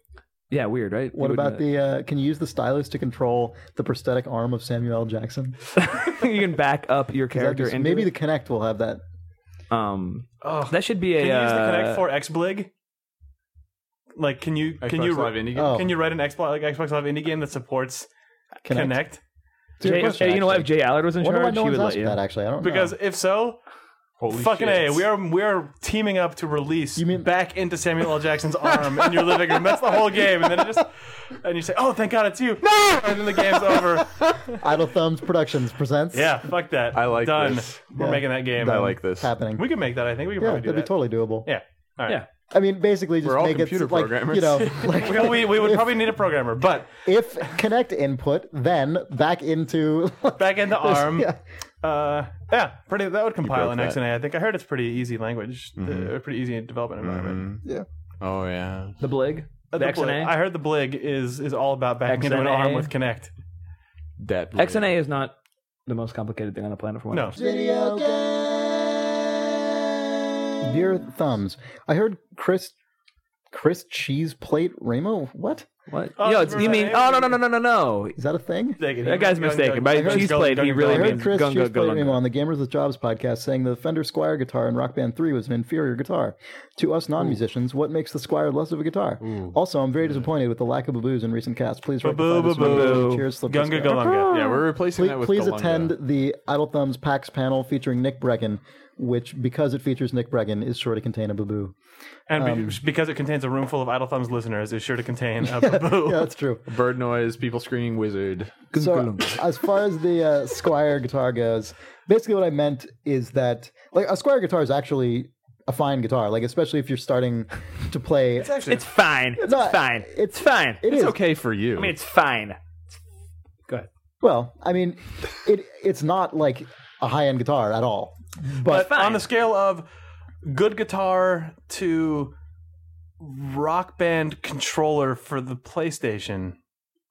D: Yeah, weird, right?
B: What
D: You
B: about
D: wouldn't-
B: the? Uh, can you use the stylus to control the prosthetic arm of Samuel L. Jackson?
D: (laughs) you can back up your
B: Is that
D: character
B: just-
D: into
B: maybe
D: it.
B: the Connect will have that.
D: um
C: Oh,
D: that should be a
C: can you use the
D: uh,
C: Connect for XBlig? Like, can you can
A: Xbox
C: you
A: Live Indie game?
B: Oh,
C: can you write an Xbox like Xbox Live indie game that supports
B: Connect.
C: Connect?
B: Oh. It's a good
D: Jay-
B: question,
D: hey, you know what? If
B: actually.
D: Jay Allard was in
B: Wonder why
D: charge,
B: no
D: he
B: one's
D: would
B: asked
D: let
B: for
D: you.
B: that. Actually, I don't
C: Because
B: know.
C: if so,
A: Holy
C: fucking
A: shit.
C: a, we are we are teaming up to release
B: You mean-
C: back into Samuel L. Jackson's arm in your living room. That's the whole game, and then it just and you say, "Oh, thank God it's you!" No, and then the game's over.
B: Idle Thumbs Productions presents.
C: Yeah, fuck that.
A: I like
C: done.
A: this.
C: We're
B: Yeah.
C: making that game.
A: I like this.
B: it's happening.
C: We can make that. I think we can
B: yeah,
C: probably
B: that'd
C: do
B: be
C: that.
B: totally doable.
C: Yeah. All right.
D: Yeah.
B: I mean, basically, just
A: all
B: make
A: computer
B: it like you
A: programmers.
B: know, like
C: Well, we, we would probably need a programmer, but
B: if Connect input, then back into (laughs)
C: back into ARM.
B: yeah.
C: Uh, yeah, pretty. That would compile
A: broke
C: in
A: that. Mm-hmm.
C: XNA. I think I heard it's pretty easy language, uh, pretty easy development environment.
B: yeah.
A: Oh yeah.
D: The Blig,
C: Uh,
D: the
C: the Blig-
D: XNA.
C: I heard the Blig is is all about backing into an
D: XNA.
C: ARM with Connect.
A: That
D: XNA is not the most complicated thing on the planet. From what I
C: No,
D: understand.
E: Video game.
B: Dear Thumbs, I heard Chris, Chris Cheese Plate Ramo. What
D: what?
C: Oh,
D: Yo, it's,
C: remember
D: you
C: that
D: mean?
C: name?
D: Oh no no no no no no.
B: is that a thing?
D: That guy's mistaken. By
C: Gung,
D: cheese
C: gung,
D: plate,
C: gung,
D: he
C: gung,
D: really
B: I
C: gung.
D: means-
B: heard Chris
D: Gunga
B: Cheese Plate
D: Galunga.
B: Remo on the Gamers with Jobs podcast saying the Fender Squire guitar in Rock Band 3 was an inferior guitar. To us non musicians, what makes the Squire less of a guitar? Also, I'm very disappointed with the lack of baboos in recent casts. Please rectify
C: Baboo,
B: this
C: baboo.
B: misconception. Cheers, Slip the
C: Gunga
B: Squire.
C: Galunga.
A: Yeah, we're replacing that
B: Please,
A: with
B: please
A: Galunga.
B: attend the Idle Thumbs PAX panel featuring Nick Brecken, which, because it features Nick Brecken, is sure to contain a baboo. (laughs)
C: And be- because it contains a room full of Idle Thumbs listeners, it's sure to contain a (laughs) baboo.
B: Yeah, that's true.
A: Bird noise, people screaming wizard.
B: so as far as the uh, squire guitar goes basically what i meant is that like a squire guitar is actually a fine guitar like especially if you're starting to play it's
D: It's fine. It's
B: not-
D: fine. It's fine.
A: It's okay for you.
D: I mean, it's fine. Go ahead.
B: well i mean it it's not like a high-end guitar at all
C: but
D: fine.
C: on the scale of good guitar to rock band controller for the PlayStation,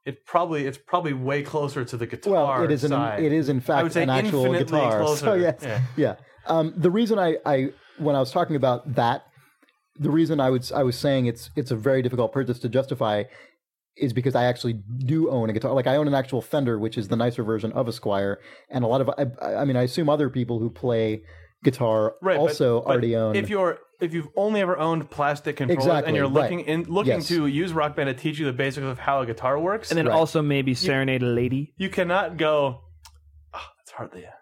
C: it probably it's probably way closer to the guitar
B: well it is an
C: side.
B: it is in fact
C: I would say
B: an actual
C: infinitely
B: guitar
C: closer.
B: so yes
C: Yeah.
B: yeah um, the reason I, I when i was talking about that the reason i was i was saying it's it's a very difficult purchase to justify is because i actually do own a guitar like i own an actual fender which is the nicer version of a squire and a lot of i, I mean i assume other people who play guitar
C: Right, but-
B: also
C: but
B: already own
C: If you're if you've only ever owned plastic controllers
B: Exactly,
C: and you're
B: right.
C: looking in looking
B: Yes.
C: to use Rock Band to teach you the basics of how a guitar works,
D: And then also maybe serenade a lady.
C: you cannot go. Oh, that's "Ah, hardly a,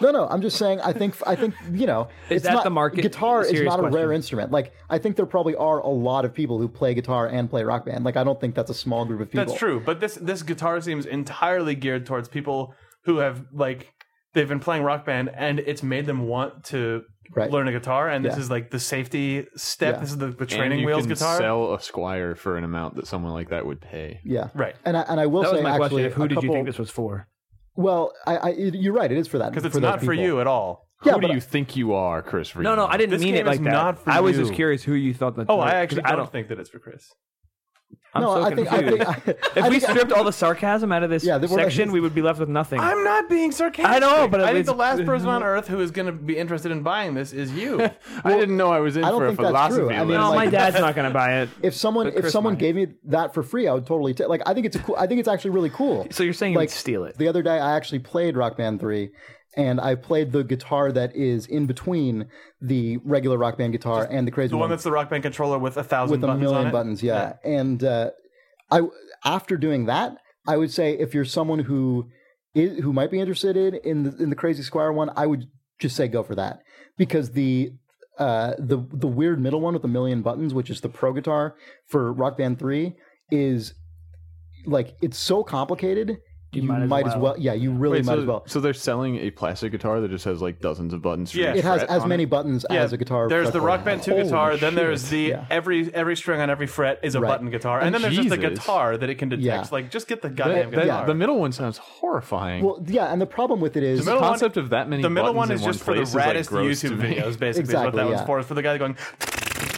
B: No, no. I'm just saying. I think. I think you know.
D: Is
B: it's
D: that
B: not,
D: the market?
B: Guitar is
D: Serious
B: not a rare
D: question.
B: instrument. Like I think there probably are a lot of people who play guitar and play rock band. Like I don't think that's a small group of people.
C: That's true, but this this guitar seems entirely geared towards people who have like they've been playing rock band and it's made them want to
B: Right.
C: learn a guitar and this
B: Yeah.
C: is like the safety step.
B: Yeah.
C: This is the, the
A: and
C: training
A: you
C: wheels
A: can
C: guitar.
A: sell a squire for an amount that someone like that would pay.
B: Yeah.
C: Right.
B: And I and I will
D: That
B: say
D: was my
B: actually,
D: question. If who
B: a
D: did you
B: couple-
D: think this was for?
B: Well, I, I it- you're right. It is for that
C: Because it's
B: for those
C: not for
B: people.
C: you at all.
B: Yeah,
A: Who
B: but
A: do you think you are, Chris? Reed?
D: No, no, I didn't
C: This
D: mean
C: game
D: it like
C: is
D: that.
C: not for
D: I was
C: you.
D: just curious who you thought that.
C: Oh,
D: like,
C: I actually
D: 'cause
C: don't, think that it's for Chris.
D: I'm
B: no,
D: so
B: I think I
D: confused.
B: think
D: (laughs)
B: I,
D: if
B: I
D: we
B: think-
D: stripped all the sarcasm out of this
B: Yeah, they were-
D: section, we would be left with nothing.
C: I'm not being sarcastic.
D: I know, but
C: I
D: at
C: think the
D: least-
C: last person on earth who is going to be interested in buying this is you.
A: I didn't know I was in
B: I don't
A: for a
B: think that's true.
A: philosophy.
B: I mean,
A: lesson.
D: no, my (laughs)
B: like-
D: dad's not going to buy it.
B: if someone
D: But
B: if
D: Chris
B: someone
D: might.
B: gave me that for free, I would totally take. Like I think it's a cool. I think it's actually really cool.
D: So you're saying you
B: like,
D: would steal it?
B: The other day, I actually played Rock Band 3, and I played the guitar that is in between the regular Rock Band guitar and the crazy
C: The one that's the Rock Band controller with a thousand
B: with a
C: buttons on
B: million
C: it.
B: buttons. Yeah. And uh, I, after doing that, I would say if you're someone who is, who might be interested in in the, in the Crazy Squire one, I would just say go for that because the uh, the the weird middle one with a million buttons, which is the pro guitar for Rock Band Three, is like it's so complicated. You, might, as, well. yeah. You really
A: Wait,
B: might
A: so,
B: as well.
A: so they're selling a plastic guitar that just has like dozens of buttons. For
C: Yeah.
A: each
B: It has
A: fret
B: as
A: on
B: many
A: It.
B: buttons as a guitar.
C: There's the
B: fretboard
C: Rock Band
B: has.
C: 2
B: Holy
C: guitar, then
B: shit.
C: there's the
B: Yeah.
C: every every string on every fret is a
B: Right.
C: button guitar, and,
A: And
C: then there's just the
A: Jesus.
C: guitar that it can detect.
B: Yeah.
C: Like just get the
A: That,
C: goddamn
A: that-
C: guitar.
A: The middle one sounds horrifying.
B: Well, yeah, and the problem with it is
A: the
C: middle one-
A: concept of that many.
C: the middle
A: buttons
C: one
A: in
C: is just for the
A: place is, like,
C: raddest
A: gross to
C: YouTube
A: me. (laughs)
C: videos,
B: (laughs)
C: basically. is what
B: Exactly,
C: that one's
B: yeah.
C: for. It's for the guy going,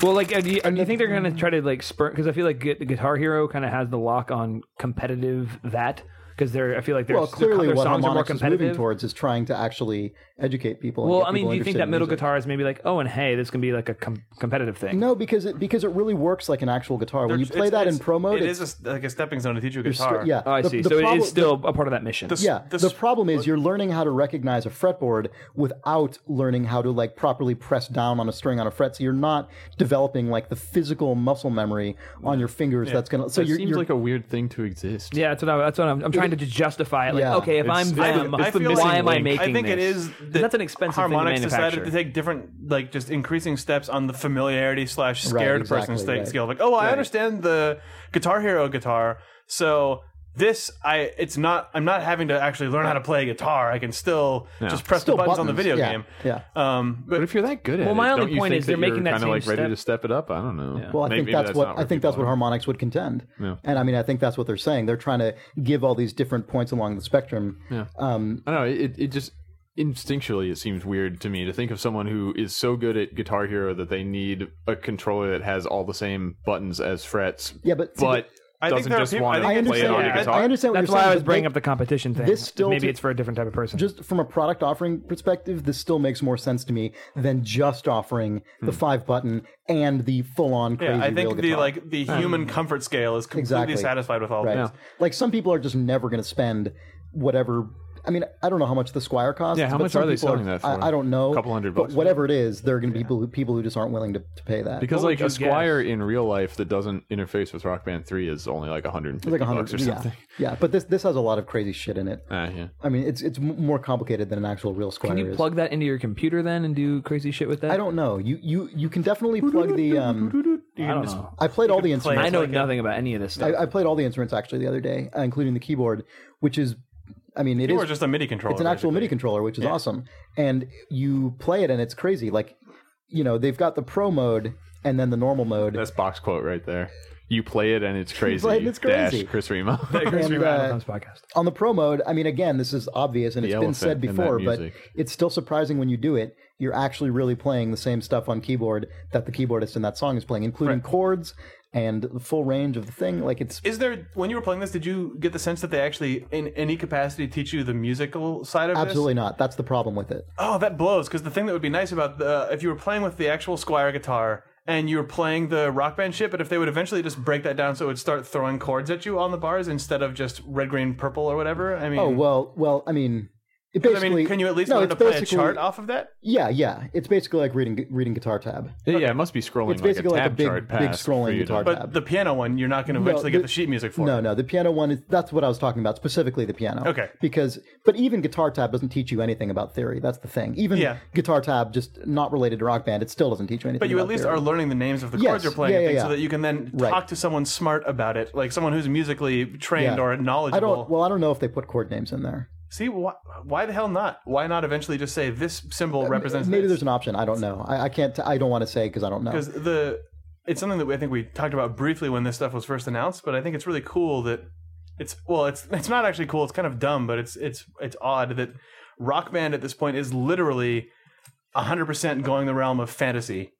D: Well, like, uh, do you, do you think they're going to try to like spur? Because I feel like Gu- Guitar Hero kind of has the lock on competitive that because they're. I feel like they're
B: well, clearly
D: their
B: what
D: songs are more
B: harmonics is moving
D: competitive.
B: towards is trying to actually educate people. and
D: well,
B: get
D: I mean,
B: people
D: do you think
B: interested
D: that
B: in
D: middle
B: music.
D: guitar is maybe like, oh, and hey, this can be like a com- competitive thing?
B: No, because it because it really works like an actual guitar. When you play
C: it's-
B: that in
C: it's-
B: pro mode,
C: It
B: it's
C: is a s like a stepping stone to teach you
B: you're
C: guitar.
B: st- yeah.
D: Oh, I
B: the,
D: see.
B: the
D: so it
B: problem-
D: is still a part of that mission.
C: The-
B: Yeah,
C: this-
B: the problem is you're learning how to recognize a fretboard without learning how to like properly press down on a string on a fret. So you're not developing like the physical muscle memory on your fingers. That's gonna. So
A: It
B: you're,
A: seems
B: you're
A: like a weird thing to exist.
D: yeah, that's what, I, that's what I'm, I'm trying to just justify it. Like,
B: Yeah.
D: okay, if
A: It's-
D: I'm
A: I-
D: them,
A: it's the
D: why
A: missing
D: am I
A: link.
D: making?
C: I think it
D: this?
C: is.
D: And
C: that
D: that's an expensive
C: Harmonix
D: thing to
C: decided to
D: manufacture.
C: take different, like just increasing steps on the familiarity slash
B: Right,
C: scared
B: exactly,
C: person
B: right.
C: scale. Like, oh, I understand the Guitar Hero guitar, so this I it's not. I'm not having to actually learn how to play guitar. I can still just press
B: still
C: the buttons, on the video
B: yeah,
C: game.
B: Yeah.
C: Um,
A: But
C: but
A: if you're that good at
D: Well,
A: it,
D: my only
A: don't you
D: point
A: think
D: is they're
A: that
D: making
A: you're
D: that
A: kinda,
D: same
A: like
D: step-
A: ready to step it up. I don't know.
D: Yeah.
B: Well, I
A: Maybe-
B: think
A: maybe not
B: that's, what I think
A: people
B: that's what
A: are.
B: harmonics would contend.
A: Yeah.
B: And I mean, I think that's what they're saying. They're trying to give all these different points along the spectrum.
A: Yeah. I don't know. It, it just instinctually it seems weird to me to think of someone who is so good at Guitar Hero that they need a controller that has all the same buttons as frets.
B: Yeah, but-
A: but
C: I think
A: doesn't
C: there are
A: just
C: people-
A: want
C: I
A: to
C: think
A: play it
B: understand.
A: on
C: what
A: a
C: you're-
A: guitar.
B: I understand what
D: That's
B: you're
D: why
B: saying,
D: I
B: but
D: was
B: they-
D: bringing up the competition thing.
B: this still
D: maybe
B: to-
D: it's for a different type of person.
B: just from a product offering perspective, this still makes more sense to me than just offering the
A: Hmm.
B: five button and the full on crazy
C: I think
B: real
C: the
B: guitar.
C: like the
D: Um,
C: human comfort scale is completely
B: Exactly.
C: satisfied with all
B: right.
C: this.
B: Like some people are just never going to spend whatever. I mean, I don't know how much the Squire costs.
A: Yeah, how
B: but
A: much
B: some
A: are they
B: people
A: selling that for?
B: I, I don't know.
A: Couple hundred
B: But
A: bucks?
B: whatever it is, there are going to be people who, people who just aren't willing to, to pay that.
A: because
D: would
A: like
D: you
A: a Squire in real life that doesn't interface with Rock Band Three is only like 150
B: it's like a
A: bucks or
B: hundred, yeah,
A: something. (laughs)
B: yeah. But this this has a lot of crazy shit in it.
A: Ah, yeah.
B: I mean, it's it's m- more complicated than an actual real Squire.
D: Can you
B: is.
D: plug that into your computer then and do crazy shit with that?
B: I don't know. You you you can definitely plug the. Um,
C: You
D: I
C: can
D: don't
C: just-
D: know.
B: I played all the
C: play
B: instruments.
D: I know
C: like a-
D: nothing about any of this stuff.
B: I, I played all the instruments actually the other day, uh, including the keyboard, which is, I mean, it
C: You are
B: is
C: just a MIDI controller.
B: it's an actual
C: basically.
B: MIDI controller, which is awesome. And you play it, and it's crazy. Like, you know, they've got the pro mode and then the normal mode.
A: That's box quote right there. You play it and
B: (laughs)
A: it's crazy.
B: play it and it's crazy.
A: Dash Chris
B: (laughs)
A: Remo.
B: And, uh,
D: Sometimes podcast.
B: on the pro mode, I mean, again, this is obvious and it's been said
A: elephant in that
B: before, but
A: music.
B: it's still surprising when you do it. You're actually really playing the same stuff on keyboard that the keyboardist in that song is playing, including chords and the full range of the thing. Like, it's
C: Is there when you were playing this? Did you get the sense that they actually, in any capacity, teach you the musical side of
B: absolutely not. That's the problem with it.
C: this? Oh, that blows! Because the thing that would be nice about the if you were playing with the actual Squire guitar and you were playing the rock band shit, but if they would eventually just break that down so it would start throwing chords at you on the bars instead of just red, green, purple or whatever. I mean,
B: Oh well, well, I mean, It
C: 'Cause, I
B: Oh, basically,
C: mean, can you at least
B: no,
C: learn to
B: it's
C: play a
B: basically-
C: chart off of that?
B: Yeah, yeah. It's basically like reading reading guitar tab.
A: (laughs) Yeah, it must be scrolling.
B: It's basically
A: like
B: like
A: a,
B: a
A: tab
B: big-
A: chart
B: big
A: pass for
B: scrolling
A: you to-
B: guitar
C: But
B: Tab.
C: the piano one, you're not going to eventually
B: the-
C: get the sheet music for.
B: No, no, the piano one is that's what I was talking about, specifically the piano.
C: Okay.
B: Because but even guitar tab doesn't teach you anything about theory. That's the thing. Even
C: Yeah.
B: guitar tab just not related to rock band, it still doesn't teach you anything.
C: But you at
B: about
C: least
B: theory.
C: are learning the names of the
B: Yes,
C: chords you're playing
B: yeah,
C: and
B: yeah,
C: things so
B: yeah.
C: that you can then
B: Right.
C: talk to someone smart about it, like someone who's musically trained
B: Yeah.
C: or knowledgeable.
B: I don't well, I don't know if they put chord names in there.
C: See, why, why the hell not? Why not eventually just say this symbol represents
B: Uh, Maybe
C: this?
B: there's an option. I don't know. I, I can't. T- I don't want to say because I don't know.
C: because the it's something that we, I think we talked about briefly when this stuff was first announced, but I think it's really cool that it's well, it's it's not actually cool. It's kind of dumb, but it's it's it's odd that Rock Band at this point is literally 100% going the realm of fantasy.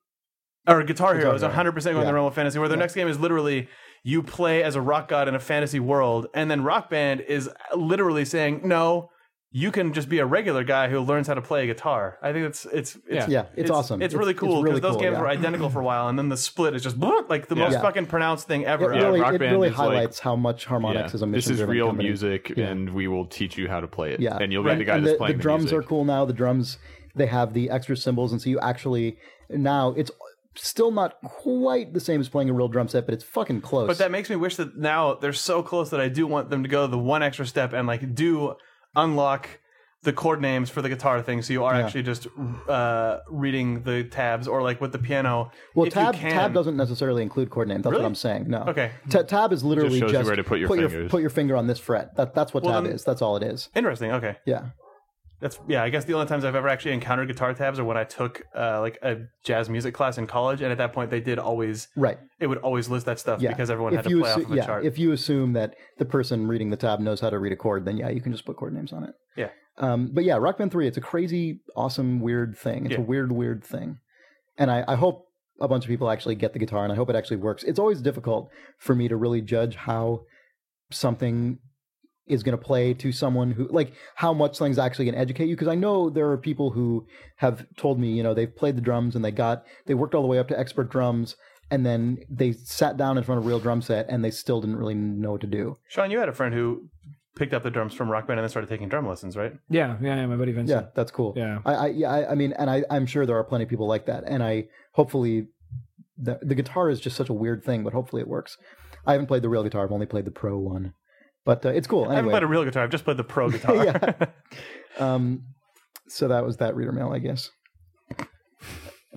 C: Or Guitar Hero is 100% going the
B: Yeah.
C: realm of fantasy, where their next game is literally you play as a rock god in a fantasy world, and then Rock Band is literally saying, no, you can just be a regular guy who learns how to play a guitar. I think it's it's it's
B: Yeah, it's, awesome.
C: it's really cool because
B: really
C: those
B: cool,
C: games
B: yeah.
C: were identical for a while, and then the split is just (laughs) bloop, like the most
B: Yeah.
C: fucking pronounced thing
B: It
C: ever.
B: really,
A: Rock
B: it
A: Band
B: really
A: is like-
B: highlights how much
A: Yeah.
B: harmonics is a
A: This
B: mission
A: is
B: driven
A: real
B: company.
A: music, and we will teach you how to play it.
B: Yeah.
A: and you'll be the guy
B: and
A: that's
B: the,
A: playing
B: the drums
A: music.
B: are cool now. The drums they have the extra cymbals, and so you actually now it's still not quite the same as playing a real drum set, but it's fucking close.
C: But that makes me wish that now they're so close that I do want them to go the one extra step and like do unlock the chord names for the guitar thing, so you are actually just uh, reading the tabs or like with the piano.
B: well,
C: if you
B: tab
C: can.
B: tab doesn't necessarily include coord names. That's
C: Really?
B: what I'm saying. No,
C: Okay.
B: Ta- tab is literally
A: shows you where to put your fingers.
B: put your finger on this fret. That that's what tab
C: then-
B: is. That's all it is.
C: Interesting. Okay,
B: Yeah.
C: that's yeah. I guess the only times I've ever actually encountered guitar tabs are when I took uh, like a jazz music class in college, and at that point they did always
B: Right.
C: it would always list that stuff
B: Yeah.
C: because everyone
B: If
C: had to
B: you
C: play
B: assu-
C: off of a
B: yeah,
C: chart.
B: If you assume that the person reading the tab knows how to read a chord, then yeah, you can just put chord names on it.
C: Yeah.
B: Um, but yeah, Rock Band 3, it's a crazy, awesome, weird thing. It's
C: Yeah.
B: a weird, weird thing. And I, I hope a bunch of people actually get the guitar and I hope it actually works. It's always difficult for me to really judge how something is going to play to someone who like how much things actually going to educate you because i know there are people who have told me you know they've played the drums and they got they worked all the way up to expert drums and then they sat down in front of a real drum set and they still didn't really know what to do
C: Sean, you had a friend who picked up the drums from Rock Band and then started taking drum lessons, right?
D: Yeah, yeah, yeah my buddy Vincent.
B: yeah that's cool
D: Yeah.
B: I, I yeah, I, I mean, and I, I'm sure there are plenty of people like that. And I hopefully the, the guitar is just such a weird thing, but hopefully it works. I haven't played the real guitar; I've only played the pro one, but uh, it's cool.
C: I haven't
B: Anyway,
C: played a real guitar. I've just played the pro guitar.
B: Yeah. um, so that was that reader mail, I guess.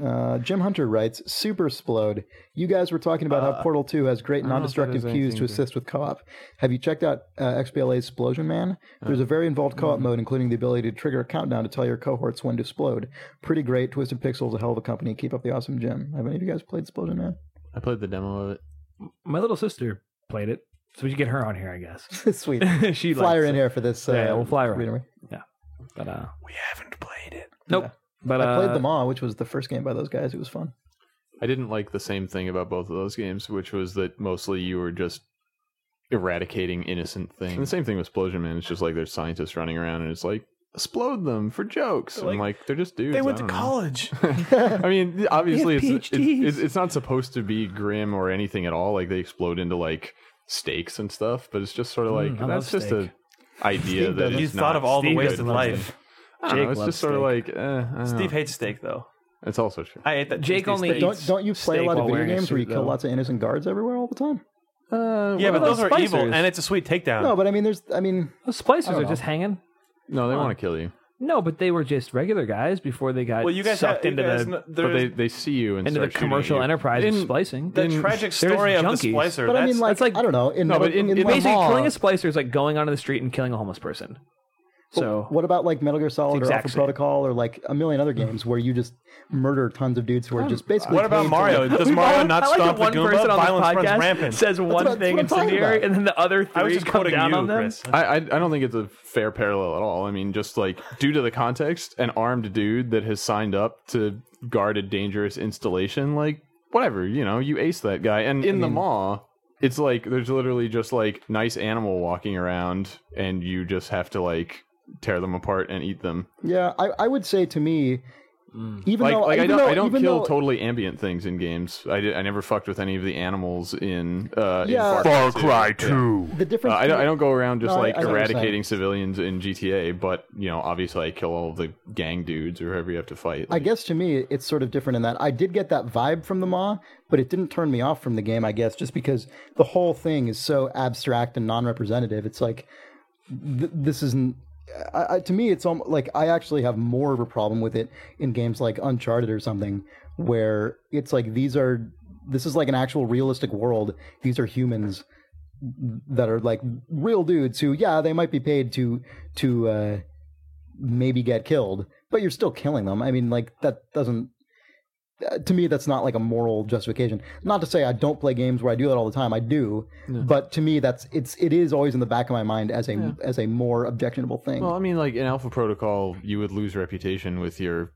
B: Uh, Jim Hunter writes, "Super Splode. You guys were talking about how Portal 2 has great
D: Uh, don't know if that
B: non-destructive
D: has
B: cues to
D: anything to-
B: assist with co-op. Have you checked out uh, XBLA's Explosion Man? There's
D: Uh,
B: a very involved co-op mode, including the ability to trigger a countdown to tell your cohorts when to explode. Pretty great. Twisted Pixel's a hell of a company. Keep up the awesome Jim. Have any of you guys played
D: (laughs)
B: Explosion Man?
A: I played the demo of it.
D: My little sister played it, so we should get her on here, I guess.
B: Sweet.
D: she
B: fly her
D: likes
B: in
D: it.
B: here for this. Uh,
D: Yeah, yeah, we'll fly her in.
B: reader mail.
D: But uh,
C: we haven't played it.
D: nope. But uh,
B: I played them all, which was the first game by those guys. It was fun.
A: I didn't like the same thing about both of those games, which was that mostly you were just eradicating innocent things. And the same thing with Explosion Man. It's just like there's scientists running around, and it's like explode them for jokes. and
C: Like,
A: I'm like, they're just dudes.
C: They went
A: I
C: to
A: don't know.
C: college.
A: I
D: (laughs)
A: mean, obviously,
D: They have
A: it's,
D: PhDs.
A: it's it's not supposed to be grim or anything at all. Like they explode into like stakes and stuff, but it's just sort of like
D: Mm, I love
A: that's just
D: steak.
A: a idea
B: Steve
A: that
B: doesn't.
A: it's
C: you thought
A: not-
C: of all the
D: Steve
C: ways
D: does
C: of
D: love
C: life.
A: I don't know,
D: Jake
A: it's
D: loves
A: just sort of like eh, I don't
C: Steve
A: know.
C: hates steak, though.
A: It's also true.
C: I ate that.
D: Jake
C: tasty
D: only
C: steak.
D: eats-
B: Don't don't you play a
D: steak
B: lot of
D: while
B: video
D: wearing a
B: games where you
D: suit,
B: kill
D: though.
B: lots of innocent guards everywhere all the time?
A: Uh,
C: Yeah, but
D: about
C: those are evil,
D: spicers?
C: and it's a sweet takedown.
B: No, but I mean, there's I mean,
D: Those splicers
B: don't
D: are
B: know.
D: just hanging.
A: no, they want to kill you,
D: No, but they were just regular guys before they got
C: well, you guys
D: sucked
C: have,
D: into
C: you guys,
D: the
C: kn-
A: but
C: there's
A: they they see you and
D: into the
A: start shooting at
D: commercial
A: you.
D: enterprise of
A: In-
D: splicing.
C: the
A: in-
C: tragic
D: there's
C: story of the
D: junkies.
C: splicer.
B: but I
C: that's-
B: mean, like,
D: that's like-
B: I don't know. In,
A: No,
B: no,
A: but
B: but
A: in-
B: in,
A: in
B: Le
D: basically
B: Mans-
D: killing a splicer is like going onto the street and killing a homeless person. So
B: What about like Metal Gear Solid or
D: exact
B: Alpha
D: same.
B: Protocol or like a million other games where you just murder tons of dudes who are just basically.
C: what about
B: paid to,
C: Mario?
B: like-
C: Does
D: We've
C: Mario
D: always-
C: not
D: I like
C: stop
D: that
C: the
D: one person
C: Goomba?
D: on this
C: Violence runs
D: podcast
C: rampant.
D: Says one
B: what- that's
D: thing
B: what I'm talking
D: incendiary,
B: about.
D: and then the other
C: I was
D: three
C: just
D: come
C: quoting
D: down
C: you,
D: on them.
C: Chris.
A: I, I I don't think it's a fair parallel at all. I mean, just like due to the context, an armed dude that has signed up to guard a dangerous installation, like whatever, you know, you ace that guy. And in the mall, it's like there's literally just like nice animal walking around, and you just have to like tear them apart and eat them.
B: Yeah, I, I would say to me, Even
A: Mm. Like,
B: though,
A: like I
B: even
A: don't,
B: though-
A: I don't
B: even
A: kill
B: though-
A: totally ambient things in games. I, did, I never fucked with any of the animals in uh,
B: Yeah.
A: in Far,
G: Cry
A: Yeah.
G: Two.
B: The
A: Uh,
B: difference.
A: I don't. I don't go around just
B: No, I-
A: like
B: I know what you're saying.
A: eradicating civilians in GTA, but you know, obviously, I kill all the gang dudes or whoever you have to fight.
B: I guess to me, it's sort of different in that I did get that vibe from the Maw, but it didn't turn me off from the game, I guess, just because the whole thing is so abstract and non representative. It's like, th- this isn't. I, I, to me, it's almost like I actually have more of a problem with it in games like Uncharted or something, where it's like these are. This is like an actual realistic world. These are humans that are like real dudes who, yeah, they might be paid to to uh, maybe get killed, but you're still killing them. I mean, like that doesn't. uh, To me, that's not like a moral justification. Not to say I don't play games where I do that all the time. I do, but to me, that's it's it is always in the back of my mind as a as a more objectionable thing.
A: Well, I mean, like in Alpha Protocol, you would lose reputation with your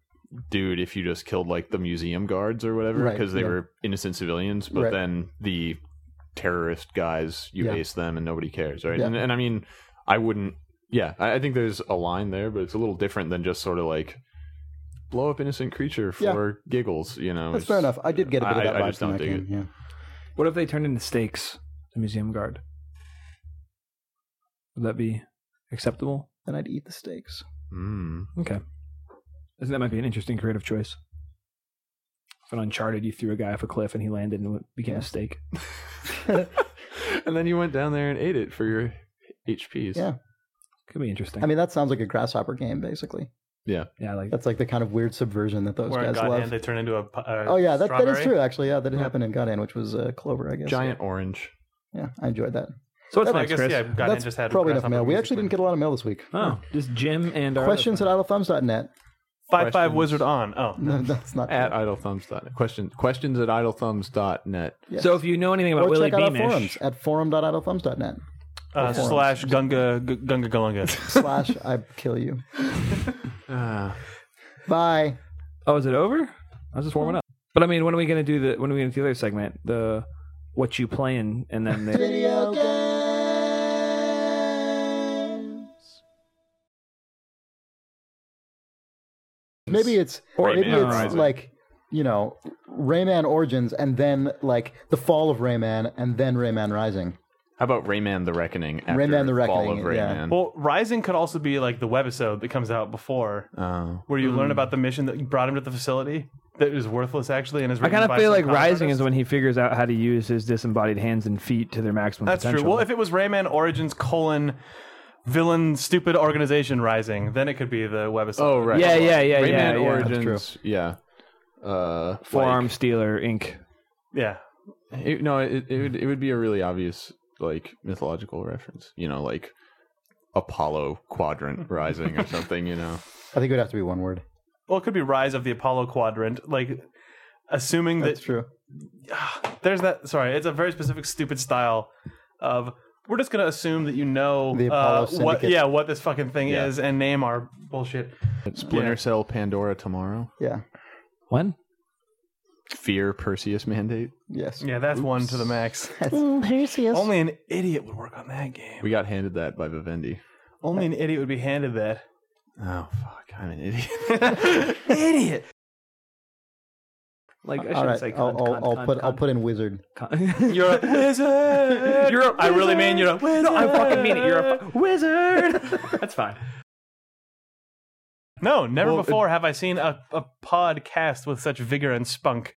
A: dude if you just killed like the museum guards or whatever
B: Right,
A: because they
B: yeah.
A: were innocent civilians. But
B: Right.
A: then the terrorist guys, you
B: Yeah.
A: ace them and nobody cares, right?
B: Yeah.
A: And, and I mean, I wouldn't. Yeah, I, I think there's a line there, but it's a little different than just sort of like blow up innocent creature
B: Yeah.
A: for giggles. You know,
B: that's
A: It's-
B: fair enough. I did get a bit
A: I-
B: of that
A: I
B: vibe
A: just
B: from
A: don't
B: that
A: dig
B: game.
A: it.
B: Yeah.
D: What if they turned into stakes? The museum guard. Would that be acceptable?
B: Then I'd eat the steaks.
A: Mm.
D: Okay. Isn't that might be an interesting creative choice? If an Uncharted, you threw a guy off a cliff and he landed and it became a steak.
A: (laughs) and then you went down there and ate it for your HPs.
B: Yeah.
D: Could be interesting.
B: I mean, that sounds like a grasshopper game, basically.
D: yeah, I like
B: That's like the kind of weird subversion that those
C: Where in
B: guys
C: Godhand
B: love.
C: they turn into a. pu- a
B: Oh yeah, that, that is
C: strawberry?
B: true. Actually, yeah, that did happen in Godan, which was uh, Clover, I guess.
A: Giant orange.
B: Yeah, I enjoyed that.
D: So what's
C: I
D: next,
C: guess
D: Chris?
C: yeah. Godhand
B: That's
C: just had
B: probably enough
C: grasshopper
B: mail. We
C: music
B: actually didn't
C: playing.
B: get a lot of mail this week.
D: Oh, just Jim and our other
B: Questions at idlethumbs.net.
C: five five wizard on. Oh,
B: (laughs) No, that's not.
A: at idlethumbs.net. Questions questions at idlethumbs.net.
B: yes.
D: So if you know anything about
B: or
D: Willie
B: check out our
D: Beamish,
B: forums at forum.idlethumbs.net
C: uh,
B: forums.
C: slash Gunga G- Gunga
D: (laughs)
C: Galunga.
B: slash
A: (laughs)
B: I kill you.
A: Uh,
B: Bye.
D: oh, is it over? I was just warming up. But I mean, when are we gonna do the? When are we gonna do the other segment? The what you playing, and then
C: (laughs)
D: the.
E: Video games.
B: Maybe it's
A: Or
B: maybe
A: Rayman
B: it's
A: Horizon.
B: like you know Rayman Origins and then like the fall of Rayman and then Rayman Rising.
A: How about Rayman the Reckoning? After
B: Rayman the
A: Fall
B: Reckoning,
A: of
B: yeah.
A: Rayman.
C: well, Rising could also be like the webisode that comes out before,
A: Oh.
C: where you
D: Mm.
C: learn about the mission that brought him to the facility that is worthless actually, and is.
D: I
C: written
D: kind
C: by
D: of feel
C: some
D: like
C: con
D: Rising is
C: artist.
D: when he figures out how to use his disembodied hands and feet to their maximum
C: That's
D: potential.
C: true. Well, if it was Rayman Origins colon villain stupid organization Rising, then it could be the webisode.
A: Oh right.
D: Yeah, yeah, yeah,
A: Rayman
D: yeah, yeah.
A: Origins. Yeah. Uh
D: Forearm Stealer Inc.
C: yeah.
A: like- it- no, it, it would it would be a really obvious like mythological reference. You know, like Apollo Quadrant Rising
D: (laughs)
A: or something, you know.
B: I think it would have to be one word.
C: Well, it could be Rise of the Apollo Quadrant. Like, assuming
B: That's
C: that
B: true.
C: there's that. Sorry, it's a very specific stupid style of. We're just gonna assume that you know
B: The Apollo
C: uh, what,
B: Syndicate.
C: yeah, what this fucking thing
A: Yeah.
C: is, and name our bullshit.
A: Splinter Cell Pandora tomorrow.
B: Yeah.
D: When?
A: Fear Perseus Mandate.
B: Yes.
C: Yeah, that's one to the max.
F: Perseus.
C: Only an idiot would work on that game.
A: We got handed that by Vivendi.
C: Only an idiot would be handed that.
A: Oh fuck, I'm an idiot.
C: idiot.
D: Like I
B: All
D: shouldn't
B: right.
D: say.
B: I'll,
D: Con,
B: I'll,
D: con,
B: I'll
D: con,
B: put I'll
D: con,
B: put in wizard.
D: con.
C: You're a (laughs) wizard.
D: (laughs) You're a
C: I really mean you're a wizard.
D: No, I fucking mean it. You're a fu-
C: (laughs)
D: wizard. That's fine.
C: No, never
A: Well, it-
C: before have I seen a, a podcast with such vigor and spunk.